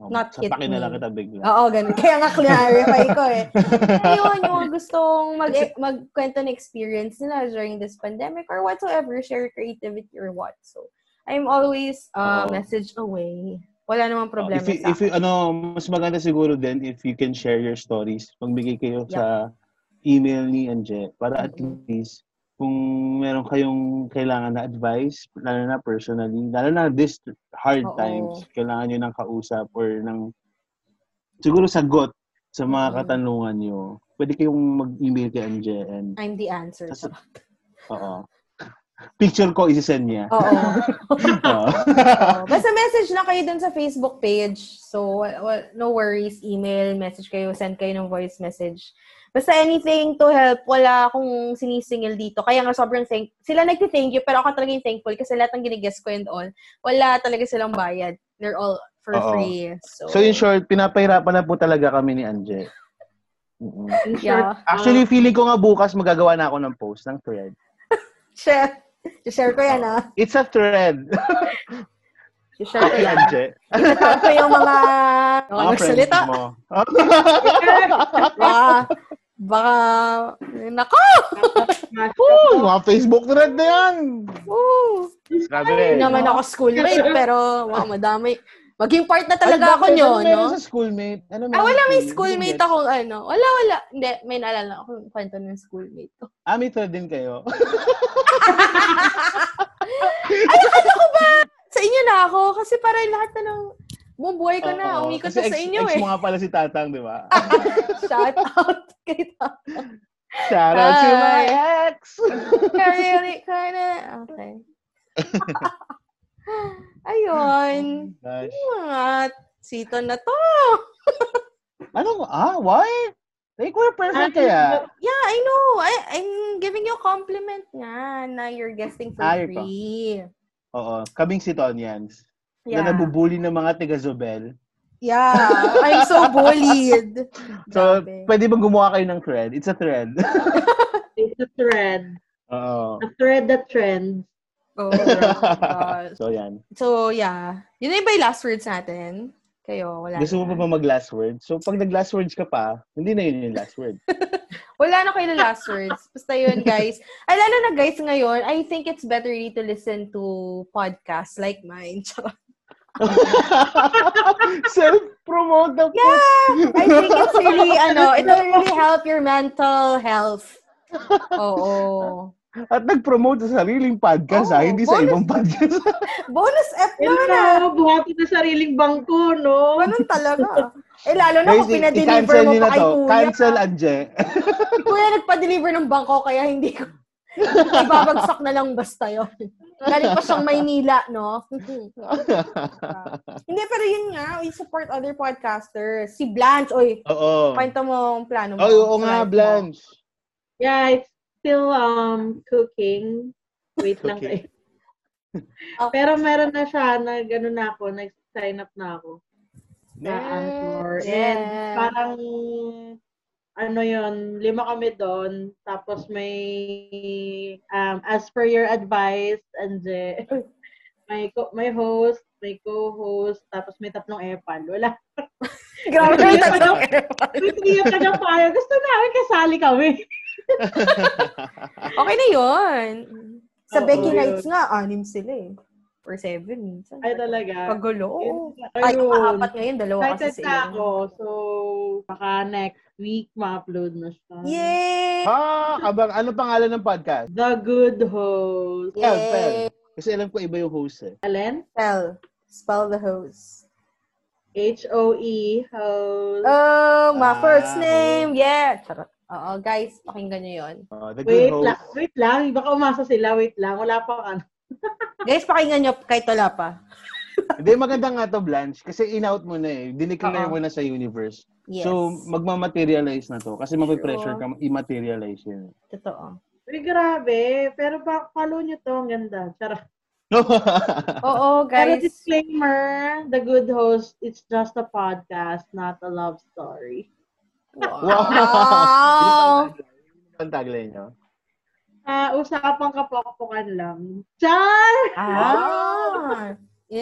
S4: oh,
S3: not hit
S4: sapakin na
S3: me.
S4: lang kita bigla.
S3: Oo, ganun. Kaya nga, clarify ko eh. Ayun, yung mga gustong mag magkwento ng experience nila during this pandemic or whatsoever, share your creativity or what. So, I'm always uh,
S4: Oo.
S3: message away. Wala namang problema
S4: if you,
S3: sa
S4: if you, ano, mas maganda siguro din if you can share your stories. Magbigay kayo
S3: Yup.
S4: sa email ni Anje para at
S3: Mm-mm.
S4: least kung meron kayong kailangan na advice, lalo na personally, lalo na this hard
S3: Oo.
S4: times, kailangan nyo ng kausap or ng siguro sagot sa mga
S3: Mm-mm.
S4: katanungan nyo, pwede kayong mag-email kay Anje and
S3: I'm the answer.
S4: Tas- oo. Picture ko, isi-send niya.
S3: Oo.
S4: Oo.
S3: Oo. Basta message na kayo dun sa Facebook page. So, wa- wa- no worries. Email, message kayo, send kayo ng voice message. Basta anything to help. Wala akong sinisingil dito. Kaya nga sobrang thank... Sila nagti-thank you, pero ako talaga yung thankful kasi lahat ng ginigest ko and all, wala talaga silang bayad. They're all for
S4: Oo.
S3: free. So,
S4: So in short, pinapahirapan na po talaga kami ni Anje. Mm-mm.
S5: In short,
S3: Yeah.
S4: Actually, feeling ko nga bukas magagawa na ako ng post ng thread.
S3: share. Share ko yan, ah.
S4: It's a thread.
S3: Share ko
S4: Kay
S3: yan.
S4: Anje.
S3: Itatag ko yung mga...
S4: Mga
S3: Oh,
S4: friends
S3: nagsalita.
S4: mo.
S3: Baka... Baka... Nako!
S5: Mas-
S4: Woo! Mga Facebook thread na yan!
S3: Woo!
S4: Grabe.
S3: Hindi naman ako schoolmate, pero wow, madami. Maging part na talaga
S4: Ano ba-
S3: ako nyo,
S4: ano
S3: no?
S4: meron sa schoolmate? Ano
S3: Ah,
S4: meron
S3: wala,
S4: sa
S3: may
S4: schoolmate?
S3: schoolmate akong ano. Wala, wala. Hindi, may naalala ako yung kwento ng schoolmate ko.
S4: Ah, may thread din kayo.
S3: Ay, akala ko ba? Sa inyo na ako. Kasi para lahat na ng buong buhay ko na.
S4: Oo.
S3: umikot
S4: Kasi
S3: na sa
S4: ex-
S3: inyo
S4: ex
S3: eh.
S4: mo nga pala si Tatang, di ba?
S3: Shout out kay Tao.
S4: Shout out to my
S3: Hi.
S4: ex!
S3: Karyonik ka na. Okay. Ayun.
S4: Gosh.
S3: Mga sito na to.
S4: Ano? Ah, why? Like, we're
S3: Ah,
S4: perfect kaya.
S3: Yeah, I know. I, I'm giving you a compliment nga na you're guesting for
S4: Ah, you're pa-
S3: free.
S4: Oo. Kaming si Tonyans.
S3: Yeah.
S4: Na nabubuli ng mga tiga-Zobel.
S3: yeah. I'm so bullied.
S4: So,
S3: Grabe.
S4: pwede bang gumawa kayo ng thread? It's a thread.
S5: It's a thread.
S4: Oo.
S5: A thread that trends.
S3: oh, my gosh.
S4: so, yan.
S3: So, yeah. Yun na ba yung last words natin? Kayo, wala na.
S4: Gusto mo pa ba mag-last word? So, pag nag-last words ka pa, hindi na yun yung last word.
S3: Wala na kayo na last words. Basta yun, guys. Ay, lalo na, guys, ngayon, I think it's better really to listen to podcasts like mine. Charot.
S4: Self-promote the
S3: yeah! I think it's really, ano, it will really help your mental health. Oo.
S4: At nag-promote sa sariling podcast,
S3: Oo,
S4: ah, hindi sa
S3: bonus-
S4: ibang podcast.
S3: Bonus F naman ah.
S5: Hello, buhati na sariling bangko, no?
S3: Ganun talaga. Eh, lalo na kung
S4: i-
S3: pinadeliver
S4: i-cancel
S3: mo
S4: nyo
S3: pa
S4: na
S3: kay
S4: to.
S3: kuya.
S4: Cancel, Anje.
S3: Si kuya nagpa-deliver ng bangko, kaya hindi ko. Ibabagsak na lang basta yun. Galing pa siyang Maynila, no? hindi, pero yun nga, we support other podcasters. Si Blanche, oy,
S4: Oo.
S3: kwento mo ang plano mo.
S4: Ay, oo
S3: sa
S4: nga,
S3: life mo.
S4: Blanche.
S5: Yeah, it's still um cooking. Wait lang
S4: Cooking.
S5: kayo.
S3: Okay.
S5: Pero meron na siya, nag ano na ako, nag-sign up na ako. Sa Anchor. And
S3: Yeah.
S5: parang, ano yon lima kami doon. Tapos may, um, as per your advice, Anje, may, co- may host, may co-host, tapos may tatlong epal. Wala.
S3: Grabe
S5: Wait,
S3: yung tatlo.
S5: May tiyak ka na tayo. Gusto namin kasali kami.
S3: Okay na yun. Sa
S5: Oo,
S3: Becky
S5: yun.
S3: Nights nga, anim sila eh. Or seven minsan.
S5: Ay talaga.
S3: Pagulo.
S5: Ayun.
S3: Ay, yung apat ngayon, dalawa kasi
S5: Excited
S3: sila.
S5: na ako. So, two. Baka next week, ma-upload na siya.
S3: Yay!
S4: Ha? Abang, ano pangalan ng podcast?
S5: The Good Host.
S4: Fel,
S3: Yay!
S4: Fel. Kasi alam ko iba yung host eh.
S5: Alin?
S3: Spell. Spell the hose.
S5: H-O-E, E host.
S3: Oh, my
S4: Ah,
S3: first name. Yeah. Charot. Oo, guys, pakinggan nyo yun.
S4: Uh, the Good
S5: wait
S4: Host.
S5: lang, wait lang. Baka umasa sila, wait lang. Wala pa ano.
S3: Guys, pakinggan nyo kahit wala pa.
S4: Hindi, maganda nga to, Blanche. Kasi in-out mo na eh. Dineclare
S5: Uh-uh.
S3: Oo.
S4: mo na sa universe.
S3: Yes.
S4: So, magmamaterialize na to. Kasi mapipressure ka, i-materialize yun.
S3: Totoo.
S5: Uy, grabe. Pero pa, follow nyo to. Ang ganda. Charot.
S3: Oo,
S5: Pero
S3: guys.
S5: disclaimer, The Good Host, it's just a podcast, not a love story.
S4: wow!
S3: Wow!
S4: Ang tagline nyo.
S5: Ah, usapang kapokpokan lang. Char!
S3: ah!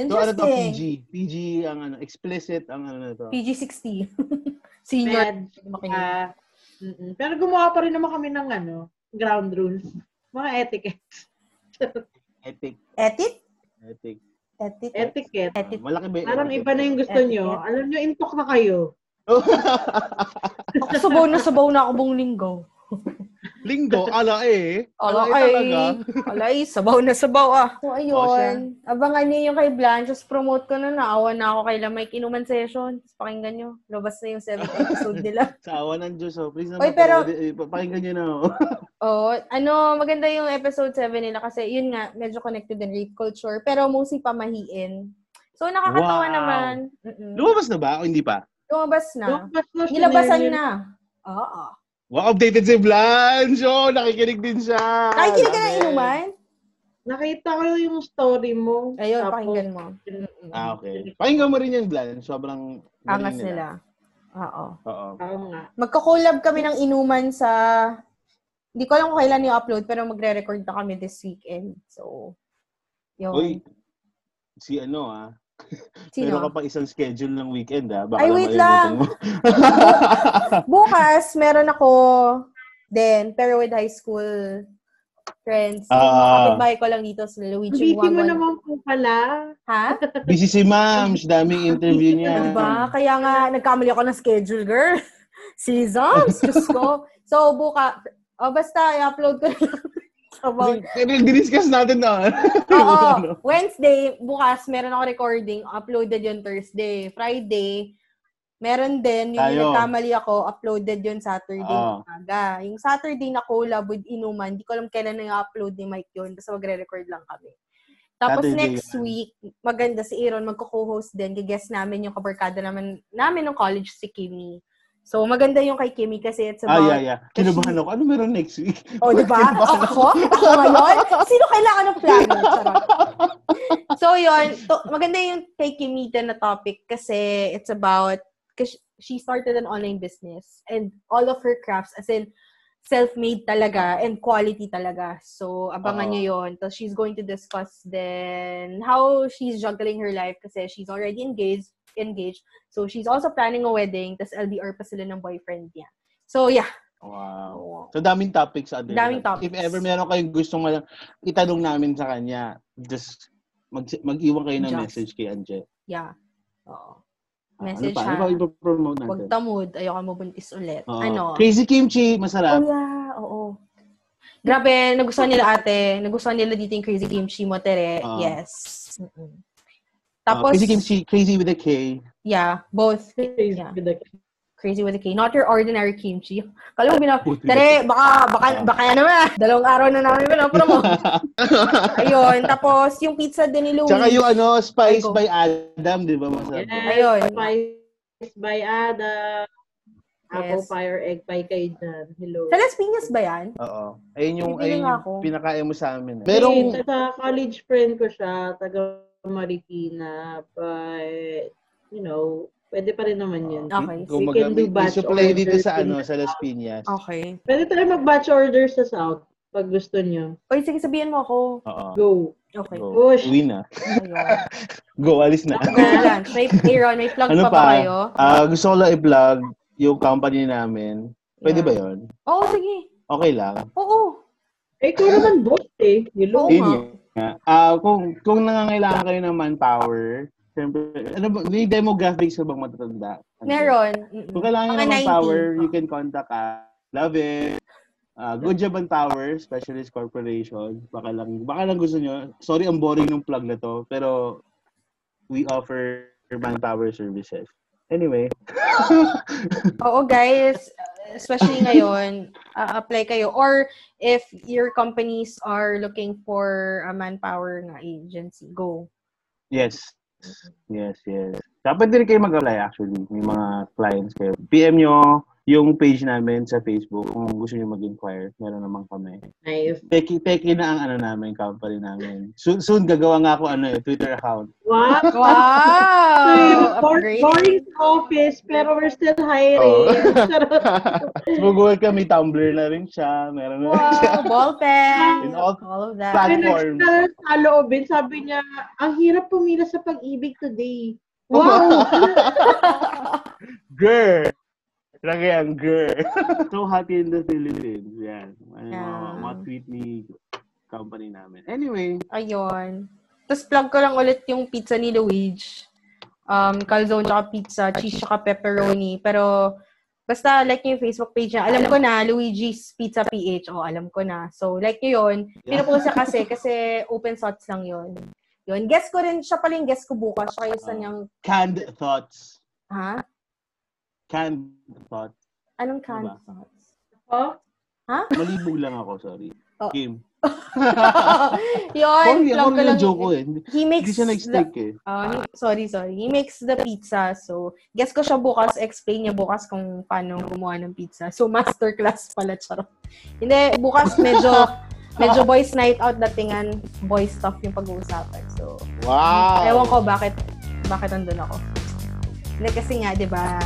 S4: So, ano to, PG?
S3: Interesting.
S4: PG ang ano, explicit ang ano na to.
S3: PG-60. Senior.
S5: Med.
S3: Makinig.
S5: Ah, mm-mm. Pero gumawa pa rin naman kami ng ano, ground rules. Mga etiquette.
S4: Epic.
S3: Edit?
S4: Epic.
S3: Edit?
S5: etiquette.
S3: Edit.
S4: Ah, Malaki ba yung
S5: Parang
S4: etiquette?
S5: iba na yung gusto nyo.
S3: Etiquette.
S5: Alam nyo, intok na kayo.
S3: Ako subaw na subaw na ako buong linggo.
S4: Linggo, ala eh.
S3: Ala ay, alay, sabaw na sabaw ah. So,
S4: Oo,
S3: ayun. Abangan niyo yung kay Blanche. Just promote ko na. Naawa na ako kay Lamay Kinuman Sessions. Pakinggan nyo. Labas na yung 7th episode nila.
S4: Sa awa ng Diyos, oh. Please
S3: Oy,
S4: naman.
S3: pero-
S4: panoodin- eh, Pakinggan nyo na, oh.
S3: Oo. ano, maganda yung episode 7 nila kasi yun nga, medyo connected din rape culture. Pero mostly pamahiin. So, nakakatawa
S4: Wow.
S3: naman. Mm-mm.
S4: Lumabas na ba o hindi pa?
S3: Lumabas na.
S5: Lumabas na siya
S3: Nilabasan
S5: ngayon.
S3: na. Oo.
S4: Wow, updated si Blanche! Oh, nakikinig din siya!
S3: Nakikinig ka na
S4: Love it.
S3: inuman?
S5: Nakita ko yung story mo.
S3: Ayun,
S5: Tapos,
S3: pakinggan mo. Mm-mm.
S4: Ah, okay. Pakinggan mo rin yan, Blanche. Sobrang... galing
S3: Angas nila. Oo.
S4: Oo.
S5: Oo nga.
S3: Magko-collab kami ng inuman sa... Hindi ko alam kung kailan yung upload, pero magre-record na kami this weekend. So, yun.
S4: Uy, si ano ah. Meron
S3: Sino?
S4: ka pa isang schedule ng weekend ah. Baka
S3: Ay,
S4: naman
S3: wait
S4: yun,
S3: lang.
S4: mo.
S3: Bukas, meron ako then pero with high school friends. Yung mga
S4: Ah.
S3: kapitbahay ko lang dito sa Luigi
S5: Busy mo
S3: Wangwan.
S5: naman po pala.
S3: Ha?
S4: Busy si ma'am. Daming interview niya.
S3: Diba? Kaya nga, nagkamali ako ng schedule, girl. Seasons, Diyos ko. So, buka, oh, basta, i-upload ko na lang. About
S4: Kaya nag-discuss natin na. Ano?
S3: Oo. Wednesday, bukas, meron ako recording. Uploaded yun Thursday. Friday, meron din. Yung
S4: Tayo.
S3: nagkamali ako, uploaded yun Saturday
S4: Oo.
S3: umaga. Yung Saturday na collab with Inuman, di ko alam kailan na upload ni Mike yun. Basta magre-record lang kami. Tapos
S4: Saturday
S3: next week, maganda si Aaron, magko-co-host din. Gagest namin yung kabarkada naman, namin ng college si Kimi. So, maganda yung kay Kimi kasi it's
S4: Ah,
S3: about
S4: yeah, yeah. Kinabahan ako. Ano meron next week?
S3: o, Oh, di ba? Ako, ako? Ako ngayon? Sino kailangan ng plano? Charot. so, yun. To, maganda yung kay Kimita na topic kasi it's about, kasi she started an online business and all of her crafts, as in, self-made talaga and quality talaga. So, abangan
S4: Oo.
S3: nyo yun. Tapos, she's going to discuss then how she's juggling her life kasi she's already engaged. engaged. So, she's also planning a wedding. Tapos, LDR pa sila ng boyfriend niya. So, yeah.
S4: Oh, Wow. So, daming topics. Adel.
S3: Daming topics.
S4: If ever meron kayong gustong mal- itanong namin sa kanya, just mag- mag-iwan kayo ng
S3: Just.
S4: message kay Anje.
S3: Yeah. Oo.
S4: Ah,
S3: Message
S4: ano
S3: ha.
S4: pa? Ano pa ipopromote natin?
S3: Huwag tamod. Ayoko mabuntis ulit.
S4: Oo.
S3: Ano?
S4: Crazy kimchi, masarap.
S3: Oh, yeah. Oo. Grabe, nagustuhan nila ate. Nagustuhan nila dito yung Crazy Kimchi mo, Tere.
S4: Oo.
S3: yes. Mm-mm.
S4: Ah,
S3: Tapos,
S4: crazy kimchi, crazy with a K.
S3: yeah, both.
S5: Busy
S3: Yeah.
S5: with the-
S3: Crazy with a K. Not your ordinary kimchi. Kala mo bina...
S4: Puti.
S3: Tere, baka, baka,
S4: Oo.
S3: baka yan naman. Dalawang araw na namin pinapromo. Ayun. Tapos, yung pizza din ni Louie.
S4: Tsaka yung ano, Spice
S3: Ay, go.
S4: by Adam, di ba masarap?
S5: Yes,
S3: Ayun.
S5: Spice by Ada. Apple
S3: Yes.
S5: pie or egg pie kayo dyan. Hello.
S3: Sa Las Piñas ba yan?
S4: Oo. Ayun yung,
S3: Bibili
S4: ayun
S3: nga
S4: yung
S3: ako.
S4: pinakain mo sa amin. Eh.
S5: Merong...
S4: Merong,
S5: Sa college friend ko siya, taga Marikina, but, you know, pwede pa rin naman yun.
S3: Okay.
S4: Hmm? kung
S5: We can do batch
S4: supply dito
S5: order
S4: sa
S5: in-
S4: ano, sa Las Piñas.
S3: Okay.
S5: Pwede tayo mag-batch order sa South pag gusto nyo.
S3: Oy, sige, sabihin mo ako.
S4: Oo.
S5: Go.
S3: Okay.
S4: Go.
S5: Push.
S4: Uwi na.
S3: Ayun.
S4: Go, alis na.
S3: Go, Lance. May, Aaron, may plug pa
S4: ano
S3: ba
S4: pa?
S3: kayo?
S4: Ah, gusto ko lang i-plug yung company namin. Pwede
S3: Yeah.
S4: ba yon?
S3: Oo, sige.
S4: Okay lang.
S3: Oo.
S5: Eh, ikaw naman boss eh. Hello.
S3: Oo
S4: Yun
S3: nga.
S4: nga. Ah, kung kung nangangailangan kayo ng manpower, Siyempre, ano ba, may demographics ka bang matatanda? Ano?
S3: Meron.
S4: Kung kailangan nyo
S3: Mga
S4: ng
S3: 90.
S4: power, you can contact us. Love it. Ah, good job ang Tower, Specialist Corporation. Baka lang, baka lang gusto nyo. Sorry, ang boring ng plug na to. Pero, we offer manpower services. Anyway.
S3: Oo, guys. Especially ngayon, uh, apply kayo. Or if your companies are looking for a manpower na agency, go.
S4: Yes. Yes, yes. Dapat din kayo mag-apply actually. May mga clients kayo. PM nyo yung page namin sa Facebook kung gusto nyo mag-inquire. Meron naman kami.
S5: Nice.
S4: Peki, peki na ang ano namin, company namin. Soon, soon gagawa nga ako ano eh, Twitter account.
S5: Wow!
S3: Wow!
S5: Boring
S3: Upgrade.
S5: office, pero we're still
S4: Oo.
S5: hiring. Charot.
S4: Mag-work kami, Tumblr na rin siya. Meron na rin siya.
S3: Wow! Ball pen!
S4: In all
S3: All of that.
S4: plat-
S5: Pinag-
S4: Platform.
S5: sa- sa loobin, sabi niya, ang hirap pumila sa pag-ibig today. Wow!
S4: Girl! Lagi ang girl. so happy in the Philippines. Yan. Ano,
S3: Yeah.
S4: mga tweet ni company namin. Anyway,
S3: Ayun. Tapos plug ko lang ulit yung pizza ni Luigi. Um, calzone tsaka pizza, cheese tsaka pepperoni. Pero, basta like nyo yung Facebook page niya. Alam ko na, Luigi's Pizza PH. O, alam ko na. So, like nyo yun.
S4: Yeah.
S3: Pinupost siya kasi, kasi open thoughts lang yun. Yun. Guess ko rin, siya pala yung guess ko bukas. Siya
S4: Ah.
S3: yung isa niyang,
S4: canned thoughts.
S3: ha?
S4: Canned thoughts.
S3: Anong canned
S4: Diba?
S3: thoughts?
S5: Oh,
S4: Malibog lang ako, sorry.
S3: Oh.
S4: Game.
S3: yun,
S4: Sorry,
S3: plug ko
S4: ako rin
S3: lang.
S4: yung joke ko eh. Hindi-
S3: He makes
S4: Hindi siya
S3: the-
S4: nag-stick eh.
S1: Ah.
S3: Uh, he- sorry, sorry. He makes the pizza. So, guess ko siya bukas. Explain niya bukas kung paano gumawa ng pizza. So, masterclass pala, charot. Hindi, bukas medyo, medyo boys night out datingan. Boys stuff yung pag-uusapan. So,
S7: Wow!
S3: ewan ko bakit, bakit nandun ako. Hindi, kasi nga, di ba,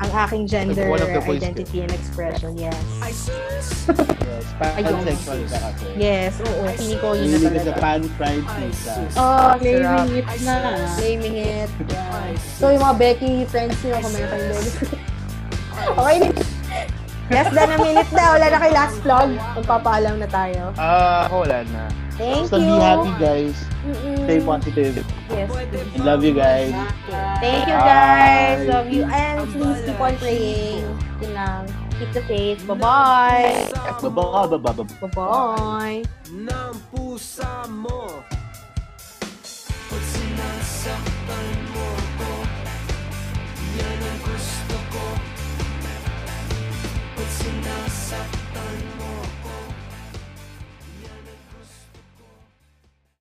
S3: ang aking gender
S1: One of the boys
S3: identity and expression, yes.
S4: Yes, pansexual ka kasi.
S3: Yes, oo. Pili ko yun na
S4: Hindi ka sa
S3: talaga.
S4: pan-fried pizza.
S3: Oh, sarap.
S5: claiming it na.
S3: Claiming it. Yeah. So, yung mga Becky friends nyo, kung meron kayong Becky. okay. Less than a minute na. Wala na kay last vlog. Magpapaalam na tayo.
S1: Ah, ako wala na.
S3: Thank
S4: Basta
S3: you.
S4: be happy guys.
S3: Mm-mm.
S4: Stay positive.
S3: Yes.
S4: And love you guys.
S3: Thank you guys. Love you. And please keep on praying. Yun lang. Keep the faith. Bye-bye.
S4: Bye-bye. Bye-bye.
S3: Bye-bye.
S8: ng pusa mo